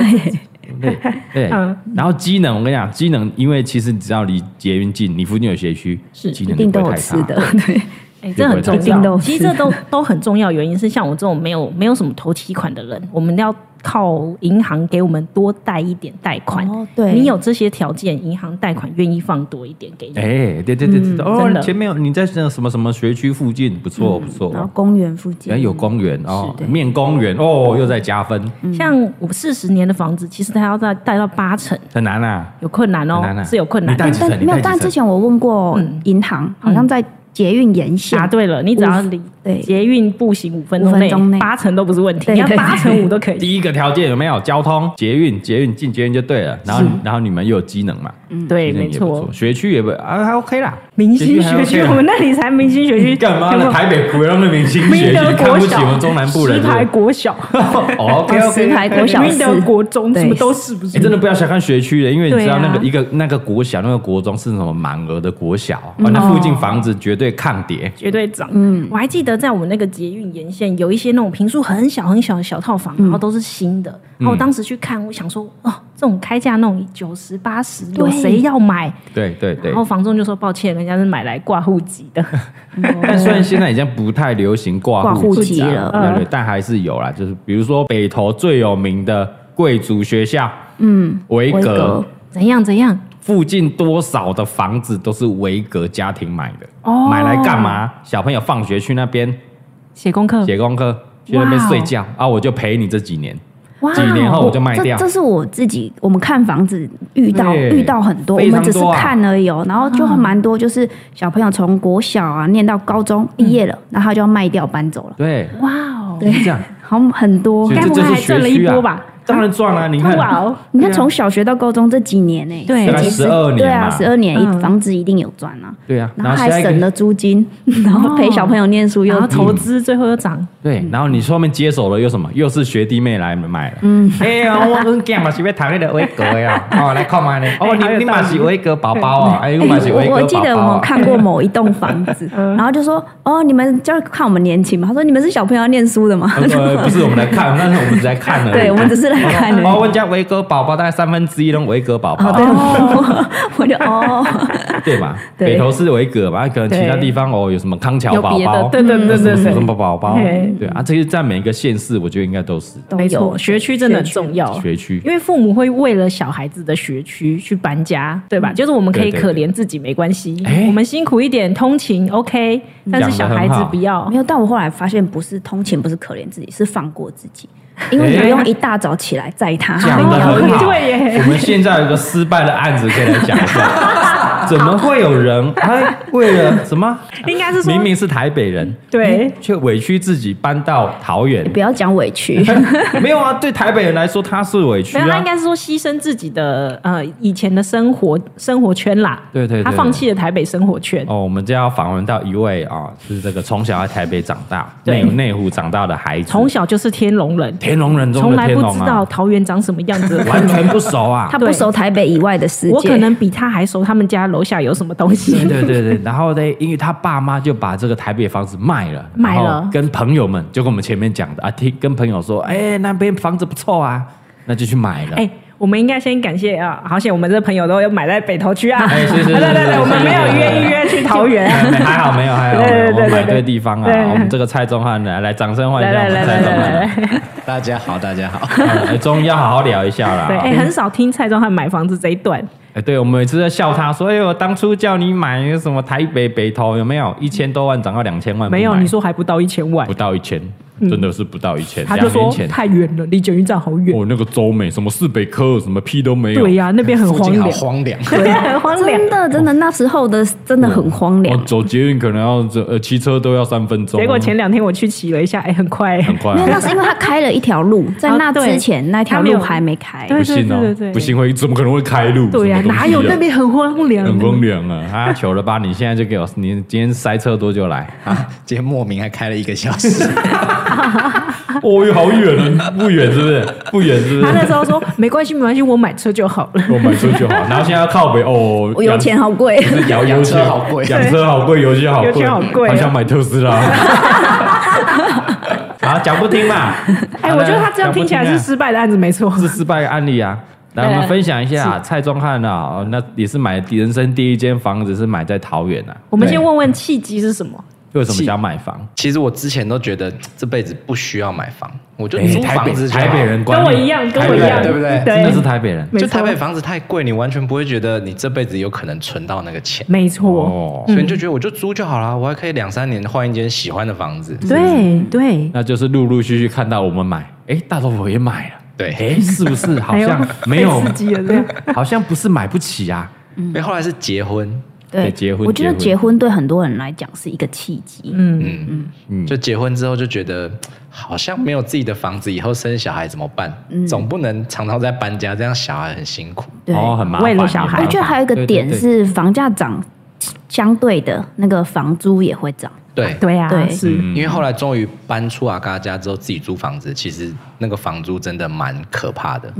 S1: 对对，
S2: 嗯
S1: 然后机能，我跟你讲，机能，因为其实你只要离捷运近，你附近有学区，
S2: 是
S1: 机
S4: 一
S1: 能
S4: 定
S1: 就
S4: 都
S1: 不
S4: 有
S1: 会太
S4: 吃
S1: 差。
S4: 的，对，
S2: 哎，这很重
S4: 一定都
S2: 要。
S4: 有
S2: 其实
S4: 吃
S2: 这都都很重要，原因是像我这种没有没有什么投期款的人，我们要靠银行给我们多贷一点贷款。
S4: 哦对
S2: 你有这些条件，银行贷款愿意放多一点给你。
S1: 哎，对对对对，哦
S2: 嗯真，的嗯
S1: 前面有你在那什么什么学区附近，不错不错，
S4: 然后公园附近
S1: 原来有公园哦
S4: 是，的
S1: 面公园哦，又在加分，
S2: 像我四十年的房子，其实它要贷贷到八成，
S1: 很难啊。
S2: 有困难哦
S1: 很难啊，
S2: 是有困难
S1: 你。贷几成
S4: 但没
S1: 你带
S4: 有
S1: 几，
S4: 但
S1: 层
S4: 之前我问过
S2: 嗯
S4: 银行，好像在捷运沿线
S2: 答，对了，你只要
S4: 五
S2: 离
S4: 对
S2: 捷运步行五分钟
S4: 五分钟
S2: 内，
S4: 内
S2: 八成都不是问题，
S4: 对
S2: 你要
S4: 对对
S2: 八成五都可以。
S1: 第一个条件有没有交通、捷运、捷运进捷运就对了，然后然后你们又有机能嘛，
S2: 对，
S1: 机能
S2: 嗯没
S1: 也不
S2: 错
S1: 错，，学区也不啊还 OK 啦，
S2: 明星学
S1: 还 OK
S2: 区，
S1: 啦
S2: 我们那里才明星学区，
S1: 干嘛
S2: 有没
S1: 呢？
S2: 有
S1: 台北不让那明星
S2: 明
S1: 学
S2: 德
S1: 区看
S2: 国
S1: 不起
S2: 小，
S1: 我们中南部人
S2: 石
S1: 是
S2: 牌
S1: 不
S2: 国小、
S1: 是。OK
S4: 哦石
S1: OK，
S4: 牌国小
S2: 明德
S4: 四
S2: 国中，
S4: 对
S2: 什么都是，不
S1: 你
S2: 是？
S1: 哎真的不要小看学区的，因为你知道
S2: 对啊
S1: 那个一个那个国小那个国中是什么满额的国小，哦那附近房子绝对抗跌。
S2: 绝对涨。嗯，我还记得在我们那个捷运沿线有一些那种平数很小很小的小套
S1: 嗯
S2: 房，然后都是新的。然后我当时去看，我想说，哦，这种开价那种九十八十，有
S4: 对
S2: 谁要买？
S1: 对对对
S2: 然后。房仲就说抱歉，人家是买来挂户籍 的。
S1: 但虽然现在已经不太流行挂
S4: 挂户
S1: 籍嗯
S4: 籍了
S1: 对对对，但还是有啦。就是比如说北投最有名的贵族学校，嗯，维
S4: 维
S1: 格
S4: 格
S2: 怎样怎样？
S1: 附近多少的房子都是维格家庭买的，
S2: 哦
S1: 买来干嘛？小朋友放学去那边
S2: 写功课
S1: 写功课，去那边睡觉啊，我就陪你这几年。
S4: 哇哦
S1: 几年后我就卖掉
S4: 这这是我自己，我们看房子遇到
S1: 对
S4: 遇到很多，我
S1: 非常
S4: 们只是
S1: 多啊
S4: 看而已、哦，然后就蛮多，就是小朋友从国小啊念到高
S1: 嗯
S4: 中毕业了，然后他就要卖掉搬走了，
S1: 对，
S2: 哇哦，
S1: 是这样。
S4: 好很多
S1: 所以。
S2: 该
S1: 这
S2: 不
S1: 这
S2: 会
S1: 是
S2: 还赚了
S1: 学
S2: 一
S1: 区
S2: 波
S1: 啊
S2: 吧？
S1: 当然赚了，你看，
S2: 哇哦，
S4: 你看，从小学到高中这几年呢、
S2: 对
S1: 大概
S4: 这几
S1: 十二年
S4: 啊对啊，
S1: 嘛
S4: 十二年、
S2: 嗯
S4: 房子一定有赚啊，
S1: 对啊，
S4: 然后
S1: 下
S4: 还
S1: 一个
S4: 省了租金，然后陪小朋友念书又
S2: 然后投资最后又涨，
S1: 对，然后你后面接手了又什么？又是学弟妹来买了。嗯，哎呀，我我囝嘛是要读那个维格 呀，哦，来看嘛呢。哦，
S2: 哎
S1: 你你嘛是维格宝宝
S2: 嗯
S1: 啊，哎，我嘛是
S4: 我
S1: 维格宝宝啊。
S4: 我记得我看过某一栋房 子，然后就说哦，你们就看我们年轻嘛。他说你们是小朋友要念书的嘛？
S1: 呃， 不是我们来 看，但是我们只在看而已。
S4: 对，我们只是来看而已。
S1: 哦，我们家维格宝宝大概三分之一都维格宝宝啊
S4: 哦，，对，我 我就哦，
S1: 对嘛？
S4: 对
S1: 北投是维格嘛，可能其他
S2: 对
S1: 地方哦有什么康桥
S2: 有
S1: 宝
S2: 别的
S1: 宝，，
S2: 对对对对
S1: 什么什
S2: 对，
S1: 么宝宝
S2: 嘿，
S1: 对啊，这些在每一个县市，我觉得应该都是
S4: 都
S2: 没错，
S4: 有
S2: 学区真的很重要。
S1: 学区
S2: 因。为父母会为了小孩子的学区去搬家，对吧？就是我们可以
S1: 嗯对对
S2: 可怜自己没关系
S1: 哎，嗯
S2: 我们辛苦一点通勤 OK，但是小孩子不要
S4: 没。有。但我后来发现，不是通勤，不是可怜自己，是放过自己，因为你不用一大早起来载他。
S1: 讲得很好，
S2: 哦对耶
S1: 我们现在有一个失败的案子可以来讲一 下，怎么会有人哎为了什么？
S2: 应该是说
S1: 明嗯明是台北人，
S2: 对
S1: 却委屈自己搬到桃园。
S4: 不要讲委屈，
S1: 没有啊，对台北人来说他是委屈
S2: 没有，他应
S1: 啊。
S2: 该是说牺牲自己的呃以前的生活生活圈啦。
S1: 对对对
S2: 他放弃了台北生活圈。
S1: 哦，我们就要访问到一位啊、是这个从小在台北长大，
S2: 对
S1: 内内湖长大的孩子，
S2: 从小就是天龙人，
S1: 哦天龙人中
S2: 从
S1: 的
S2: 来
S1: 天
S2: 不
S1: 龙
S2: 知道
S1: 啊，
S2: 桃园长什么样 子。
S1: 完全不熟啊。
S4: 他不熟台北以外的世界。
S2: 我可能比他还熟，他们家楼下有什么东西。
S1: 对对对， 然后呢，因为他爸妈就把这个台北房子卖了，
S2: 卖了
S1: 然后跟朋友们，就跟我们前面讲的啊，听跟朋友说，哎、那边房子不错啊，那就去买了。
S2: 哎、我们应该先感谢啊，好险我们这朋友都有买在北投 区啊，
S1: 哎 是是是
S2: 对对对，
S1: 是
S2: 我们
S1: 是
S2: 没有
S1: 是
S2: 约一约去 桃园，
S1: 哎还好没有，还好没
S2: 对对
S1: 有，
S2: 对
S1: 我们
S2: 对
S1: 买
S2: 对
S1: 对地方啊
S2: 对
S1: 了。我们这个蔡宗汉来来，掌声欢迎一下我
S2: 来
S1: 们
S2: 来来
S1: 蔡宗
S2: 来来
S1: 汉。
S2: 来，
S5: 大家好，大家好。
S1: 哎终于要好好聊一下啦。
S2: 对，哎，很少听蔡宗汉买房子这一段，
S1: 哎，对，我们每次在笑他说：“哎呦，当初叫你买什么台北北投有没有？一千多万涨到两千万，
S2: 没有，
S1: 不买
S2: 你说还不到一千万
S1: 不，到一千，真的是不到一千。
S2: 嗯他就
S1: 两
S2: 说
S1: 年前
S2: 太远了，离捷运站好远，
S1: 哦，那个周美什么市北科什么屁都没有，
S2: 对呀，那边很
S5: 附
S2: 荒
S5: 近
S2: 凉
S5: 好，荒凉，
S2: 对，很荒凉
S3: 真。的真的那时候的真的很荒凉
S1: 哦，。走捷运可能要这呃骑车都要三分钟，啊
S2: 结果前两天我去骑了一下，哎，很快，
S1: 很快啊
S3: 没有，那是因为他开了一条路，在
S2: 哦
S3: 那
S2: 对
S3: 之前那条
S2: 他没有
S3: 路还没开。
S2: 对
S1: 不信
S2: 对
S1: 哦
S2: 对对对，
S1: 不信会怎么可能会开路？
S2: 对呀，
S1: 什么东西啊
S2: 哪有那边很荒凉？
S1: 很荒凉啊？啊， 求了吧，你现在就给我，你今天塞车多久来？啊
S5: 今天莫名还开了一个小时，
S1: 哦哟，好远啊，不远是不是？不远是不
S2: 他那
S1: 是？
S2: 时候说没关系，没关系，我买车就好 了。
S1: 我买车就好，然后现在要靠北哦，
S3: 我油钱好贵，
S1: 养
S5: 养车好贵
S1: 养车好贵，油钱好贵，
S2: 油钱好贵啊
S1: 还想买特斯拉。 好，讲不听嘛。
S2: 哎，
S1: 好
S2: 我
S1: 了
S2: 觉得他这样听起来是
S1: 讲不听啊
S2: 失败的案子，没错。
S1: 是失败的案例啊。来，我们分享一下蔡宗翰啊，哦那也是买人生第一间房子是买在桃园啊，
S2: 我们先问问契机是什么？
S1: 为什么想买房？
S5: 其实我之前都觉得这辈子不需要买房，我就
S1: 哎
S5: 租
S1: 台北
S5: 房子就好
S1: 台北人观
S2: 跟我
S1: 念
S2: 一样，跟
S1: 台
S2: 我
S1: 北
S2: 一
S1: 人
S2: 样，
S5: 对不对
S1: 真的是台北人
S2: 没
S5: 就
S2: 错
S5: 台北房子太贵，你完全不会觉得你这辈子有可能存到那个钱，
S2: 没错，
S1: 哦，
S5: 所以你就觉得我就租就好啦，我还可以两三年换一间喜欢的房
S2: 嗯
S5: 子。
S2: 对对，
S1: 那就是陆陆续续看到我们买，哎，大头佛也买了，
S5: 对，
S1: 哎，是不 是好像没有
S2: 太，刺激了，这样
S1: 好像不是买不起啊？
S2: 嗯
S5: 因为后来是结婚，
S1: 对结婚
S3: 我觉得
S1: 结
S3: 结婚对很多人来讲是一个契机。
S2: 嗯，
S5: 嗯嗯，就结婚之后就觉得好像没有自己的房子，以后生小孩怎么办？
S2: 嗯
S5: 总不能常常在搬家，这样小孩很辛苦。
S3: 对，
S1: 哦，很麻烦。
S2: 为了小孩
S3: 我
S1: 也麻烦
S3: 觉得还有一个点，
S1: 对对对
S3: 是房价涨，相对的那个房租也会涨。
S5: 对，
S2: 对啊，
S3: 对
S2: 是
S1: 嗯
S5: 因为后来终于搬出阿嘎家之后，自己租房子，其实那个房租真的蛮可怕的。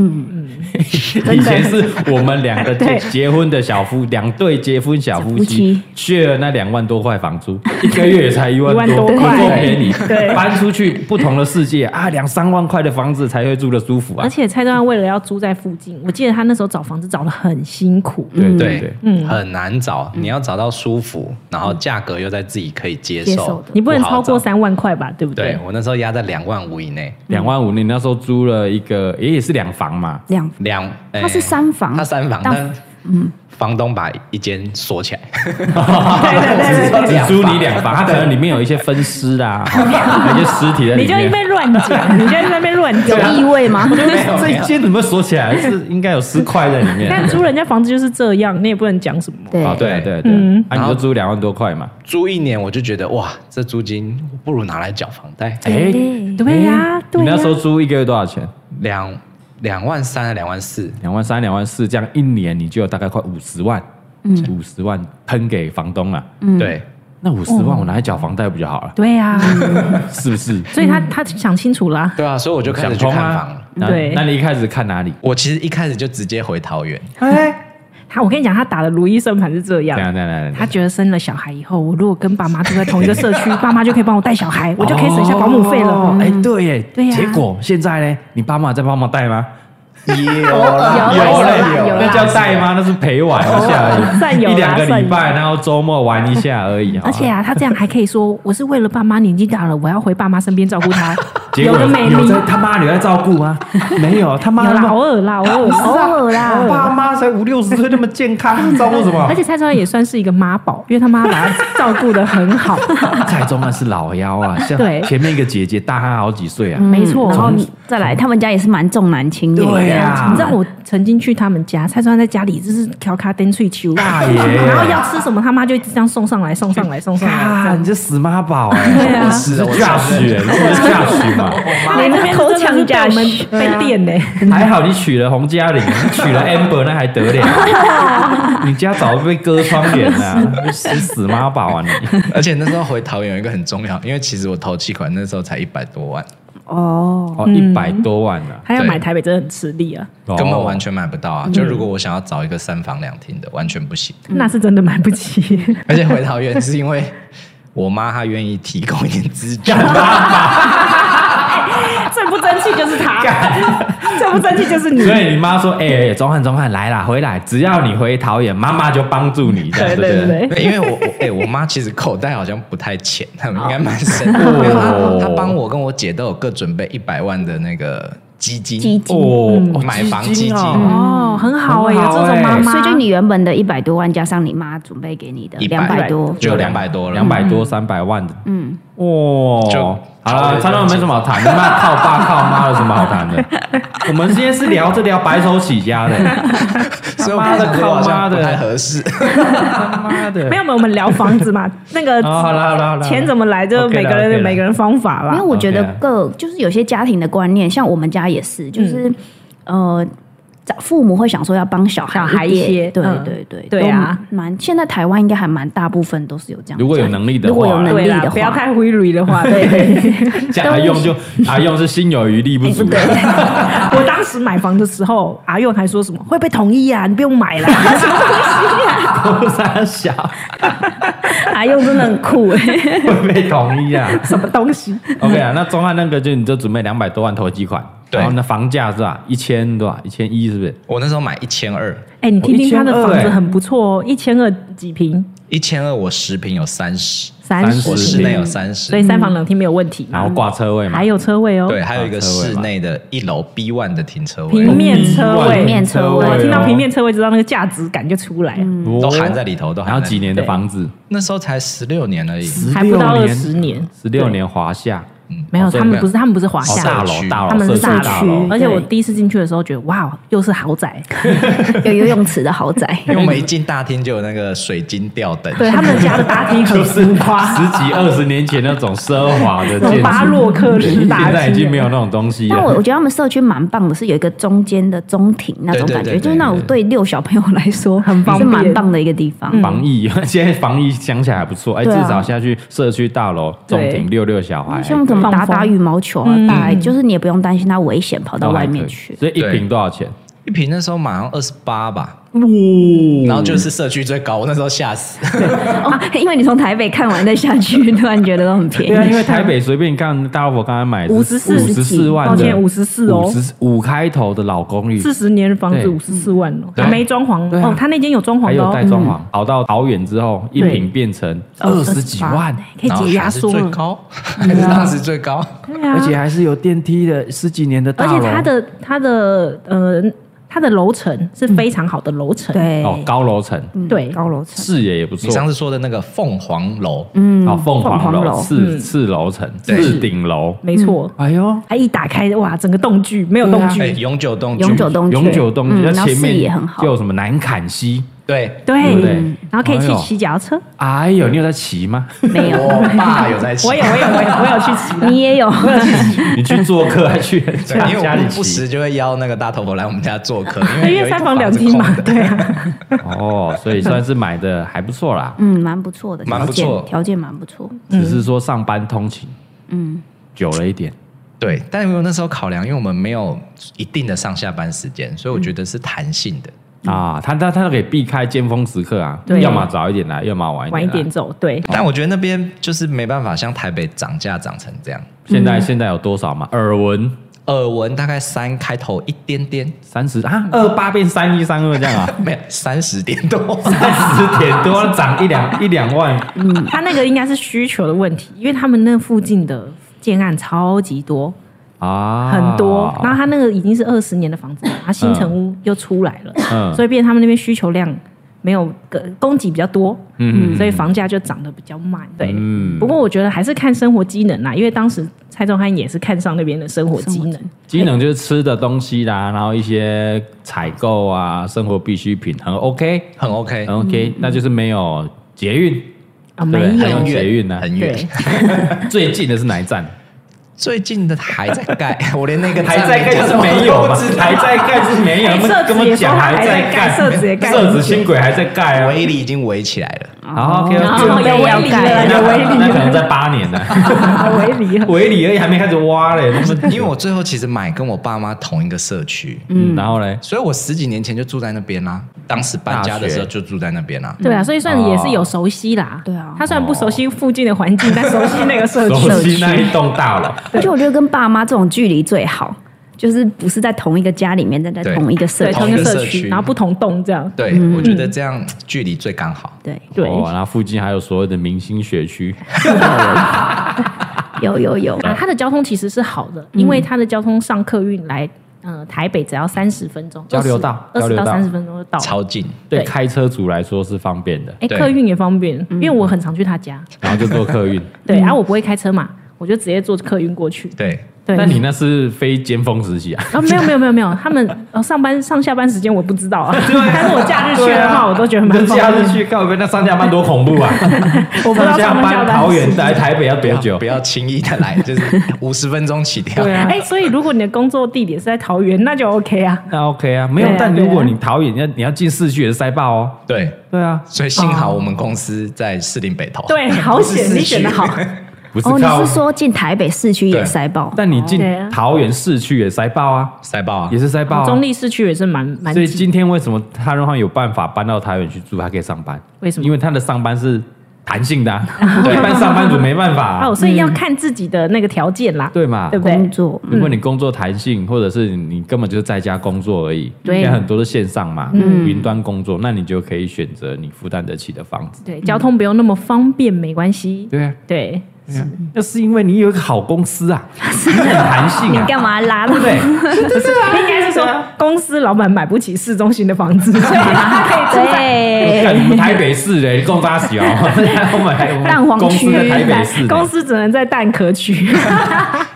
S1: 以前是我们两 个
S2: 对
S1: 结结婚的小夫，两对结婚小夫
S3: 夫
S1: 妻
S3: 妻
S1: 缺了那两万多块房租，一个月也才一万
S2: 一万
S1: 多，
S2: 多
S1: 不
S2: 块
S1: 够便宜。
S2: 对
S1: 搬出去不同的世界啊，两三万块的房子才会住的舒服啊
S2: 而。且蔡端为了要租在附近，我记得他那时候找房子找的很辛苦，
S1: 对对
S5: 对
S1: 对，，
S2: 嗯
S5: 很难找，你要找到舒服，然后价格又在自己可以接
S3: 接受
S5: 受
S3: 的，
S2: 你不能
S5: 好
S2: 超过
S5: 找。
S2: 三万块吧，对不
S5: 对？我那时候压在两万五以内，
S1: 两万五，你那时候租了一个，也也是两房嘛。
S3: 两，
S5: 两哎
S3: 它是三房，
S5: 他三房，
S3: 但
S5: 但房东把一间锁起来，
S2: 啊对对
S1: 只租你两房，它可能里面有一些分尸啦，有一些尸体在
S2: 你
S1: 里
S2: 就一
S1: 面。
S2: 边乱 讲，你就一边乱讲，
S3: 有异味吗？
S1: 这一间怎么锁起来？是应该有尸块在里面。
S2: 但租人家房子就是这样，你也不能讲什么。
S3: 对
S1: 啊，对对对，
S2: 嗯
S1: 啊，你就租两万多块嘛。
S5: 租一年我就觉得哇，这租金不如拿来缴房贷，
S1: 哎，
S2: 对呀，
S1: 你
S2: 对呀啊
S1: 那，时候租一个月多少钱？
S5: 两两万三、两万四，
S1: 两万三、两万四，这样一年你就有大概快五十万，嗯，五十万喷给房东了。
S2: 嗯
S5: 对，
S1: 那五十
S2: 哦
S1: 万我拿来缴房贷不就好了？
S2: 对呀，
S1: 嗯是不是？
S2: 所以他他想清楚啦，
S5: 对啊，所以我就开
S1: 想
S5: 始去
S1: 通
S5: 看房
S1: 啊
S5: 了。。
S1: 那
S2: 对
S1: 那你一开始看哪里？
S5: 我其实一开始就直接回桃园，哎
S2: 他我跟你讲，他打的如意算盘是这
S1: 这样
S2: 样。
S1: 这样这样这
S2: 他
S1: 样。
S2: 觉得生了小孩以后，我如果跟爸妈住在同一个社区， 爸妈就可以帮我带小孩，我就可以省下保姆费了嗯
S1: 哦。哎，对耶，
S2: 对呀
S1: 结果现在呢，你爸妈在帮忙带吗？
S5: 有
S3: 啦有啦
S1: 嘞
S3: 有啦有，啦
S1: 那叫带吗？那是陪玩一下而
S2: 哦算
S1: 已，
S2: 有啦
S1: 一两个礼
S2: 算
S1: 拜，然后周末玩一下而已。
S2: 而且啊，他这样还可以说，我是为了爸妈年纪大了，我要回爸妈身边照顾他。
S1: 结
S2: 有
S1: 果
S2: 的没
S1: 有
S2: 力，
S1: 在他妈有在照顾 吗？没有，他妈
S2: 有
S1: 那
S2: 啦，
S1: 么
S2: 偶尔啦，偶尔。
S3: 偶尔啦，
S1: 爸妈才五六十岁，那么健 康，啊照顾什么
S2: 而？且蔡卓妍也算是一个妈宝，因为他妈把他照顾的很好，
S1: 蔡宗翰是老妖 啊，像
S2: 对
S1: 前面一个姐姐大他好几岁啊。
S2: 嗯没错。
S3: 然后再来，他们家也是蛮重男轻女的。
S1: 对啊
S2: 你知道我曾经去他们家，蔡川在家里就是调卡丁脆球，
S1: 大爷啊
S2: 然后要吃什么，他妈就一直这样送上来，送上来，送上 来。这
S1: 啊，
S2: 样
S1: 你这死妈宝哎！
S2: 对啊
S1: 是嫁娶，你是嫁娶 嘛？
S2: 你那边真的是被我们
S3: 对
S2: 被
S3: 啊
S2: 电呢、欸
S1: 还好你娶了洪嘉玲，你娶了 Amber 那还得了？ 你家早就被割窗帘了，死死妈宝啊你！
S5: 而且那时候回桃园有一个很重要，因为其实我投期款那时候才一百多万，
S3: 哦，
S2: 嗯
S1: 哦，一百多万啊，
S2: 他要买
S5: 对
S2: 台北真的很吃力啊，
S1: 哦嗯
S5: 根本完全买不到啊！就如果我想要找一个三房两厅的，完全不行。
S2: 那是真的买不 起。
S5: 而且回桃园是因 为我妈她愿意提供一点资助，
S2: 最不争气就是他， 最不争气就 是你。
S1: 所以你妈说：“哎、哎哎，钟汉，钟汉，来啦，回来，只要你回桃园，妈妈就帮助你。”这样
S2: 对对对
S5: 对，因为我我哎、我妈其实口袋好像不太浅，他们应该蛮深的。因为她她帮我跟我姐都有各准备一百万的那个基金，
S4: 基金
S1: 哦，哦
S5: 买
S2: 嗯
S5: 房基金
S1: 哦
S2: 哦，很好哎、
S1: 很
S2: 有
S1: 好
S2: 这种妈
S1: 欸
S2: 妈，
S4: 所以就你原本的一百多万加上你妈准备给你的
S5: 一
S4: 两百多，
S5: 就两百多了，
S1: 两百多、三百万的，
S4: 嗯，
S1: 哦，
S5: 就
S1: 好了，常
S5: 超越
S1: 常没什么好谈，你妈靠爸靠妈有什么好谈 的？我们今天是聊这聊白手起家的，
S5: 所以我
S1: 妈的
S5: 想说好
S1: 靠妈
S5: 像
S1: 的
S5: 不太合适。
S1: 他妈的
S2: 没有没有，我们聊房子 嘛，那个
S1: 哦好啦好啦好啦
S2: 钱怎么来，就
S1: OK 啦
S2: 每个
S1: OK
S2: 人
S1: 啦
S2: 有每个人方法
S4: 因为
S2: 啦。
S4: 我觉得
S1: OK
S4: 各就是有些家庭的观念，像我们家也是，就是、呃。长父母会想说要帮小孩
S2: 小孩一
S4: 点
S2: 些
S4: 对
S2: 嗯
S4: 对对，
S2: 对啊
S4: 都蛮现在台湾应该还蛮大部分都是有这样的家庭。
S1: 如果有 能力的
S4: 如果有
S1: 话
S4: 能
S2: 对
S4: 力
S2: 啦
S4: 的，话，
S2: 不要太灰驴的话，对
S1: 像阿用就阿用是心有余力不
S2: 哎
S1: 足，
S2: 我当时买房的时候，阿用还说什么会被同意啊，你不用买啦， 什么东西啊？
S1: 不三小
S4: 阿用真的很酷哎、
S2: 欸
S1: 会被同意啊。
S2: 什么东西？
S1: OK 啊，那钟汉那个就你就准备两百多万投机款，
S5: 对
S1: 然后那房价是吧？一千多少？啊一千一是不是？
S5: 我那时候买一千二，
S2: 哎，你听听他的
S1: 1200
S2: 房子
S1: 欸
S2: 很不错哦，一千二几平，
S5: 一千二我十平有三十，
S2: 三
S1: 30
S5: 我
S1: 平
S5: 室
S2: 十
S5: 内哦有
S2: 平，
S5: 三
S2: 所以
S5: 十，
S2: 三房两厅没有问题嘛。
S1: 然后挂车位嘛
S2: 还，有车位哦，
S5: 对，还有一个
S1: 啊车位
S5: 室
S1: 嘛
S5: 内的一楼 B one 的停车位
S2: 平，面车
S1: 哇
S2: 位，
S4: 平面车位
S2: 我听到
S1: 哦
S2: 平面车位，知道那个价值感就出来了，
S5: 都含在里头，都
S1: 然
S5: 含
S1: 后
S5: 在里
S1: 几
S5: 头。
S1: 年的房子，
S5: 那时候才十六年而已，
S2: 还不到二十年，
S1: 十六年华夏
S2: 没有，
S1: 哦所以
S2: 他
S1: 没
S2: 们
S1: 有
S2: 不是，他们不是华
S5: 哦
S2: 夏
S1: 大
S5: 社
S1: 楼
S5: 区
S1: 大楼，
S4: 他们
S1: 社
S4: 是
S1: 区
S4: 社
S1: 大
S4: 区
S1: 楼
S2: 而且我
S4: 对
S2: 第一次进去的时候觉得，哇，又是豪 宅，
S4: 有游泳池的豪 宅，
S5: 因为我们一进大厅就有那个水晶吊灯，
S2: 对他们家的大厅 很
S1: 就是
S2: 浮夸，
S1: 十几二十年前那种奢华的
S2: 什
S1: 建
S2: 么巴
S1: 筑，
S2: 洛克式
S1: 现
S2: 大
S1: 在已经没
S2: 厅。
S1: 有那种东西
S4: 但我
S1: 了。
S4: 我觉得他们社区蛮棒的，是有一个中间的中庭那种
S5: 对对
S4: 感觉，
S5: 对对
S4: 就是那种对六小朋友来说
S2: 很方
S4: 是
S2: 便
S4: 蛮棒的一个地
S2: 嗯
S4: 方。
S1: 防疫 现在防疫想起来还不错，哎，至
S4: 对啊
S1: 少下去社区大楼中庭
S2: 对
S1: 遛遛小孩，
S4: 像怎么打
S2: 放风
S4: 打羽毛球啊
S2: 嗯，
S4: 打就是你也不用担心它危险跑到
S1: 都还
S4: 外
S1: 可
S4: 面
S1: 以
S4: 去。
S1: 所以一
S5: 对
S1: 瓶多少钱？
S5: 一瓶那时候马上二十八吧，然后就是社区最高，我那时候吓死。
S4: 哦，因为你从台北看完再下去， 突然觉得都很便
S1: 对啊，
S4: 宜。
S1: 因为台北随便看大老婆刚才买
S2: 五十四
S1: 五十四万的，
S2: 抱歉54哦
S1: 五十五开头的老公寓，
S2: 四十年的房子
S1: 对
S2: 五十四万哦，
S1: 对
S2: 还没装潢
S1: 对啊
S2: 哦，他那间有装
S1: 还
S2: 潢的
S1: 有带
S2: 哦，
S1: 装潢，跑到桃园之后，一
S2: 对
S1: 平变成二十几万，
S2: 可以
S5: 然后
S2: 解压
S5: 还是
S2: 缩
S5: 最
S2: 了。
S5: 高，还是当时最高。
S2: 对
S1: 而
S2: 啊，
S1: 且还是有电梯的，十几年的大
S2: 而
S1: 楼，
S2: 且它的它的呃它的楼层是非常好的楼层，
S4: 嗯对嗯
S1: 哦高楼层，
S2: 对，
S4: 高楼层，
S1: 视野也不错
S5: 你。上次说的那个凤凰楼，
S4: 嗯
S1: 哦，凤凰
S4: 凤
S1: 楼四
S2: 嗯
S1: 四楼层，
S5: 对
S1: 四顶楼，
S2: 没错。
S4: 嗯
S1: 哎呦，
S2: 哎，一打开哇，整个洞距没有
S4: 啊
S2: 洞
S5: 哎，
S2: 距，
S5: 永久洞居，
S4: 永久东区
S1: 永久东
S4: 嗯
S1: 它
S4: 然后
S1: 前
S4: 视
S1: 面
S4: 野很好
S1: 就。有什么南坎西，
S5: 对，
S1: 对不对
S2: 对，然后可以
S1: 哎
S2: 去
S1: 呦
S2: 骑脚 踏车，
S1: 哎呦，你有在骑吗？
S4: 没有，，
S5: 我爸有在骑，
S2: 我有我有我有我有去骑
S4: 你 也有，
S1: 你去做客还去人
S5: 对，
S1: 家
S5: 因为
S1: 家
S5: 我
S1: 里
S5: 们不
S1: 骑
S5: 时就会邀那个大头佛来我们家做客，
S2: 因
S5: 因为有
S2: 为
S5: 一个
S2: 三房
S5: 房
S2: 两
S5: 子
S2: 厅嘛
S5: 空，的
S2: 对啊，
S1: 哦， 所以算是买的还不错啦。
S4: 嗯，蛮不错的，
S5: 蛮
S4: 条
S5: 不
S4: 件
S5: 错
S4: 条件蛮不错。
S2: 嗯
S1: 只是说上班通勤，嗯，久了一点，
S5: 对，但因为那时候考量，因为我们没有一定的上下班时间，所以我觉得是弹性的。
S1: 啊，他他他可以避开尖峰时刻啊，
S2: 嗯对
S1: 要么早一点来，要么晚一点。
S2: 晚一点。走， 对，
S5: 但我觉得那边就是没办法像台北涨价涨成这样，
S1: 现
S2: 嗯
S1: 在现在有多少嘛？耳闻
S5: 耳闻大概三开头一点点，，
S1: 三十
S2: 嗯
S1: 啊，二八变三一三二这样 啊
S5: 没有三十点多。
S1: 三十点多涨一两一两万，
S2: 他那个应该是需求的问题，因为他们那附近的建案超级多，
S1: 啊，
S2: 很多。然后他那个已经是二十年的房子，然后新城屋又出来了，
S1: 嗯
S2: 所以变成他们那边需求量没有个供给比较多，
S1: 嗯
S2: 所以房价就涨得比较慢。对，
S1: 嗯
S2: 不过我觉得还是看生活机能啦，因为当时蔡宗汉也是看上那边的生活机能，
S1: 机能就是吃的东西啦，然后一些采购啊，生活必需品，很 OK，
S5: 很 OK，
S1: 很 OK，那就是没有捷运，
S2: 啊，
S1: 对
S2: 嗯没
S1: 还有
S2: 有。
S1: 捷运啊呢
S5: 很
S2: 对
S5: 远。，
S1: 最近的是哪一站？
S5: 最近的还在盖， 我连那个
S1: 还在盖是没有嘛？还在盖是没有，
S2: 哎
S1: 他们
S2: 社子
S1: 跟我
S2: 也
S1: 讲
S2: 说他
S1: 还在
S2: 还在盖
S1: 盖，
S2: 社子也盖
S1: 社子轻轨还在盖啊。
S5: 围篱已经围起来了。
S1: 好，OK，
S4: 然
S1: 那
S4: 后
S2: 准备
S4: 有
S2: 要
S4: 威力
S2: 盖
S4: 了
S2: 了
S1: 那
S2: 有威力
S1: 那可能在八年呢，
S2: 维里很
S1: 围里而已，还没开始挖 嘞。那么
S5: 因为我最后其实买跟我爸妈同一个社区，
S1: 嗯，然后嘞，
S5: 所以我十几年前就住在那边啦。当时搬家的时候就住在那边啦。
S2: 对啊，所以算也是有熟悉啦。
S4: 对啊
S2: 他虽然不熟悉附近的环境，但熟悉那个社区。
S1: 哦熟悉那一栋大楼，
S4: 而且我觉得跟爸妈这种距离最好，就是不是在同一个家里面，但在
S5: 对
S4: 同一个社
S2: 对，
S4: 区。
S1: 哦
S2: 同一个社
S5: 同一个社区
S2: 区，然后不同栋这样。
S5: 对，我觉得这样距离最刚好。
S4: 对，
S2: 对，
S1: 哦，然后附近还有所有的明星学区，
S4: 有有有，哦
S2: 啊，它的交通其实是好的，因为它的交通上客运来，呃，台北只要三十分钟，
S1: 交流道
S2: 二
S1: 交
S2: 十
S1: 流
S2: 到
S1: 道
S2: 三十分钟就到了。
S5: 超近，
S1: 对
S2: 对
S1: 开车族来说是方便的，
S2: 哎，
S5: 对
S2: 客运也方便，因为我很常去他家，
S1: 然后就坐客运。
S2: 对，然后我不会开车嘛，我就直接坐客运过去。
S5: 对，
S2: 对，
S1: 但你那是非尖峰时期啊，
S2: 啊，没有没有没有没有，他们呃上班上下班时间我不知道啊，但是我假日去的话，我都觉得蛮
S1: 你
S2: 方
S1: 假日
S2: 便。
S1: 去，看我们那上下班多恐怖啊！
S2: 我不知道
S1: 上下
S2: 上班下
S1: 班
S2: 班
S1: 桃
S2: 时
S1: 园
S2: 间
S1: 来台北要多久
S5: 不？要轻易的来，就是五十分钟起跳。
S2: 对啊，哎，所以如果你的工作地点是在桃园，那就 OK 啊。
S1: 那 OK 啊，没有
S2: 对啊。
S1: 但
S2: 对啊
S1: 如果你桃园要你要进市区也是塞爆哦。
S5: 对，
S1: 对啊，
S5: 所以幸好我们公司在士林北投。啊
S2: 哦对，好险，你选的好。
S1: 不是
S4: 哦，
S1: 靠
S4: 你是说进台北市区也
S5: 对
S4: 塞爆？
S1: 但你进
S2: 对啊哦
S1: 桃园市区也塞爆啊，
S5: 塞爆啊
S1: 也！是塞爆啊。
S2: 中立市区也是蛮蛮
S1: 所以
S2: 挤
S1: 今天为什么他让他有办法搬到台北去住，还可以上班？
S2: 为什么
S1: 因为他的上班是弹性的、 啊，一般上班族没办法、啊
S2: 哦，。所以要看自己的那个条件啦，
S1: 对嘛
S2: 对不
S4: 工
S2: 对？
S4: 作，
S1: 如果你工作弹性，或者是你根本就是在家工作而已，
S2: 对
S1: 现在很多是线上嘛，云端工作，那你就可以选择你负担得起的房子。
S2: 对，交通不用那么方便，没关系。
S1: 对啊，
S2: 对，
S1: 那是因为你有一个好公司啊，很弹性啊，
S4: 干嘛拉到
S1: 对不对？
S2: 应该是说
S1: 啊
S2: 公司老板买不起市中心的房 子，所以他可以住在
S4: 对，
S1: 看你们台北市嘞，供大小，哦我们
S4: 蛋黄
S1: 公
S4: 区
S1: 司在台北市呢，
S2: 公司只能在蛋壳区。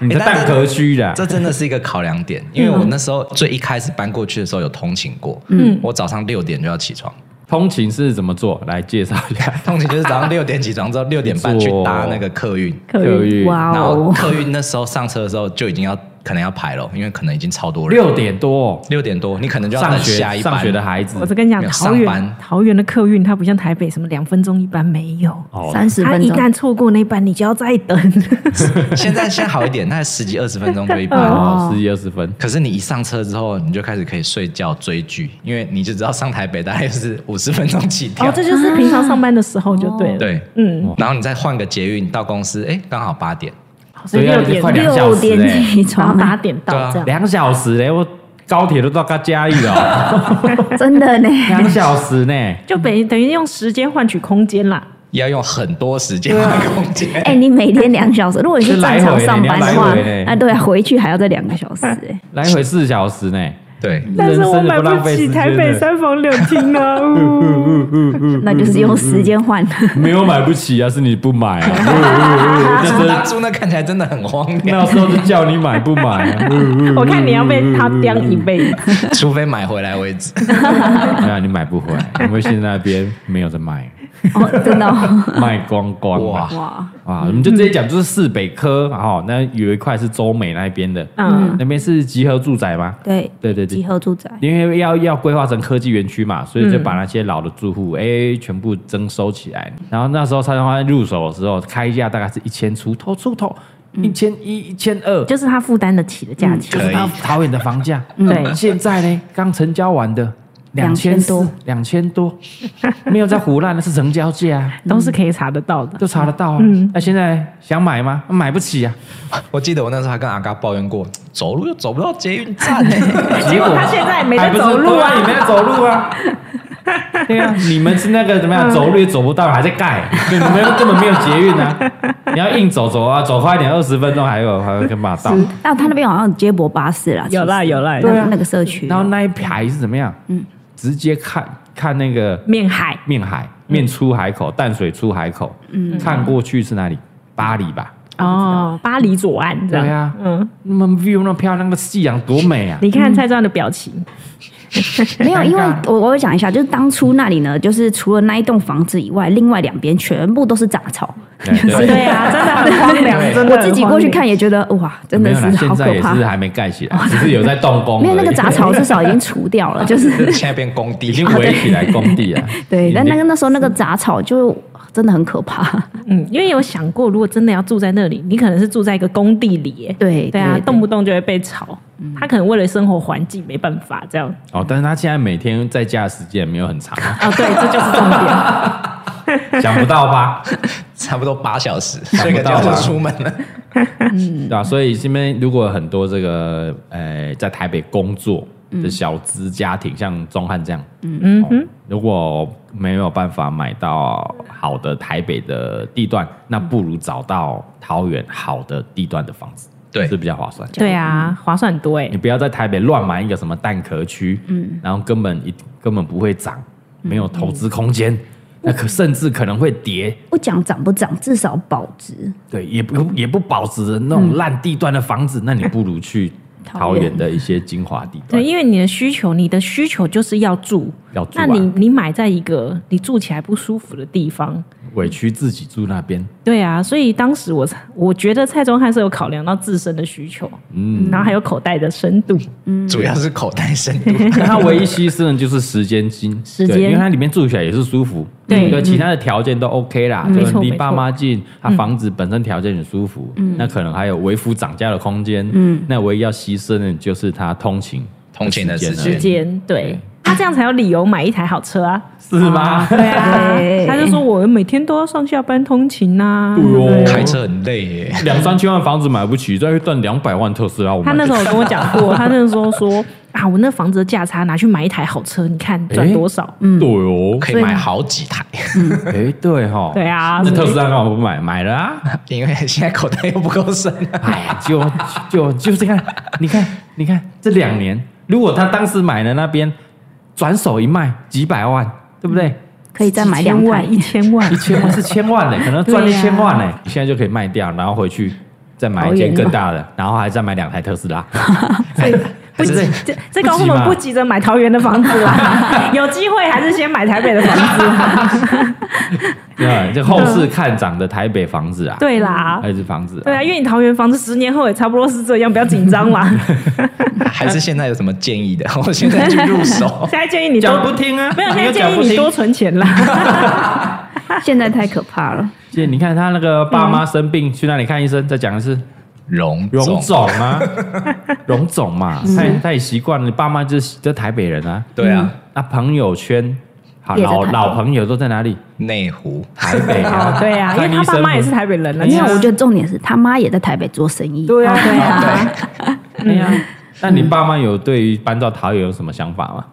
S1: 你在蛋壳区的啊，
S5: 这真的是一个考量点，因为我那时候最一开始搬过去的时候有通勤过，嗯，我早上六点就要起床，
S1: 通勤是怎么做？来介绍一下。
S5: 通勤就是早上六点起 床之后六点半去搭那个客运，
S2: 客运
S1: 运
S4: 哇
S5: 然后
S4: 哦，
S5: 客运那时候上车的时候就已经要可能要排了，因为可能已经超多人，
S1: 六点多
S5: 六点多，你可能就要
S1: 上
S5: 等
S1: 学
S5: 下一班
S1: 上学的 孩子
S2: 我是跟你讲，
S5: 没有
S2: 桃
S5: 上
S2: 园
S5: 班
S2: 桃园的客运它不像台北什么两分钟一班没有，
S1: 哦，
S4: 三十
S2: 它
S4: 分
S2: 一
S4: 钟，
S2: 旦错过那班，你就要再 等。
S5: 现在现在好一点，那十几二十分钟就一班。
S1: 哦，十几二十分，
S5: 可是你一上车之后，你就开始可以睡觉追剧，因为你就知道上台北大概是五十分钟起跳。
S2: 哦，这就是平常上班的时候就对
S1: 哦
S2: 了。，
S5: 对，
S2: 嗯，
S5: 然后你再换个捷运到公司，哎，刚好八点。
S2: 所以
S1: 对啊
S2: 六点
S1: 快两小
S4: 六
S1: 时
S4: 点
S1: 欸
S4: 起
S2: 然
S4: 床
S2: 后八
S4: 啊，
S2: 点到
S5: 对啊
S2: 这样。
S1: 两小时嘞，我高铁都到他嘉义了哦，
S4: 真的呢，
S1: 两小时呢。
S2: 就等于等于用时间换取空间啦。
S5: 要用很多时间换空间。
S4: 哎，你每天两 小时，如果你是
S1: 是来
S4: 正
S1: 回
S4: 常
S1: 呢
S4: 上班的话
S1: 你要来回呢，
S4: 啊，对啊，回去还要再两个小时，哎，
S1: 来回四小时呢，
S5: 对，
S2: 但是
S1: 人
S2: 我
S1: 生
S2: 买
S1: 不浪
S2: 不
S1: 费
S2: 起
S1: 时间
S2: 台北
S1: 的，
S2: 三房两厅啊！ 呜
S1: 嗯
S4: 哎那就是用时间换。
S1: 没有买不起啊，是你不买 啊。那时候
S5: 当初那看起来真的很荒
S1: 那
S5: 凉，
S1: 时候就叫你买不买 啊？
S2: 我看你要被他刁一辈子。
S5: 除非买回来为止。
S1: 哎呀，你买不回来，因为现在那边没有在卖，
S4: 哦，真的哦，
S1: 卖光光了。
S5: 哇，
S4: 哇，
S1: 啊，我们就直接讲，就是市北科哦，那有一块是洲美那边的，
S2: 嗯，
S1: 那边是集合住宅吗？
S4: 对，
S1: 对对对
S4: 集，合住宅，
S1: 因为要要规划成科技园区嘛，所以就把那些老的住户哎、全部征收起来。然后那时候蔡康永入手的时候，开价大概是一千出头出头，一千一、一千二，
S2: 就是他负担得起的价钱
S5: 嗯。
S1: 嗯就是他桃园的房价。
S2: 对
S1: 现在呢，刚成交完的。两千
S4: 2000多，
S1: 两千多，没有在胡乱的是成交价、啊，
S2: 都是可以查得到的。
S1: 都查得到啊。那现在想买吗？买不起啊。
S5: 我记得我那时候还跟阿嘎抱怨过，走路又走不到捷运站呢、
S1: 结 果
S2: 他现在没在走路啊
S1: 还不是对啊，你没在走路 啊。对啊，你们是那个怎么
S4: 嗯
S1: 样，走路也走不到，还在盖，对，你们根本没有捷运啊！ 你要硬走走啊，走快一点，二十分钟还有还有跟马到。
S4: 那他那边好像有接驳巴士啦，
S2: 有啦
S4: 其实
S2: 有啦
S4: 那
S1: 对啊
S4: 那个社区，
S1: 然后那一排是怎么样？嗯，直接看看那个
S2: 面海
S1: 面海，
S4: 嗯
S1: 面出海口，淡水出海口，嗯，看过去是哪里？巴黎吧？
S2: 哦，巴黎左岸这样。
S1: 对啊
S2: 嗯，
S1: 那么 view 那么漂亮，那个夕阳多美啊！
S2: 你看蔡庄的表情，
S4: 没有，因为
S1: 尴尬
S4: 我我讲一下，就是当初那里呢，就是除了那一栋房子以外，另外两边全部都是杂草。
S1: 对
S2: 对啊，真的很荒 凉，真的
S4: 我
S2: 很
S4: 自己过去
S2: 荒
S4: 看也觉得哇，真
S1: 没
S4: 的
S1: 有啦，
S4: 是
S1: 现
S4: 好
S1: 在
S4: 可
S1: 也
S4: 怕。哦
S1: 是还没盖起来，只是有在动工而已。
S4: 没有那个杂草至少已经除掉了，就是。
S5: 现在变工
S1: 已
S5: 地
S1: 经，围起来工地啊
S4: 哦对，但那个
S1: 已经
S4: 那时候那个杂草就真的很可怕。
S2: 凉。嗯，因为有想过，如果真的要住在那里，你可能是住在一个工地里耶。
S4: 对
S2: 对啊，动
S4: 不
S2: 不动就会被吵。他可能为了生活环境没办法这样。
S1: 哦，但是他现在每天在家的时间也没有很长，
S4: 啊，对，这就是重点。
S1: 想不到吧？
S5: 差不多八小时，
S1: 想
S5: 睡
S1: 不
S5: 个
S1: 到吧
S5: 觉就出门了。
S1: 对啊，所以这边如果很多这个呃在台北工作的小资家庭，像钟汉这样，哦
S2: 嗯哼，
S1: 如果没有办法买到好的台北的地段，那不如找到桃园好的地段的房子，
S5: 对
S1: 是比较划算。
S2: 对啊，划算很多哎
S1: 你。不要在台北乱买一个什么蛋壳区，嗯，然后根本一根本不会涨，没有投资空间，那可甚至可能会跌，
S4: 不讲涨不涨，至少保值。
S1: 对，也不也不保值的那
S2: 嗯
S1: 种烂地段的房子，那你不如去桃
S4: 桃园
S1: 园的一些精华地段
S2: 对，。因为你的需求，你的需求就是要住，
S1: 要住啊
S2: 那你你买在一个你住起来不舒服的地方，
S1: 委屈自己住那边，
S2: 对啊，所以当时我才我觉得蔡宗翰是有考量到自身的需求，嗯，然后还有口袋的深度，
S5: 主要是口袋深度，
S1: 那它唯一牺牲的就是时间金，
S4: 时
S1: 对
S4: 间
S1: 因为它里面住起来也是舒服，
S2: 对
S1: 对，其他的条件都 OK 啦，
S2: 嗯
S1: 就
S2: 没错
S1: 离
S2: 没错嗯
S1: 爸妈近，它房子本身条件很舒服，那可能还有微幅涨价的空间，嗯，那唯一要牺牲的就是它通勤
S2: 啊
S5: 通勤的时
S1: 时
S5: 间
S1: 间
S2: 时
S1: 而已，
S2: 间，对。他这样才有理由买一台好车啊！
S1: 是吗？
S2: 对啊
S4: 对，
S2: 他就说我每天都要上下班通勤啊呐、
S1: 对哦
S2: 对
S5: 开车很累耶。
S1: 两三千万房子买不起，再去赚两百万特斯拉，我
S2: 他
S1: 们
S2: 那时候有跟我讲 过，他那时候说啊，我那房子的价差拿去买一台好车，你看赚多少？
S1: 嗯，对哦，
S5: 可以买好几台，
S1: 哎，对哈，
S2: 对啊
S1: 那特斯拉干嘛不买？买了啊，
S5: 因为现在口袋又不够深、
S1: 哎呀，就就就这样，你看，你看这两年，如果他当时买了那边，转手一卖几百万，对不对？
S4: 可以再买两
S2: 千
S4: 台
S2: 万、一千万
S1: 一，千万是千万嘞，可能赚一
S4: 对啊
S1: 千万嘞，现在就可以卖掉，然后回去再买一间更大的，然后还再买两台特斯拉，
S2: 不急
S1: 对，
S2: 这这个我们不急着买桃园的房子啦， 有机会还是先买台北的房子啦。
S1: 对，这后市看涨的台北房子啊，
S2: 对啦，
S1: 还是房子，
S2: 对啊，因为你桃园房子十年后也差不多是这样，不要紧张 啦。
S5: 还是现在有什么建议的？我现在去入手
S2: 现，在建议你
S1: 讲
S2: 多
S1: 不听啊，
S2: 没有，
S1: 你
S2: 现
S1: 又
S2: 在
S1: 讲
S2: 建
S1: 不
S2: 议你
S1: 听
S2: 多存钱 啦。
S4: 现 在太可怕了，
S1: 姐，你看他那个爸妈生病、去那里看医生，再讲的是
S5: 荣
S1: 荣
S5: 总
S1: 总 啊，荣总嘛，
S2: 嗯
S1: 他也他也习惯了，你爸妈就是在台北人啊，
S5: 对啊，
S1: 那朋友圈，好
S4: 也在
S1: 老
S4: 台北
S1: 老朋友都在哪里？
S5: 内湖
S1: 台北
S2: 哦
S1: 啊，，
S2: 对啊，因
S1: 看医
S2: 为他爸
S1: 生
S2: 妈也
S1: 不
S2: 是台北人了。
S4: 没有，我觉得重点是他妈也在台北做生意。
S1: 对啊，
S2: 对啊，
S1: 对呀。
S2: 嗯
S1: 那你爸妈有对于搬到桃园有什么想法吗？
S2: 嗯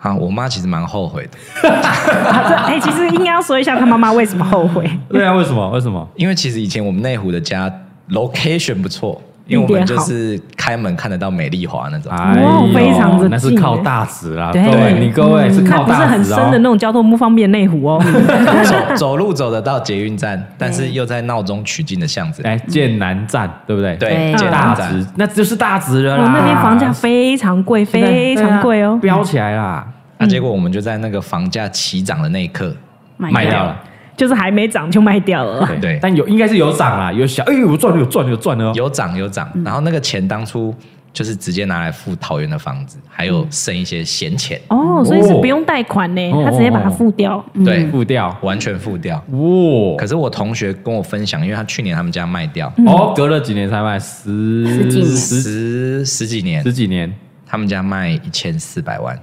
S5: 啊，我妈其实蛮后悔的，
S2: 啊这哎，其实应该要说一下他妈妈为什么后悔。
S1: 对啊，为什么？为什么？
S5: 因为其实以前我们内湖的家 location 不错，因为我
S2: 地
S5: 们
S2: 点
S5: 就
S2: 好
S5: 是开门看得到美丽华那种。
S1: 哎呦，
S2: 非常的
S1: 那是
S2: 近
S1: 靠
S2: 欸
S1: 大直啦，各
S2: 对嗯
S1: 位，你各位是
S2: 那
S1: 靠
S2: 不是
S1: 大
S2: 很
S1: 直
S2: 深
S1: 哦
S2: 的那。种交通不方便的内 湖哦。
S5: 走走路走得到捷运站，但是又在闹中取静的巷子。
S1: 哎，剑南站对不对？
S5: 对，
S4: 对
S5: 捷运
S1: 大
S5: 站
S1: 直，那就是大直了
S2: 我
S1: 啦。
S2: 那边房价非常贵，非常贵哦。
S1: 飙啊起来啦，
S5: 那啊结果我们就在那个房价起涨的那一刻，
S4: 买
S1: 卖掉
S4: 掉
S1: 了。
S2: 就是还没涨就卖掉了。
S5: 对对
S1: 但有应该是有涨啦，有小，哎，有赚了，有赚了，有赚了哦。
S5: 有涨有涨，然后那个钱当初就是直接拿来付桃园的房子，还有剩一些闲钱，
S2: 哦，所以是不用贷款呢
S1: 哦，
S2: 他直接把它付掉。
S5: 对，
S1: 付掉，
S5: 完全付掉。
S1: 哇
S5: 可！是我同学跟我分享，因为他去年他们家卖掉
S1: 哦，隔了几年才卖十
S4: 十几年
S1: 十
S5: 十十几年
S1: 十，几年，
S5: 他们家卖一千四百万，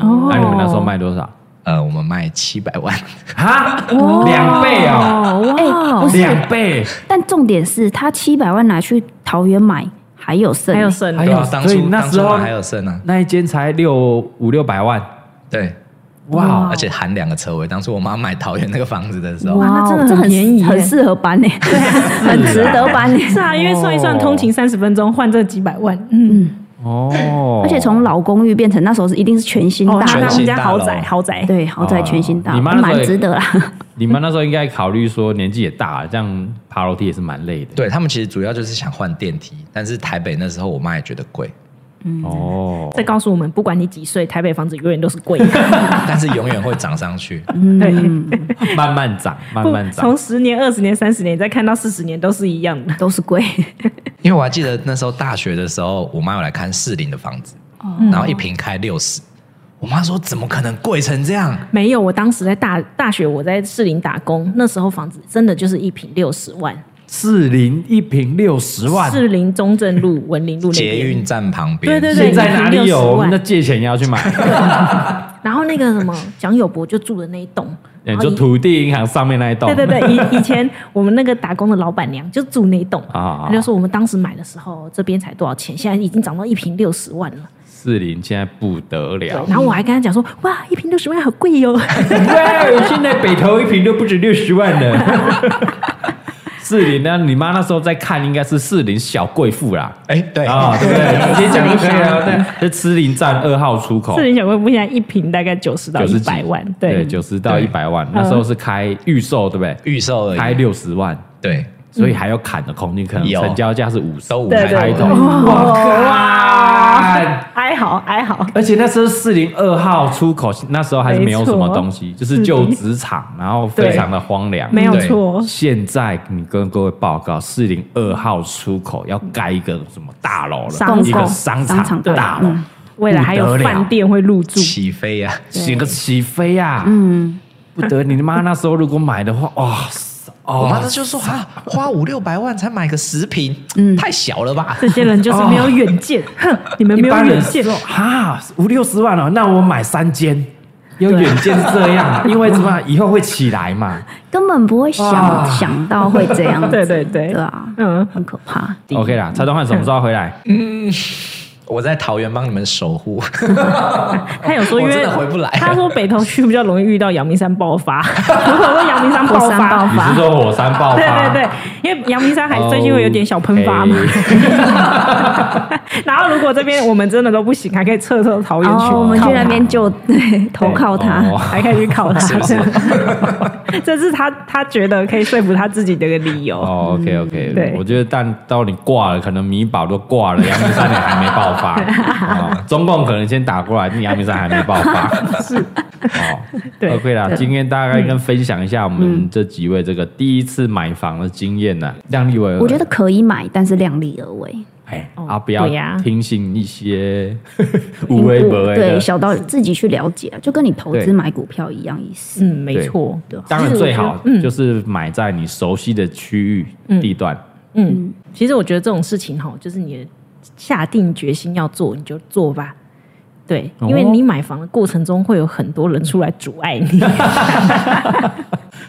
S2: 哦
S1: 那你们那时候卖多少？
S5: 呃，我们卖七百万，
S1: 哈，两倍哦，
S4: 哎，不是，
S1: 两倍，
S4: 但重点是他七百万拿去桃园买，还有剩，
S2: 还有剩
S1: 还
S5: 对
S1: 有
S5: 啊，当
S1: 哎所以
S5: 初
S1: 那
S5: 当
S1: 时
S5: 初
S1: 候
S5: 我还有剩啊，
S1: 那一间才六五六百万，
S5: 对，
S1: 哇！嗯
S5: 而且含两个车位。当初我妈买桃园那个房子的时候，
S4: 哇，
S2: 哇那真的
S4: 这
S2: 很便宜耶
S4: 很适合搬呢，啊很值得搬呢。
S2: 是啊，因为算一算通勤三十分钟换这几百万，嗯，
S1: 哦，
S4: 而且从老公寓变成那时候是一定是全新
S2: 哦，
S4: 嗯大
S2: 那
S5: 全
S2: 他
S5: 新
S2: 们家
S5: 大
S2: 豪
S5: 楼
S2: 宅豪宅，
S4: 对，豪宅全新大
S1: 哦你
S4: 楼，
S1: 妈那时候也
S4: 蛮值得啦。
S1: 你们那时候应该考虑说年纪也大了，这样爬楼梯也是蛮累的。
S5: 对他们其实主要就是想换电梯，但是台北那时候我妈也觉得贵，
S1: 哦，
S2: 这告诉我们，不管你几岁，台北房子永远都是贵的。
S5: 但是永远会涨上去。
S4: 嗯，
S1: 慢慢涨，慢慢
S2: 从
S1: 涨。
S2: 十年、二十年、三十年，再看到四十年，都是一样的。
S4: 都是贵。
S5: 因为我还记得那时候大学的时候，我妈有来看士林的房子，
S1: 嗯
S5: 然后一平开六十，我妈说怎么可能贵成这样？
S2: 没有，我当时在大大学，我在士林打工，那时候房子真的就是一平六十万，
S1: 四零一平六十万，
S2: 士林中正路、文林路那边
S5: 捷运站旁边，
S2: 对对对
S1: 现在哪里
S2: 一平
S1: 有？
S2: 60
S1: 我们
S2: 万
S1: 那借钱也要去买。
S2: 然后那个什么蒋友柏就住的那一栋，
S1: 哎你
S2: 然后
S1: 说
S2: 以
S1: 土地银行上面那一栋，
S2: 对对对，以以前我们那个打工的老板娘就住那一栋，
S1: 啊
S2: 她就说我们当时买的时候这边才多少钱，现在已经涨到一平六十万了。
S1: 四零现在不得了，
S2: 然后我还跟她讲说，哇，一平六十万好贵 哦哟、
S1: 哦哇，现在北投一平都不止六十万了。四零呢？你妈那时候在看，应该是四零小贵妇啦。
S5: 哎对
S1: 啊，对不对？直接讲就可以了。对，这四零站二号出口
S2: 四，零小贵妇现在一平大概九十到
S1: 九
S2: 一
S1: 十几
S2: 百万，
S1: 对，九十到一百万。那时候是开预售，对不对？
S5: 预售而
S1: 开
S5: 已，
S1: 六十万，
S5: 对，
S1: 所以还要砍的空间，可能
S5: 有
S1: 成交价是五十
S5: 都五哦
S2: 对
S5: 开
S1: 开
S2: 对
S1: 头。
S5: 头，
S1: 哇干
S2: 哀嚎哀嚎，
S1: 而且那时候四零二号出口，那时候还是没有什么东西，就是旧纸厂，然后非常的荒凉。
S2: 没有错，
S1: 现在你跟各位报告，四零二号出口要盖一个什么大楼
S2: 商
S1: 了，
S2: 场嗯
S1: 一个商
S4: 商
S1: 场
S4: 场
S1: 大楼，
S2: 未来还有饭店会入住。
S5: 起飞啊！
S1: 整个起飞啊！嗯，不得你妈那时候如果买的话，哇塞，
S5: 我妈
S1: 哦
S5: 那，就说啊，花五六百万才买个十平，
S2: 嗯
S5: 太小了吧？
S2: 这些人就是没有远见，哼，你们
S1: 哦一
S2: 没有
S1: 般
S2: 远
S1: 人哦
S2: 见。
S1: 说哈五六十万哦，那我买三间。有远见是这样 啊，因为什么？以后会起来嘛。
S4: 根本不会想想到会这样 子，
S2: 对对对
S4: 对啊，
S2: 嗯，
S4: 很可怕。
S1: OK 啦，蔡东汉什么时候要回来？
S5: 我在桃园帮你们守护，
S2: 他有说，因
S5: 我真
S2: 为
S5: 的回不来
S2: 他说北投区比较容易遇到阳明山爆发， 如果说阳明山爆
S4: 火山爆
S2: 发，
S1: 你是说火山爆
S2: 对
S1: 发？
S2: 对对，因为阳明山还最近会有点小喷发
S1: 哦
S2: 嘛。 然后如果这边我们真的都不行，还可以撤撤桃园
S4: 哦，我们
S2: 去
S4: 去
S2: 靠
S4: 那
S2: 它，
S4: 边就对投靠他，
S1: 哦
S2: 还可以去靠它，
S5: 是不是？
S2: 这是他他觉得可以说服他自己的一个理由。
S1: 哦，OK OK，
S2: 对
S1: 我觉得但到你挂了，可能米宝都挂了，阳明山你还没爆 发。哦中共可能先打过来，阳明山还没爆发。 是，哦，
S2: 对嗯
S1: o k 啦，今天大概跟分享一下我们这几位这个第一次买房的经验啊呢。量力为，
S4: 我觉得，可以买，但是量力而为。
S1: 哎，
S2: 哦
S1: 啊，不要
S2: 对呀嗯
S1: 听信一些无微不微
S4: 对
S1: 的。
S4: 小道理自己去了解，啊就跟你投
S1: 对
S4: 资买股票一样意思。
S2: 嗯，没错，对
S1: 当然最好
S2: 嗯
S1: 就是买在你熟悉的区域地段。
S2: 嗯，其实我觉得这种事情哈，就是你下定决心要做，你就做吧。对，因为
S1: 哦
S2: 你买房的过程中会有很多人出来阻碍你，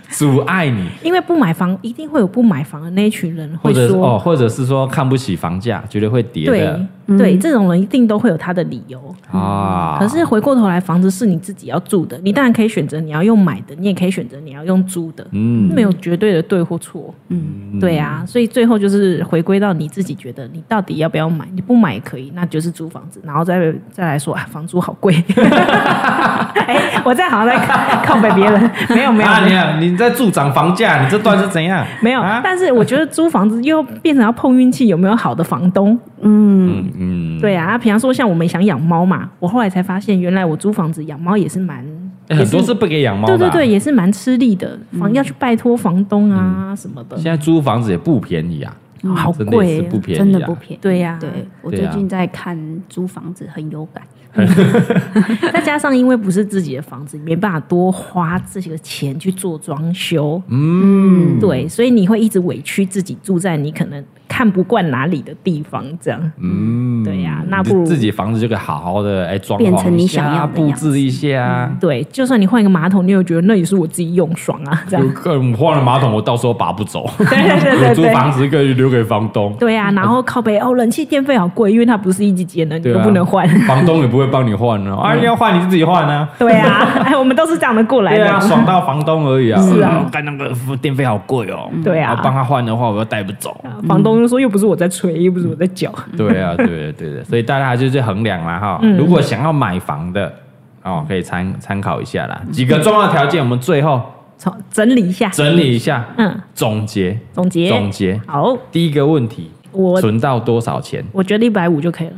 S1: 阻碍你，
S2: 因为不买房一定会有不买房的那一群人
S1: 或
S2: 会
S1: 者
S2: 说，
S1: 哦，或者是说看不起房价，觉得会跌
S2: 对
S1: 的
S2: 对，这种人一定都会有他的理由。
S1: 啊。
S2: 嗯可是回过头来，房子是你自己要住的，你当然可以选择你要用买的，你也可以选择你要用租的，
S1: 嗯
S2: 没有绝对的对或错。
S1: 嗯
S2: 对啊，所以最后就是回归到你自己觉得你到底要不要买，你不买也可以，那就是租房子，然后再再来说啊，房租好 贵。哎、我这样好像在靠北别人，没有没有。
S1: 啊，
S2: 没
S1: 你
S2: 有
S1: 啊你在助长房价，你这段是怎样？
S2: 没有，
S1: 啊
S2: 但是我觉得租房子又变成要碰运气，有没有好的房东？
S4: 嗯，
S1: 嗯，
S2: 对啊，比方说像我们想养猫嘛，我后来才发现，原来我租房子养猫也是蛮，
S1: 欸很多是不给养猫的
S2: 对
S1: 啊。
S2: 对对，也是蛮吃力的，
S4: 嗯
S2: 房要去拜托房东
S1: 嗯
S2: 啊什么的
S1: 现，在租房子也不便宜啊，
S2: 好
S1: 真的也
S2: 贵
S1: 是不
S2: 欸，
S1: 便宜啊，
S4: 真的不便宜。
S2: 对呀
S4: 对我
S1: 对
S4: 最
S1: 啊
S4: 近在看租房子，很有感。
S2: 再加上因为不是自己的房子，没办法多花这些钱去做装修，
S1: 嗯，
S2: 对，所以你会一直委屈自己住在你可能看不惯哪里的地方，这样，
S1: 嗯，
S2: 对呀那不如
S1: 自己房子就可以好好的哎装
S4: 变成
S1: 潢一
S4: 你
S1: 下
S4: 想要的
S1: 布
S4: 样
S1: 置一下。
S2: 对，就算你换一个马桶，你也觉得那也是我自己用爽啊，这
S1: 有
S2: 样，
S1: 个人换了马桶，我到时候拔不走。
S2: 对对对
S1: 我
S2: 对
S1: 租
S2: 对。
S1: 房子可以留给房东。
S2: 对啊，然后靠北哦，冷气电费好贵，因为它不是一级节能，你
S1: 对
S2: 又
S1: 啊，
S2: 不能 换。嗯
S1: 房东也不会帮你换呢。啊，要换你自己换啊。
S2: 对啊，哎，我们都是这样的过来
S1: 对啊，
S2: 的。
S1: 爽到房东而已啊！
S2: 是啊
S1: 哦，干那个电费好贵哦。
S2: 对啊
S1: 然后帮他换的话，我又带不走。
S2: 房东就说又不是我在吹，又不是我在缴。
S1: 对啊，对对对的，所以大家还是去衡量啦哈。
S2: 嗯
S1: 如果想要买房的哦，可以参参考一下啦。几个重要条件，我们最后
S2: 从整理一下，
S1: 整理一下，
S2: 嗯，
S1: 总结
S2: 总结，
S1: 总结。
S2: 好，
S1: 第一个问题，
S2: 我
S1: 存到多少钱？
S2: 我觉得一百五就可以了。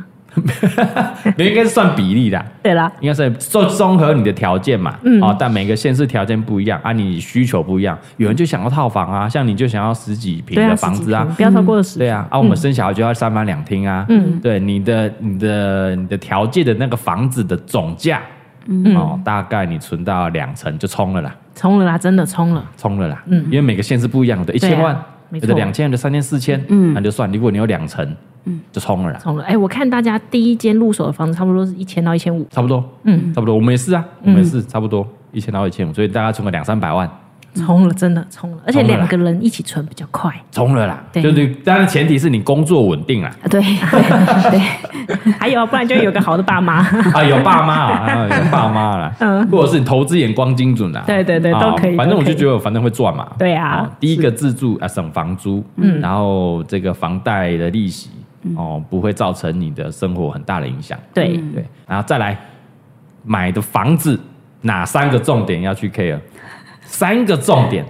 S1: 没有应该是算比例的，
S4: 对啦，
S1: 应该是综综合你的条件嘛。嗯，哦，但每个县市条件不一样啊，你需求不一样，有人就想要套房啊，像你就想要十几平
S2: 对啊，
S1: 的房
S2: 十几
S1: 子啊
S2: 平，不要超过十。
S1: 对啊，啊，我们生小孩就要三房两厅啊。嗯，对，你的、你的、你的条件的那个房子的总价，哦，大概你存到两成就冲了啦，
S2: 冲了啦，真的冲了。
S1: 冲了啦。嗯，因为每个县是不一样的，一
S2: 对啊
S1: 千万，
S2: 没
S1: 有
S2: 错
S1: 的两千，有的三千、四千，嗯，那就算。如果你有两成，嗯，就冲了啦，
S2: 冲了，哎、我看大家第一间入手的房子差不多是一千到一千五，
S1: 差不多，嗯，差不多。我们也是啊，我们也是差不多一千到一千五，所以大家存个两三百万，
S2: 冲了，真的冲了，而且
S1: 冲了啦
S2: 两个人一起存比较快，
S1: 冲了啦。
S2: 对
S1: 就是当然前提是你工作稳定啦，
S4: 啊对对对，
S2: 还有啊，不然就有个好的爸妈，
S1: 啊，有爸妈啊，啊有爸妈啦，或者是你投资眼光精准啊，
S2: 嗯对对对
S1: 啊
S2: 都可以
S1: 反正我
S2: 都可
S1: 就
S2: 以
S1: 觉得我反正会赚嘛，
S2: 对啊
S1: 哦第一个自住啊，省房租，嗯，然后这个房贷的利息哦，不会造成你的生活很大的影响，
S2: 嗯对，
S1: 对，然后再来买的房子哪三个重点要去 care？三个重点，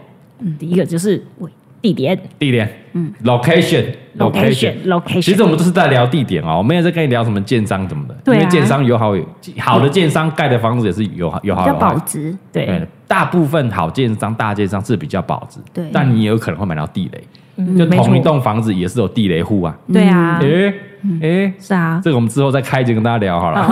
S2: 第嗯一个就是喂地点
S1: 地点，嗯，location。
S2: location location
S1: 其实我们都是在聊地点哦，我们也在跟你聊什么建商什么的，
S2: 对啊
S1: 因为建商有好有好的建商盖的房子也是有好 有好啊
S3: 要
S1: 有坏嗯
S3: 保，值。
S2: 对，
S1: 大部分好建商、大建商是比较保值，
S3: 对
S1: 但你也有可能会买到地雷，
S2: 嗯
S1: 就
S2: 没
S1: 同一
S2: 错
S1: 栋房子也是有地雷户啊，
S2: 对啊，
S1: 诶诶，
S2: 是啊，
S1: 这个我们之后再开一集跟大家聊好了，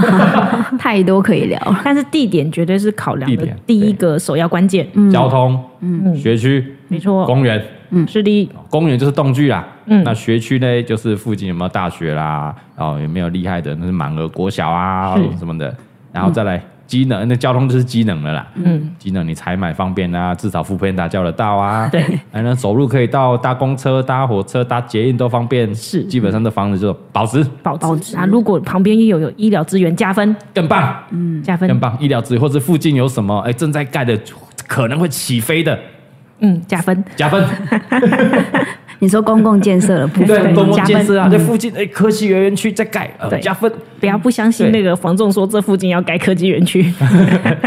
S3: 太多可以聊了。
S2: 但是地点绝对是考量
S1: 地
S2: 的
S1: 点
S2: 第一个首要关键，
S1: 交通、
S2: 嗯
S1: 学区、
S2: 没错，嗯
S1: 公园。
S2: 是的，
S1: 公园就是动具啦，
S2: 嗯
S1: 那学区呢，就是附近有没有大学啦，然后有没有厉害的，那是满额国小啊
S2: 是嗯
S1: 什么的，然后再来机能，那交通就是机能了啦，嗯，机能你采买方便啊，至少副片打叫得到啊，
S2: 对，
S1: 哎，那走路可以到，搭公车、搭火车、搭捷运都方便，
S2: 是
S1: 基本上的房子就保值
S2: 保保值啊，如果旁边也有有医疗资源加分，
S1: 更棒，
S2: 加分
S1: 更，棒，医疗资源或者附近有什么哎正在盖的，可能会起飞的，
S2: 嗯， 加分，
S1: 加分。
S3: 你说公共建设的部分，
S1: 对，多么
S2: 加
S1: 建
S2: 分嗯
S1: 设啊！在附近哎，科技园园区在盖，呃，
S2: 对
S1: 加分。
S2: 不要不相信
S1: 对
S2: 那个房仲说这附近要盖科技园区，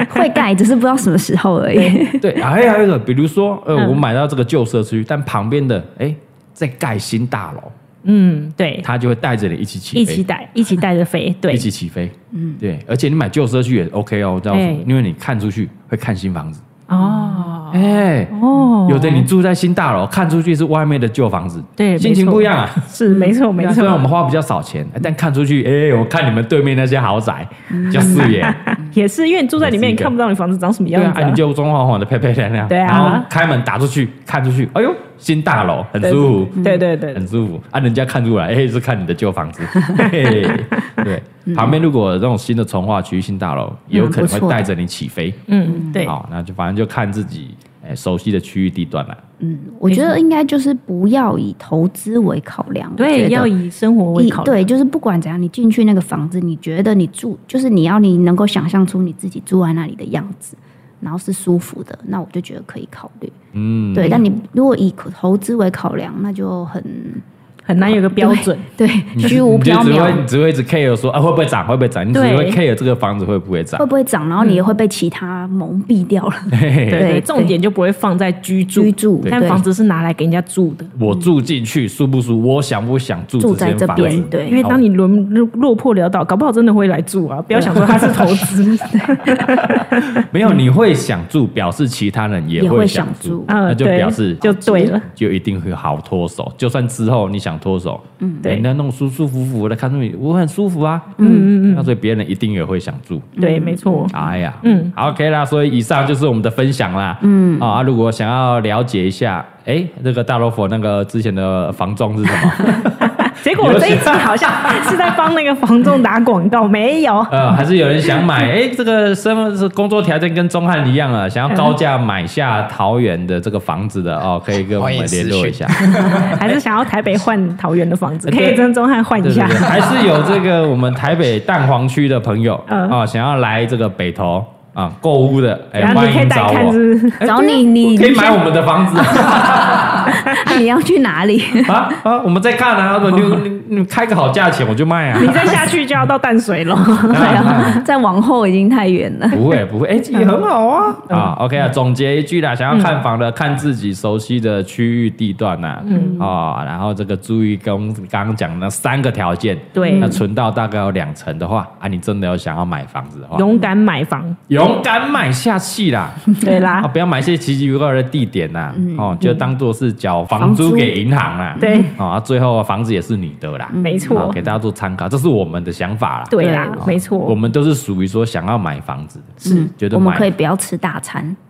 S3: 会盖，只是不知道什么时候而已。
S1: 对，还有还有一个，比如说，呃，
S2: 嗯
S1: 我买到这个旧社区，但旁边的哎在盖新大楼，
S2: 嗯，对，
S1: 它就会带着你一起起飞，
S2: 一起带，一起带 着飞，对
S1: 一，起起飞。嗯，对，而且你买旧社区也 OK 哦，知道为什么
S2: 哎？
S1: 因为你看出去会看新房子，
S2: 哦
S1: 哎。
S2: 哦，
S1: 有的你住在新大楼，看出去是外面的旧房子，
S2: 对
S1: 心情
S2: 没错
S1: 不一样啊。
S2: 是没错 嗯没
S1: 虽然我
S2: 错，
S1: 们花比较少钱，但看出去，哎，我看你们对面那些豪宅，
S2: 嗯
S1: 比较视野，
S2: 也是因为你住在里面，
S1: 也
S2: 你
S1: 是一个
S2: 看 不到你房子长什么
S1: 对
S2: 样
S1: 啊，
S2: 子
S1: 啊你
S2: 啊，
S1: 就装潢潢的配配亮亮，
S2: 对啊
S1: 然后开门打出去看出去，哎呦，新大楼很舒服，
S2: 对嗯对对对
S1: 很舒服啊，人家看出来，哎，是看你的旧 房子，嘿嘿对，旁边如果有那种新的从化区、新大楼，也有可能
S3: 嗯不
S1: 会
S3: 错
S1: 带着你起飞，
S2: 嗯，对，
S1: 好，那就反正就看自己哎熟悉的区域地段了，
S3: 我觉得应该就是不要以投资为考量，我觉
S2: 对，
S3: 得
S2: 要以生活为
S3: 以
S2: 考量，
S3: 对，就是不管怎样，你进去那个房子，你觉得你住，就是你要你能够想象出你自己住在那里的样子，然后是舒服的，那我就觉得可以考虑。
S1: 嗯，
S3: 对，但你如果以投资为考量，那就 很
S2: 很难有个标准，
S3: 对虚无
S1: 你就
S3: 缥
S1: 只会
S3: 缈，
S1: 只会一直 care 说啊会不会涨，会不会涨，你只
S2: 对
S1: 会 care 这个房子会不会涨
S3: 会，不会涨，然后你也会被其他蒙蔽掉了。
S1: 嘿嘿
S2: 对
S1: 嘿
S2: 对，
S3: 对
S2: 重点就不会放在居住，
S3: 居住
S2: 但
S3: 对
S2: 房子是拿来给人家住的。
S1: 我住进去舒不舒服，我想不想住
S3: 住在
S1: 间
S3: 这
S1: 房
S3: 边
S1: 子
S3: 对
S2: 因为当你沦落落魄潦倒，搞不好真的会来住啊！不要想说它是投 资，
S1: 没有，你会想住，表示其他人也
S3: 也
S1: 会
S3: 会
S1: 想
S3: 想
S1: 住
S3: 住，
S2: 嗯
S1: 那就
S2: 对
S1: 表示
S2: 就对了，
S1: 就一定会好脱手。就算之后你想脱手，嗯，
S2: 对
S1: 那弄舒舒服服的，看出你我很舒服啊，嗯嗯嗯，那所以别人一定也会想住。
S2: 对，没错，
S1: 哎呀，嗯，OK 啦，所以以上就是我们的分享啦，嗯啊，如果想要了解一下，哎，那个大罗佛那个之前的房仲是什么？
S2: 结果我这一集好像是在帮那个房仲打广告，没 有。
S1: 呃，还是有人想 买，哎，这个身份是工作条件跟钟汉一样啊，想要高价买下桃园的这个房子的 哦，可以跟我
S5: 欢
S1: 们
S5: 迎私
S1: 联络一下。
S2: 还是想要台北换桃园的房子，
S1: 呃对
S2: 可以跟钟汉换一
S1: 对
S2: 下
S1: 对对，。还是有这个我们台北蛋黄区的朋友
S2: 嗯
S1: 啊，想要来这个北投啊购物的，哎，
S2: 然后
S1: 欢
S2: 你可以
S1: 迎
S2: 带
S1: 找
S2: 看
S1: 我，
S2: 是不是？
S1: 哎
S3: 找
S1: 对啊
S3: 你你
S1: 可以买我们的房子，
S4: 你要去 哪里？
S1: 啊啊，我们在看啊，你你你开个好价钱我就卖啊。
S2: 你再下去就要到淡水了。
S1: 对
S4: 对啊，再往后已经太远了。
S1: 不会不会，哎、也很好啊啊，OK 啊，总结一句啦，想要看房的，看自己熟悉的区域地段呐、啊，嗯哦，然后这个注意跟刚刚讲的那三个条件，
S2: 对
S1: 那存到大概有两成的话，啊，你真的有想要买房子的话，
S2: 勇敢买房，
S1: 勇敢买下去啦，
S2: 对
S1: 啊，
S2: 啦，
S1: 不要买一些奇奇怪怪的地点呐、哦，就当做是缴房
S4: 房
S1: 租
S4: 租
S1: 给银行啦，
S2: 对，
S1: 哦啊，最后房子也是你的啦，
S2: 没
S1: 好
S2: 错，
S1: 给大家做参考，这是我们的想法啦，
S2: 对啦
S1: 哦，
S2: 没错，
S1: 我们都是属于说想要买房子的，
S4: 嗯，
S1: 觉得
S4: 我们
S1: 买
S4: 可以不要吃大餐，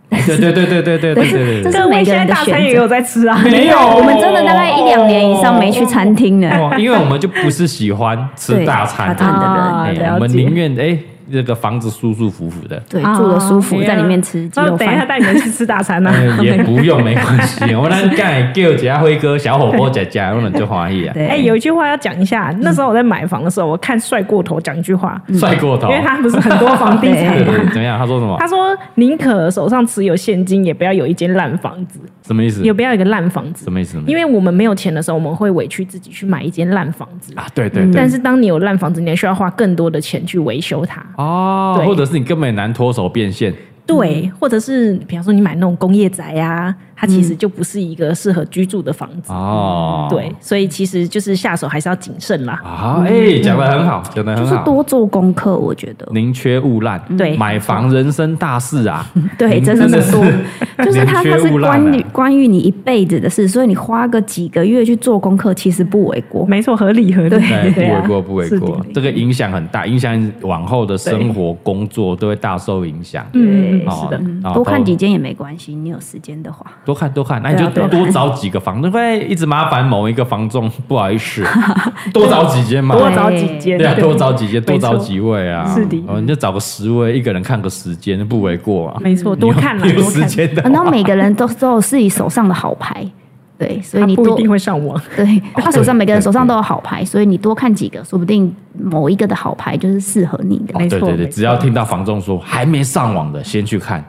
S1: 对对对对对对对对对
S4: 这
S1: 对。
S4: 是
S2: 各位
S4: 每
S2: 现
S4: 个
S2: 在
S4: 人的
S2: 大
S4: 选
S2: 餐也
S4: 择。
S2: 有在吃 啊，
S1: 没有，
S4: 我们真的大概一两年以上没去餐厅 了。
S1: 哦，因为我们就不是喜欢吃大餐
S4: 对大餐
S2: 的人
S1: 哎我
S2: 啊了
S1: 们
S2: 解
S1: 宁愿哎这个房子舒舒服 服的，
S4: 对，
S2: 啊
S4: 住的舒服，在里面吃鸡
S2: 那
S4: 肉
S2: 等一下
S4: 饭。
S2: 带你们去吃大餐啊。
S1: 哎也不用没关系。我们来干叫一下辉哥小火锅姐姐，我们就欢喜啊，
S4: 对，
S2: 哎、有一句话要讲一下。那时候我在买房的时候，我看帅过头讲一句话，
S1: 帅过头
S2: 因。为他不是很多房地产
S1: 对
S2: 吗
S1: 对，对怎么样？他说什么
S2: 他？说宁可手上持有现金，也不要有一间烂房子，
S1: 什么意思？
S2: 也不要有一个烂房子
S1: 什。么意思？
S2: 因为我们没有钱的时候，我们会委屈自己去买一间烂房子。
S1: 啊，对对对
S2: 但，是当你有烂房子，你还需要花更多的钱去维修它。
S1: 哦，
S2: 对
S1: 或者是你根本难脱手变现，
S2: 对，或者是比方说你买那种工业宅啊，它其实就不是一个适合居住的房子。
S1: 哦，
S2: 对，所以其实就是下手还是要谨慎啦。
S1: 啊，哎，讲的很好，讲的
S4: 就
S1: 很
S4: 是
S1: 好，
S4: 多做功课，我觉得。
S1: 宁缺毋滥，
S2: 对
S1: 买房人生大事啊，
S4: 对，
S1: 您
S4: 真的
S1: 真的
S4: 是多， 就是它，
S1: 宁缺
S4: 它是
S1: 毋滥啊
S4: 关于关于你一辈子的事，所以你花个几个月去做功课，其实不为过。
S2: 没错，合理合理。
S1: 对，不为
S2: 啊
S1: 过，不为
S4: 是
S1: 过
S4: 的，
S1: 这个影响很大，影响往后的生活、工作都会大受影响。
S2: 嗯，嗯嗯
S1: 哦
S2: 是的。
S4: 嗯
S1: 哦
S4: 多看
S1: 都
S4: 几间也没关系，你有时间的话，
S1: 多看多看，那你
S4: 对
S1: 就
S4: 啊对啊
S1: 多找几个房，因为一直麻烦某一个房仲， 不好意 思，多找几间嘛。
S2: 多找几间，
S1: 对啊，多找几间，多
S2: 没错
S1: 找几位啊。
S2: 是的
S1: 哦，你就找个十位，一个人看个时间，不为过啊。
S2: 没错，多看了，
S1: 你有
S2: 多
S1: 时
S2: 看。啊
S1: 间的话。
S4: 啊然后每个人都都有自己手上的好牌，对，所以
S2: 他
S4: 你
S2: 不一
S4: 多
S2: 定会上网，
S4: 对他手上每个人手上
S1: 对
S4: 都有好牌，所以你多看几个，说不定某一个的好牌就是适合你的
S1: 哦。
S2: 没
S1: 对
S2: 错
S1: 对对，
S2: 没错
S1: 只要听到房仲说还没上网的，先去看。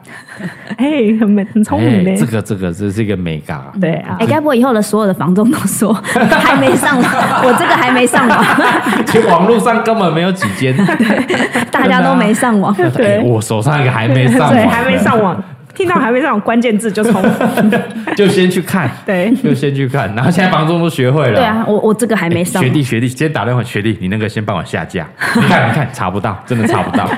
S2: 哎，很美很聪明
S1: 哎，这
S2: 呢。
S1: 个这个这是一个美感啊。
S2: 对啊
S4: 哎，，该不会以后的所有的房东都说还没上网，我这个还没上网，
S1: 其实网络上根本没有几间。
S4: 大家都没上网。
S1: 哎我手上一个还没上网，
S2: 对，还没上，网，听到还没上网关键字就冲，
S1: 就先去看，
S2: 对，
S1: 就先去看。然后现在房东都学会了，
S4: 对啊，我我这个还
S1: 哎。
S4: 没上
S1: 学
S4: 网。
S1: 弟学弟，先打电话学弟，你那个先帮我下架。你看你看，查不到，真的查不到，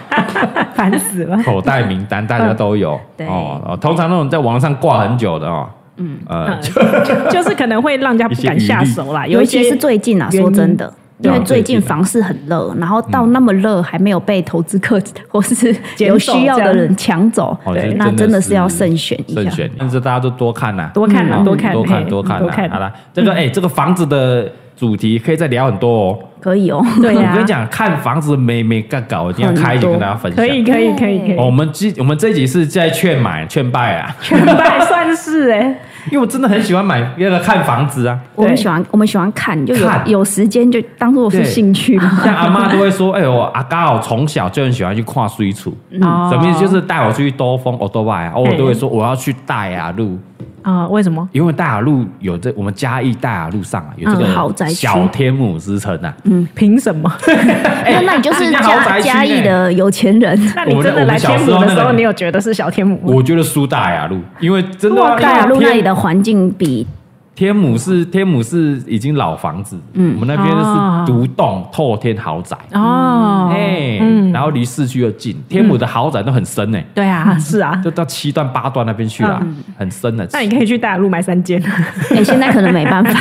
S2: 烦死了。
S1: 口袋名单大家都有。
S4: 对
S1: 哦，哦通常那种在网上挂很久的哦，嗯呃， 就
S2: 就是可能会让人家不敢下手啦，有
S4: 尤
S2: 一
S4: 其
S2: 些
S4: 是最近啊，
S2: 原因
S4: 说真的，因为
S1: 啊嗯
S4: 最近
S1: 最近
S4: 房市很热，然后到那么热还没有被投资客 或是
S2: 捡
S4: 有
S2: 走
S4: 需要的
S2: 这样
S4: 人抢走
S1: 哦，
S4: 对
S1: 这
S4: 那
S1: 真
S4: 真
S1: 的
S4: 的
S1: 是
S4: 是要慎选一下。
S1: 慎选，但是大家都多看呐，
S2: 多看啦，
S1: 哦
S2: 多看，
S1: 多看
S2: 嘿
S1: 多看
S2: 多
S1: 啦。好啦，这个哎，这个房子的主题可以再聊很多哦。
S4: 可以哦，
S2: 对啊
S1: 我跟
S2: 呀
S1: 你，讲，看房子没没干搞，我一定要开一集跟大家分享。
S2: 可以，可以，可以，可
S1: 哦我
S2: 以，
S1: 们这我们这一集是在劝买劝败啊，
S2: 全败算是哎，
S1: 因为我真的很喜欢买那个看房子 啊，
S4: 我们
S2: 对
S4: 喜欢我们喜欢看，就有
S1: 看
S4: 有时间就当做是
S1: 对
S4: 兴趣嘛。
S1: 像阿妈都会说，哎呦，我阿刚好从小就很喜欢去跨水处，
S4: 嗯
S1: 什么意
S4: 哦
S1: 思？就是带我出去兜风、哦兜拜啊，哦我都会说我要去大雅路，
S2: 啊，为什么？
S1: 因为大雅路有这我们嘉义大雅路上啊有这
S4: 嗯豪宅
S1: 个
S4: 区嗯
S1: 小天母之城啊，
S2: 凭什么？
S4: 那 那你就是
S1: 人家豪
S4: 嘉
S1: 宅区欸
S4: 嘉义
S1: 呢
S4: 的有钱人，
S2: 那你真的来天母的时候，你有觉得是小天母吗？
S1: 我觉得输大雅路，因为真的啊
S2: 哇
S4: 大雅路
S1: 因为
S4: 那
S1: 天
S4: 里的环境比
S1: 天母是天母是已经老房子，嗯，我们那边
S4: 啊
S2: 哦
S1: 是独栋透天豪宅。
S2: 哦
S1: 哎、
S2: 嗯
S1: 然后离市区又近，天母的豪宅都很深呢、欸
S2: 对啊， 是啊，
S1: 就到七段八段那边去了，很深的。
S2: 嗯 那你可以去大陆买三间，
S4: 哎、现在可能没办法，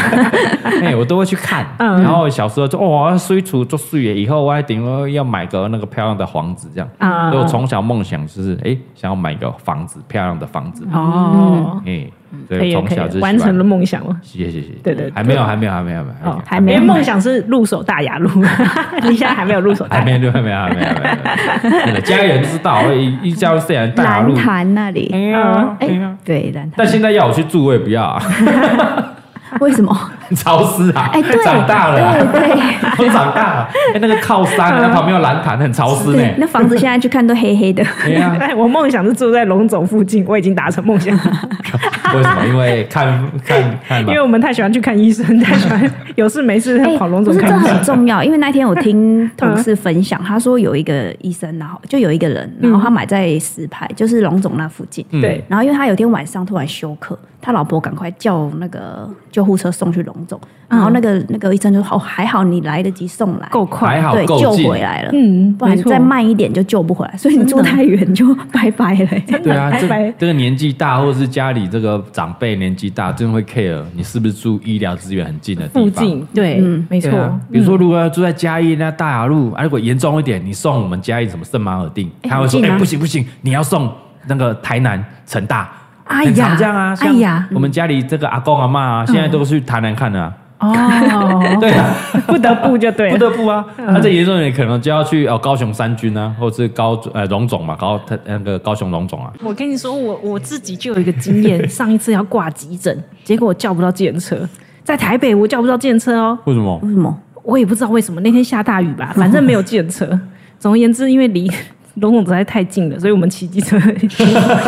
S1: 哎、我都会去看。
S2: 嗯
S1: 然后小时候就哦，水土做水耶，以后我一定要买个那个漂亮的房子这样。
S2: 啊
S1: 所以我从小梦想就是，哎、想要买个房子，漂亮的房子。
S2: 哦，
S1: 哎、所
S2: 可
S1: 以
S2: 以
S1: 从
S2: 可
S1: 小就喜
S2: 以，
S1: 欢
S2: 完成了。梦想了。
S1: 谢谢谢谢。
S2: 对对对
S1: 还没有还没有还没有还没有
S2: 哦
S4: 还没
S2: 因
S4: 有
S2: 为梦想是入手大雅路， 你现在还没有入手
S1: 还
S2: 大雅
S1: 没
S2: 路。
S1: 有还没有还没有还没有还没有，家人知道，一一家虽 然 大
S4: 蓝
S1: 陆，
S4: 潭那里，
S2: 嗯
S1: 哎呀
S2: 哦
S4: 哎、
S1: 哎呀，
S4: 对蓝潭，
S1: 但现在要我去住我也不要啊。
S4: 为什么？
S1: 潮湿啊，
S3: 哎对
S1: 长大了啊、
S3: 对对
S1: 都长大了。哎、那个靠山、那旁边有蓝潭，很潮湿呢、
S4: 对， 那房子现在去看都黑黑的，
S1: 哎呀、
S2: 哎， 我梦想是住在龙总附近，我已经达成梦想了，
S1: 为什么？因为看看看
S2: 因
S1: 吧
S2: 为。我们太喜欢去看医生，太喜欢有事没事
S4: 哎
S2: 跑龙
S4: 不
S2: 总
S4: 是这
S2: 看医生。
S4: 很重要，因为那天我听同事分享，他说有一个医生，然后就有一个人，嗯然后他买在石牌，就是龙总那附近。
S1: 嗯
S2: 对，
S4: 然后因为他有一天晚上突然休克，他老婆赶快叫那个救护车送去龙总，然后那个那个医生就说：“哦，还好你来得及送来，
S2: 够
S1: 还
S2: 快，
S1: 好
S4: 对，
S1: 够
S4: 救
S1: 近。
S4: 回来了。
S2: 嗯
S4: 不然
S2: 没错
S4: 再慢一点就救不回来，所以你住太远就拜拜了、欸。
S1: 对啊，
S2: 拜
S1: 这
S2: 拜
S1: 这个年纪大，或是家里这个长辈年纪大，真的会 care 你是不是住医疗资源很近的地方。
S2: 附近，对，没错嗯
S1: 对。啊，比如说如果要住在嘉义那大雅路，啊，如果严重一点，你送我们嘉义什么圣马尔定，他会说，
S4: 很近
S1: 哎，
S4: 啊
S1: 不行不行，你要送那个台南成大，
S4: 哎呀
S1: 很常这样啊，像
S4: 哎呀
S2: 嗯
S1: 我们家里这个阿公阿妈啊，现在都去台南看的啊，
S2: 哦，
S1: 对啊，
S2: 不得不就嗯对 嗯
S1: 不
S2: 了，
S1: 得不啊，那这严重一点可能就要去哦高雄三军啊，或是高呃荣总嘛，高他那个高雄荣总啊，
S2: 我跟你说，我我自己就有一个经验，上一次要挂急诊，结果我叫不到计程车，在台北我叫不到计程车哦，
S1: 为什么？
S4: 为什么？
S2: 我也不知道为什么那天下大雨 吧，反正没有计程车。总而言之，因为离龙总实在太近了，所以我们骑机车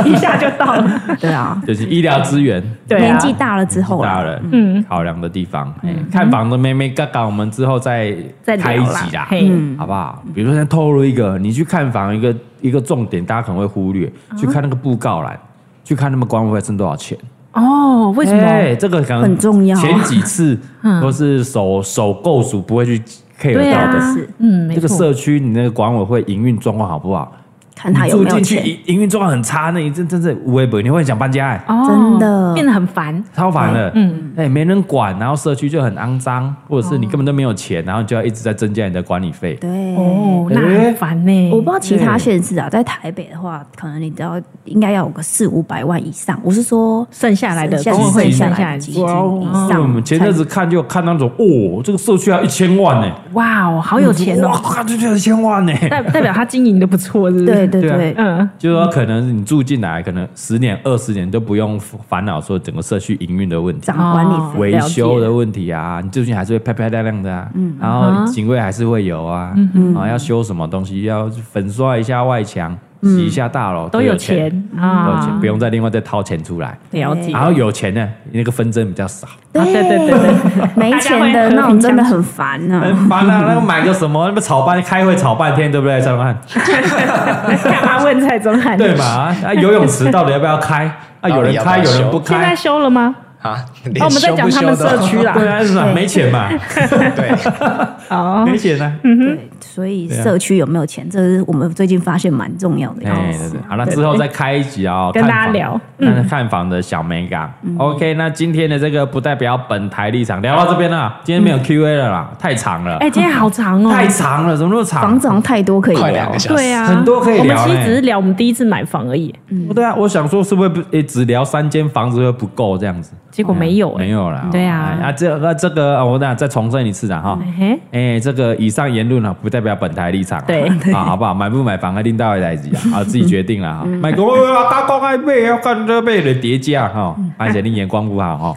S2: 一下就到了。
S4: 对啊，
S1: 就是医疗资源，
S2: 对啊
S4: 年，纪大了之后
S1: 大
S4: 啊，
S1: 人
S2: 嗯
S1: 考量的地方，哎，看房的妹妹嘎嘎，我们之后再
S2: 再
S1: 开
S2: 聊
S1: 一
S2: 啦
S1: 集啦，嗯
S2: 嘿
S1: 好不好？比如说，先透露一个，你去看房一个一个重点，大家可能会忽略，
S2: 啊
S1: 去看那个布告栏，去看他们官网会挣多少钱。
S2: 哦，为什么？
S1: 哎这个可能
S4: 很重要啊
S1: 前几 次都是首首购组不会去 care
S2: 嗯对
S1: 到
S2: 啊
S1: 的。，
S2: 嗯，没
S1: 这个
S2: 错，
S1: 社区，你那个管委会营运状况好不好？
S4: 看他有
S1: 你
S4: 没
S1: 住
S4: 有
S1: 进去
S4: 钱。
S1: 营营运状况很差，那你真真是无微不至你会很想搬家哎、
S2: 哦
S4: 真的
S2: 变得很烦。
S1: 超烦的，嗯
S2: 嗯，
S1: 哎、没人管，然后社区就很肮脏，或者是你根本都没有钱，然后就要一直在增加你的管理费。
S4: 对，
S2: 哦，
S1: 哎
S2: 那很烦呢、
S4: 我不知道其他县市啊，在台北的话，可能你只要应该要有个四五百万以上。我是说
S2: 剩下来的
S4: 剩下
S2: 工
S1: 的
S2: 会
S1: 基金
S2: 剩下来的基金
S4: 哇哦
S2: 以
S1: 因为我
S2: 上，
S1: 们前阵子看就看那种，哦，这个社区要一千万呢、
S2: 哇哦，好有钱
S1: 嗯哇
S2: 哦，
S1: 靠，这就要一千万呢、
S2: 代代表他经营的不错，是不是？
S4: 对对
S1: 对啊
S4: 对，
S2: 嗯，
S1: 就是说，可能你住进来，可能十年、二十年都不用烦恼说整个社区营运的问题、
S4: 涨管理费
S1: 维修的
S4: 了
S1: 问题啊，你住进还是会漂漂亮亮的啊，
S2: 嗯
S1: 然后警卫还是会有啊，啊，要修什么东西，要粉刷一下外墙，洗一下大楼，
S2: 嗯都有
S1: 有
S2: 钱
S1: 都有钱，
S2: 啊，
S1: 不用再另外再掏钱出来。
S2: 了解。
S1: 然后有钱呢，那个纷争比较少。
S4: 解
S2: 对对对对，
S4: 没钱的那种真的很烦 啊。
S1: 很烦啊，那个买个什么，那么吵半开会吵半天，对不对？张翰，
S2: 干嘛问蔡宗翰？
S1: 对嘛？啊，游泳池到底要不要开？ 啊，有人开，
S5: 到底要不
S1: 有
S5: 要修
S1: 人不
S2: 现在
S1: 开。
S2: 修了吗？
S5: 啊，
S2: 哦，
S5: 连
S2: 我们在
S5: 修
S2: 讲
S5: 不
S2: 他
S5: 修
S2: 们
S5: 的
S2: 社区啦。
S1: 对啊，是啊，没钱 嘛，
S5: 对，
S2: 哦，
S1: 没钱啊。
S4: 对，所以社区有没有钱，这是我们最近发现蛮重要的一
S2: 哦
S1: 哎，
S4: 件
S1: 对
S4: 事
S1: 对。，好了，之后再开一集哦，
S2: 跟
S1: 看
S2: 大家
S1: 房
S2: 聊嗯
S1: 那看房的小美感。OK，那今天的这个不代表本台立场，聊到这边了，今天没有 Q&A 了啦，太长了，
S2: 嗯哎，今天好长哦，
S1: 太长了，怎么那么长
S4: 房？子好像太多可以
S5: 快
S4: 聊
S5: 两个，小时，
S2: 对啊，
S1: 很多可以
S2: 我们
S1: 聊
S2: 其
S1: 嘞
S2: 实只是聊我们第一次买房而已，
S1: 对啊，我想说是不是不诶只聊三间房子会不够这样子？
S2: 结果没有哎
S1: 没有啦。
S2: 对啊嗯
S1: 哎啊这个这个啊我那再重申一次啦哈。
S2: 嘿
S1: 哎，这个以上言论啊，不代表本台立场啊。
S2: 对
S1: 啊，好不好？买不买房啊，另当代 志啊，啊自己决定啦哈。
S2: 嗯
S1: 买公啊，大公爱背要看这背的叠加哈，
S2: 嗯
S1: 而且你眼光不好 哈。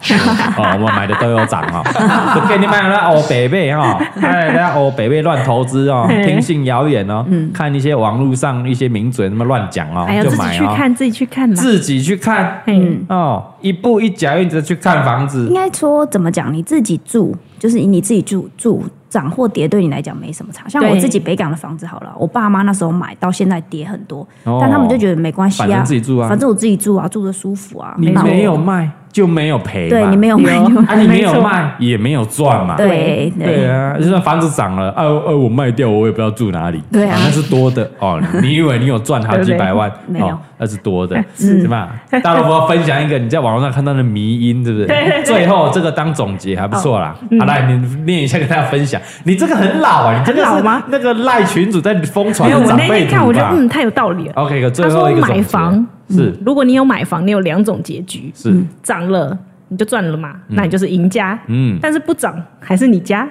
S1: 哦，我买的都有涨哈， 就给你买了哦，北贝哈，哎，人家哦北贝乱投资 哦，
S2: 嘿
S1: 听信谣言哦，看一些网络上一些名嘴那么乱讲哦
S2: 嗯哎呀，，
S1: 就
S2: 自己
S1: 买
S2: 去
S1: 哦。
S2: 看，自己去看嘛。
S1: 自己去看
S2: 嗯，
S1: 哦，一步一脚印的去看房
S4: 应
S1: 子。
S4: 该说怎么讲？你自己住，就是你自己住住涨或跌，对你来讲没什么差。像我
S2: 对
S4: 自己北港的房子好了，我爸妈那时候买到现在跌很多，
S1: 哦
S4: 但他们就觉得没关系
S1: 反
S4: 啊，
S1: 正自己住啊
S4: 反正我自己住啊，住的舒服啊。
S1: 你
S4: 那我
S1: 没有卖就没有赔嘛，
S4: 对你没有买，
S1: 啊，你没有
S2: 没错
S1: 卖也没有赚嘛。
S4: 对
S1: 对
S4: 对
S1: 啊，就算房子涨了，啊啊，我卖掉我也不知道住哪里，
S4: 对啊
S1: 那是多的哦。你以为你有赚好几百万，
S4: 对对没有
S1: 哦，那是多的，是吧？大萝卜分享一个你在网络上看到的迷因，对不对？最后这个当总结还不错啦。好，来你念一下跟大家分享。你这个很老啊，你这个是
S2: 很老吗
S1: 那个赖群主在疯传
S2: 没有，
S1: 的
S2: 我
S1: 长
S2: 那
S1: 辈
S2: 天
S1: 图
S2: 看，我觉得
S1: 吧？
S2: 嗯，太有道理了。
S1: OK，最后一个总
S2: 他说
S1: 结
S2: 买房嗯
S1: 是
S2: 如果你有买房，你有两种结局：
S1: 是
S2: 涨了你就赚了嘛，那你就是赢家；
S1: 嗯，
S2: 但是不涨还是你家，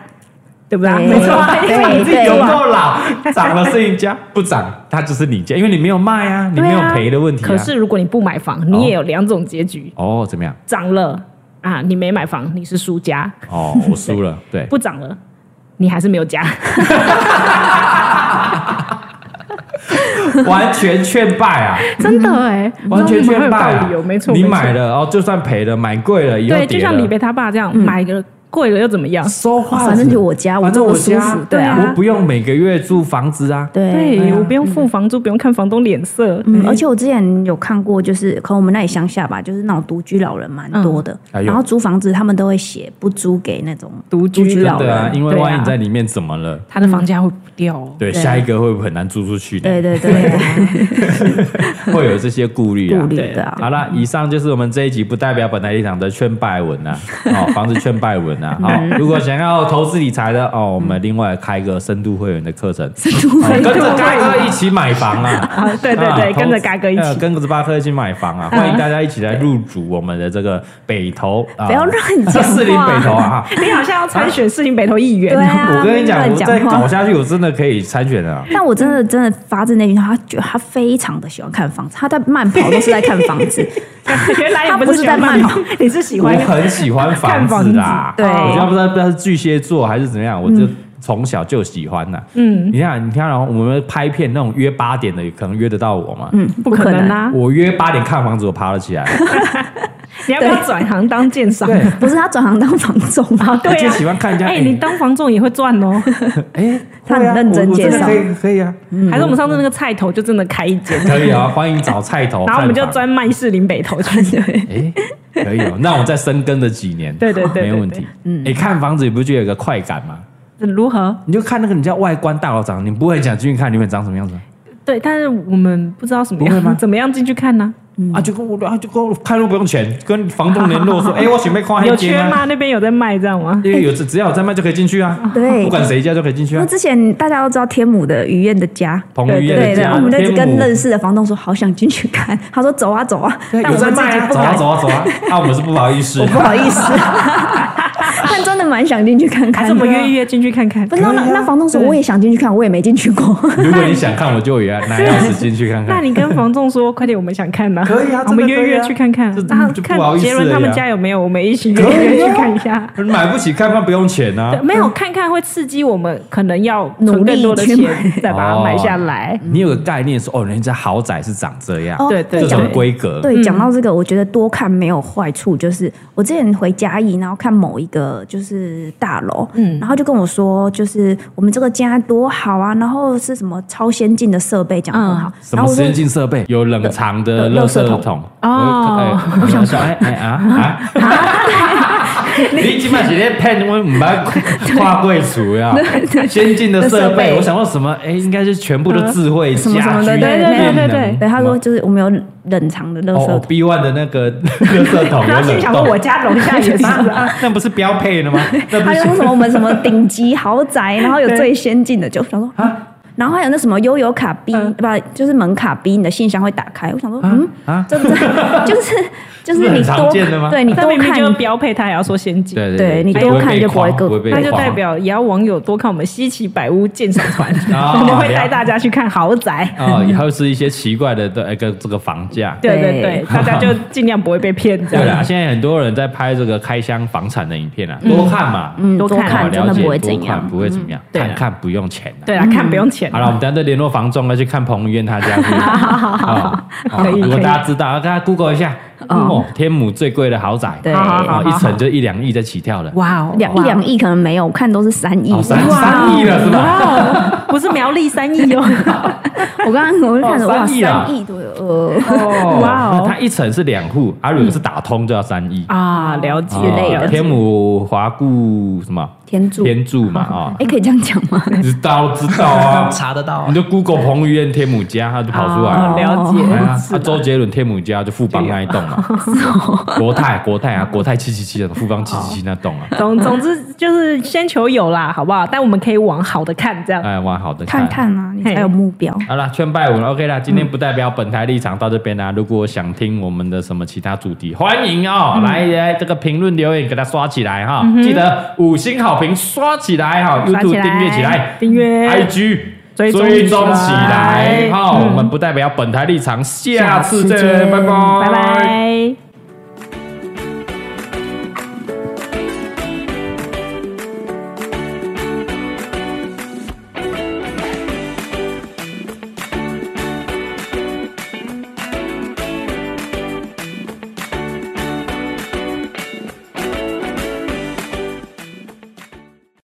S2: 对不对啊？
S4: 对
S2: 没错啊，
S4: 对
S2: 因为你自己
S1: 有
S2: 住啊
S1: 够老，涨了是你家，不涨它就是你家，因为你没有卖啊，你没有赔的问题啊。
S2: 可是如果你不买房，你也有两种结局：
S1: 哦，怎么样？
S2: 涨了啊，你没买房，你是输家，
S1: 哦，我输了，对，
S2: 不涨了，你还是没 有家。
S1: 完全劝败啊，
S2: 真的哎、
S1: 完全劝败
S2: 很有
S1: 啊
S2: 道理哦，没错，
S1: 你
S2: 没错
S1: 买了，哦，就算赔了，买贵了，以嗯后
S2: 对，就
S1: 跌
S2: 像
S1: 了啊
S2: 李贝他爸这样，买个贵了又怎么样？
S1: 收话，
S4: 反正就我家，
S1: 反正
S4: 住
S1: 我
S4: 得舒
S1: 家
S4: 服，对啊，
S1: 我不用每个月住房子啊，
S4: 对。
S2: 对，我不用付房租，不用看房东脸色。
S4: 嗯，而且我之前有看过，就是可能我们那里乡下吧，就是那种独居老人蛮多的，
S1: 哎呦
S4: 然后租房子他们都会写不租给那种
S2: 独居
S4: 居
S1: 真
S4: 老人，
S1: 的啊，因为
S2: 对啊
S1: 万一你在里面怎么了？
S2: 他的房价会不掉哦，
S1: 对，下一个会不会很难租出去
S4: 对
S1: 的？
S4: 对对 对，
S1: 会有这些顾虑啊。
S4: 顾虑的啊，
S1: 好啦，以上就是我们这一集不代表本台立场的劝败文呐、啊，哦，房子劝败文呐、啊，哦，如果想要投资理财的哦，我们另外开一个深度会员的课程，深度会员、跟着嘎哥一起买房啊，
S2: 啊， 对对对，
S1: 啊
S2: 跟着嘎哥一
S1: 呃
S2: 起。
S1: 跟着巴克一起买房啊，欢迎大家一起来入主我们的这个北投啊，
S4: 不要乱讲话，
S1: 四零北投啊，哈
S2: 你好像要参选市林北投议员
S4: 对，啊，
S1: 我跟你讲，
S4: 乱
S1: 我再
S4: 话
S1: 搞下去，我真的可以参选的、啊。
S4: 但我真
S2: 嗯
S4: 的真的发自内心，他觉得他非常的喜欢看房子，他在慢跑都是在看房 子，
S2: 原来你
S4: 他
S2: 不
S4: 不
S2: 是
S4: 是
S2: 喜
S4: 在
S2: 欢
S4: 慢
S2: 慢
S4: 跑
S2: 跑，你是喜
S1: 哦我
S2: 欢
S1: 很喜欢房子啊啦，
S2: 啊
S4: 看房子对
S2: 哦
S1: 我觉得不知道不知道是巨蟹座还是怎么样，我
S2: 嗯
S1: 就从小就喜欢呐。嗯，你看，你看哦，我们拍片那种约八点的，可能约得到我吗？
S4: 嗯，
S2: 不
S4: 不可能。
S2: 啊！
S1: 我约八点看房子，我爬了起 来。
S2: 你要不要转行当鉴赏？
S1: 对，
S4: 不是他转行当房仲吗？
S1: 我
S2: 对
S1: 就
S2: 啊
S1: 喜欢看人家。
S2: 哎，你当房仲也会赚哦，
S1: 哎，
S4: 他
S1: 会啊
S4: 很认真
S1: 我我真的
S4: 介绍
S1: 可以可以啊，
S2: 还是我们上次那个菜头就真的开一间，
S1: 可以啊，欢迎找菜头。
S2: 然后我们就
S1: 看
S2: 专
S1: 房
S2: 卖士林北投去。
S1: 哎，可以哦。那我再深耕了几年，
S2: 对对对对
S1: 没问题。嗯，哎，看房子你不觉得有个快感吗？
S2: 如何？
S1: 你就看那个人家外观大楼长，你不会很想进去看里面长什么样子啊
S2: 对，但是我们不知道什么
S1: 不会吗
S2: 样，怎么样进去看呢？
S1: 啊？就跟我啊，就跟我看路不用钱，跟房东联 络说，哎，我准备看
S2: 有
S1: 黑街
S2: 缺吗？？那边有在卖这样吗？
S1: 因为有只只要有在卖就可以进去啊，
S4: 对
S1: 不管谁家就可以进去
S4: 因
S1: 啊
S4: 为。之前大家都知道天母的于燕的家，
S1: 彭于晏
S4: 对
S1: 的
S4: 对，
S1: 家，
S4: 我们就一直
S1: 天
S4: 跟
S1: 母
S4: 认识的房东说，好想进去 看，他说走啊走啊，
S1: 对
S4: 但
S1: 有
S4: 我
S1: 在
S4: 们自
S1: 卖
S4: 己
S1: 啊，
S4: 不
S1: 走啊
S4: 敢，
S1: 走啊走啊， 啊，我们是不好意思
S4: 我，不好意 思，但真的蛮想进去看
S2: 还
S4: 看
S2: 是
S4: 的。
S2: 我们约一约进去看看
S4: 不？是
S1: 啊
S4: 那那房东说
S2: 对
S4: 我也想进去看，我也没进去过。
S1: 如果你想看，我就也啊 拿钥匙进去看
S2: 那
S1: 看。
S2: 你跟房仲说，快点，我们想看呐，
S1: 可以啊
S2: 我们
S1: 真的
S2: 约
S1: 可以啊
S2: 约去看看
S1: 这，
S2: 那
S1: 就不好
S2: 看
S1: 意思
S2: 杰伦他
S1: 了
S2: 们
S1: 呀
S2: 家有没有，我们一起约
S1: 可以啊
S2: 约去看一下。
S1: 买不起看看不用钱啊
S2: 对，。没有看看会刺激我们，可能要
S4: 努
S2: 存更
S4: 力
S2: 多的
S4: 去
S2: 钱
S4: 买
S2: 再把它
S1: 哦
S2: 买下来。
S1: 你有个概念说，哦，人家豪宅是长这样，
S4: 哦
S2: 对
S1: 这
S2: 对
S1: 种
S2: 对，
S1: 规格，
S4: 对，讲
S2: 嗯
S4: 到这个，我觉得多看没有坏处。就是我之前回嘉义，然后看某一个就是大楼，嗯，然后就跟我说，就是我们这个家多好啊，然后是什么超先进的设备，讲得
S2: 嗯
S4: 很好。
S1: 什
S4: 然
S1: 么
S4: 后我
S1: 时
S4: 说
S1: 间进设备？有冷藏的垃
S4: 垃垃
S1: 圾
S4: 圾桶
S1: 桶
S2: 哦
S1: 我我想说，哎哎啊啊！ 你起码是在骗我们把跨柜厨呀，先进的设
S4: 设备
S1: 备。我想说什么？哎，应该是全部都智慧
S4: 什么什
S1: 家
S4: 么
S1: 居
S4: 的对对
S1: 电
S2: 对对
S1: 能
S2: 对
S4: 对，他说就是我们有冷藏的垃圾
S1: 哦
S4: 桶，
S1: ，B one 的那个 垃圾桶
S2: 然
S1: 有
S2: 后心
S1: 冷
S2: 想 说，我
S1: 冻，
S2: 家楼下 也是啊，
S1: 那不是标配了吗？那不
S4: 他
S1: 是
S4: 就说什么我们什么顶级豪宅，然 后有最先进的，就想说
S1: 啊
S4: 然后还有那什么悠游卡逼，不、就是门卡逼，你的信箱会打开。我想说，嗯，
S1: 啊！
S4: 这不是 就是就是
S1: 这
S4: 你
S1: 是很
S4: 多
S1: 常见的吗
S4: 对你
S2: 但
S4: 多
S2: 明明
S4: 看
S2: 就是标配，他也要说先进。
S1: 对
S4: 对你多看就不会更
S1: 被
S2: 那就
S1: 框
S2: 代表也要网友多看我们稀奇百屋鉴赏 团，
S1: 哦
S2: 我们 会带大家去看豪宅。
S1: 啊，以后是一些奇怪的的一个这个房价。
S2: 对对 对，大家就尽量不会被骗这
S1: 对啦，啊
S2: 样。
S1: 现在很多人在拍这个开箱房产的影片啊，多看嘛，嗯，
S2: 多
S4: 多
S2: 看
S4: 看真的不会怎
S1: 多看
S4: 样。
S1: 不会怎么样，
S2: 对啦
S1: 看看不用钱啊
S2: 对啊，看不用钱
S1: 好。了，我们等一下再联络房仲，再去看彭于晏他家。好好好，好如果大家知道，啊要跟他 Google 一下哦，天母最贵的豪宅，
S4: 对
S1: 哦
S4: 好
S2: 好好
S1: 一层就一两亿在起跳了，
S2: 哇哦，
S4: 两一两亿可能没有，我看都是三亿。
S1: 哦，三三亿了是吧？
S2: 哇，哦不是苗栗三亿哦，
S4: 我刚刚我就看着
S1: 哦
S4: 哇，
S1: 三亿啊
S4: 三亿对，呃，
S1: 哦，
S2: 哇哦
S1: 那它一层是两户，啊，如果是打通就要三亿
S2: 啊，了解
S1: 哦
S4: 类的
S2: 了解
S1: 天母华固什么
S4: 天柱，
S1: 天柱嘛啊，
S4: 哎，可以这样讲 吗？
S1: 知道知道 啊，
S5: 查得到、
S1: 你就 Google 彭于晏天母家，他就跑出来了。
S2: 哦了
S1: 哎
S2: 解。
S1: 呀啊，周杰伦天母家就富邦那一栋 啊，国泰国泰啊，国泰七七七的富邦七七七那栋啊，
S2: 总总之就是先求有啦，好不好？但我们可以往好的看，这样。
S1: 哎，哇，好的，
S4: 看。看啊，你才有目标。
S1: 好了，劝败文 OK
S2: 嗯
S1: 啦，今天不代表本台立场到这边啦。如果想听我们的什么其他主题，欢迎
S2: 嗯
S1: 哦，来来这个评论留言给它刷起来哈，记得五星好评刷起来哈
S2: 刷
S1: 哎，YouTube
S2: 起来
S1: 订阅起来，哎
S2: 订阅
S1: IG
S2: 追踪
S1: 追踪
S2: 起嗯
S1: 起来
S2: 来
S1: 哈，我们不代表本台立场，下次见，拜拜，
S2: 拜拜。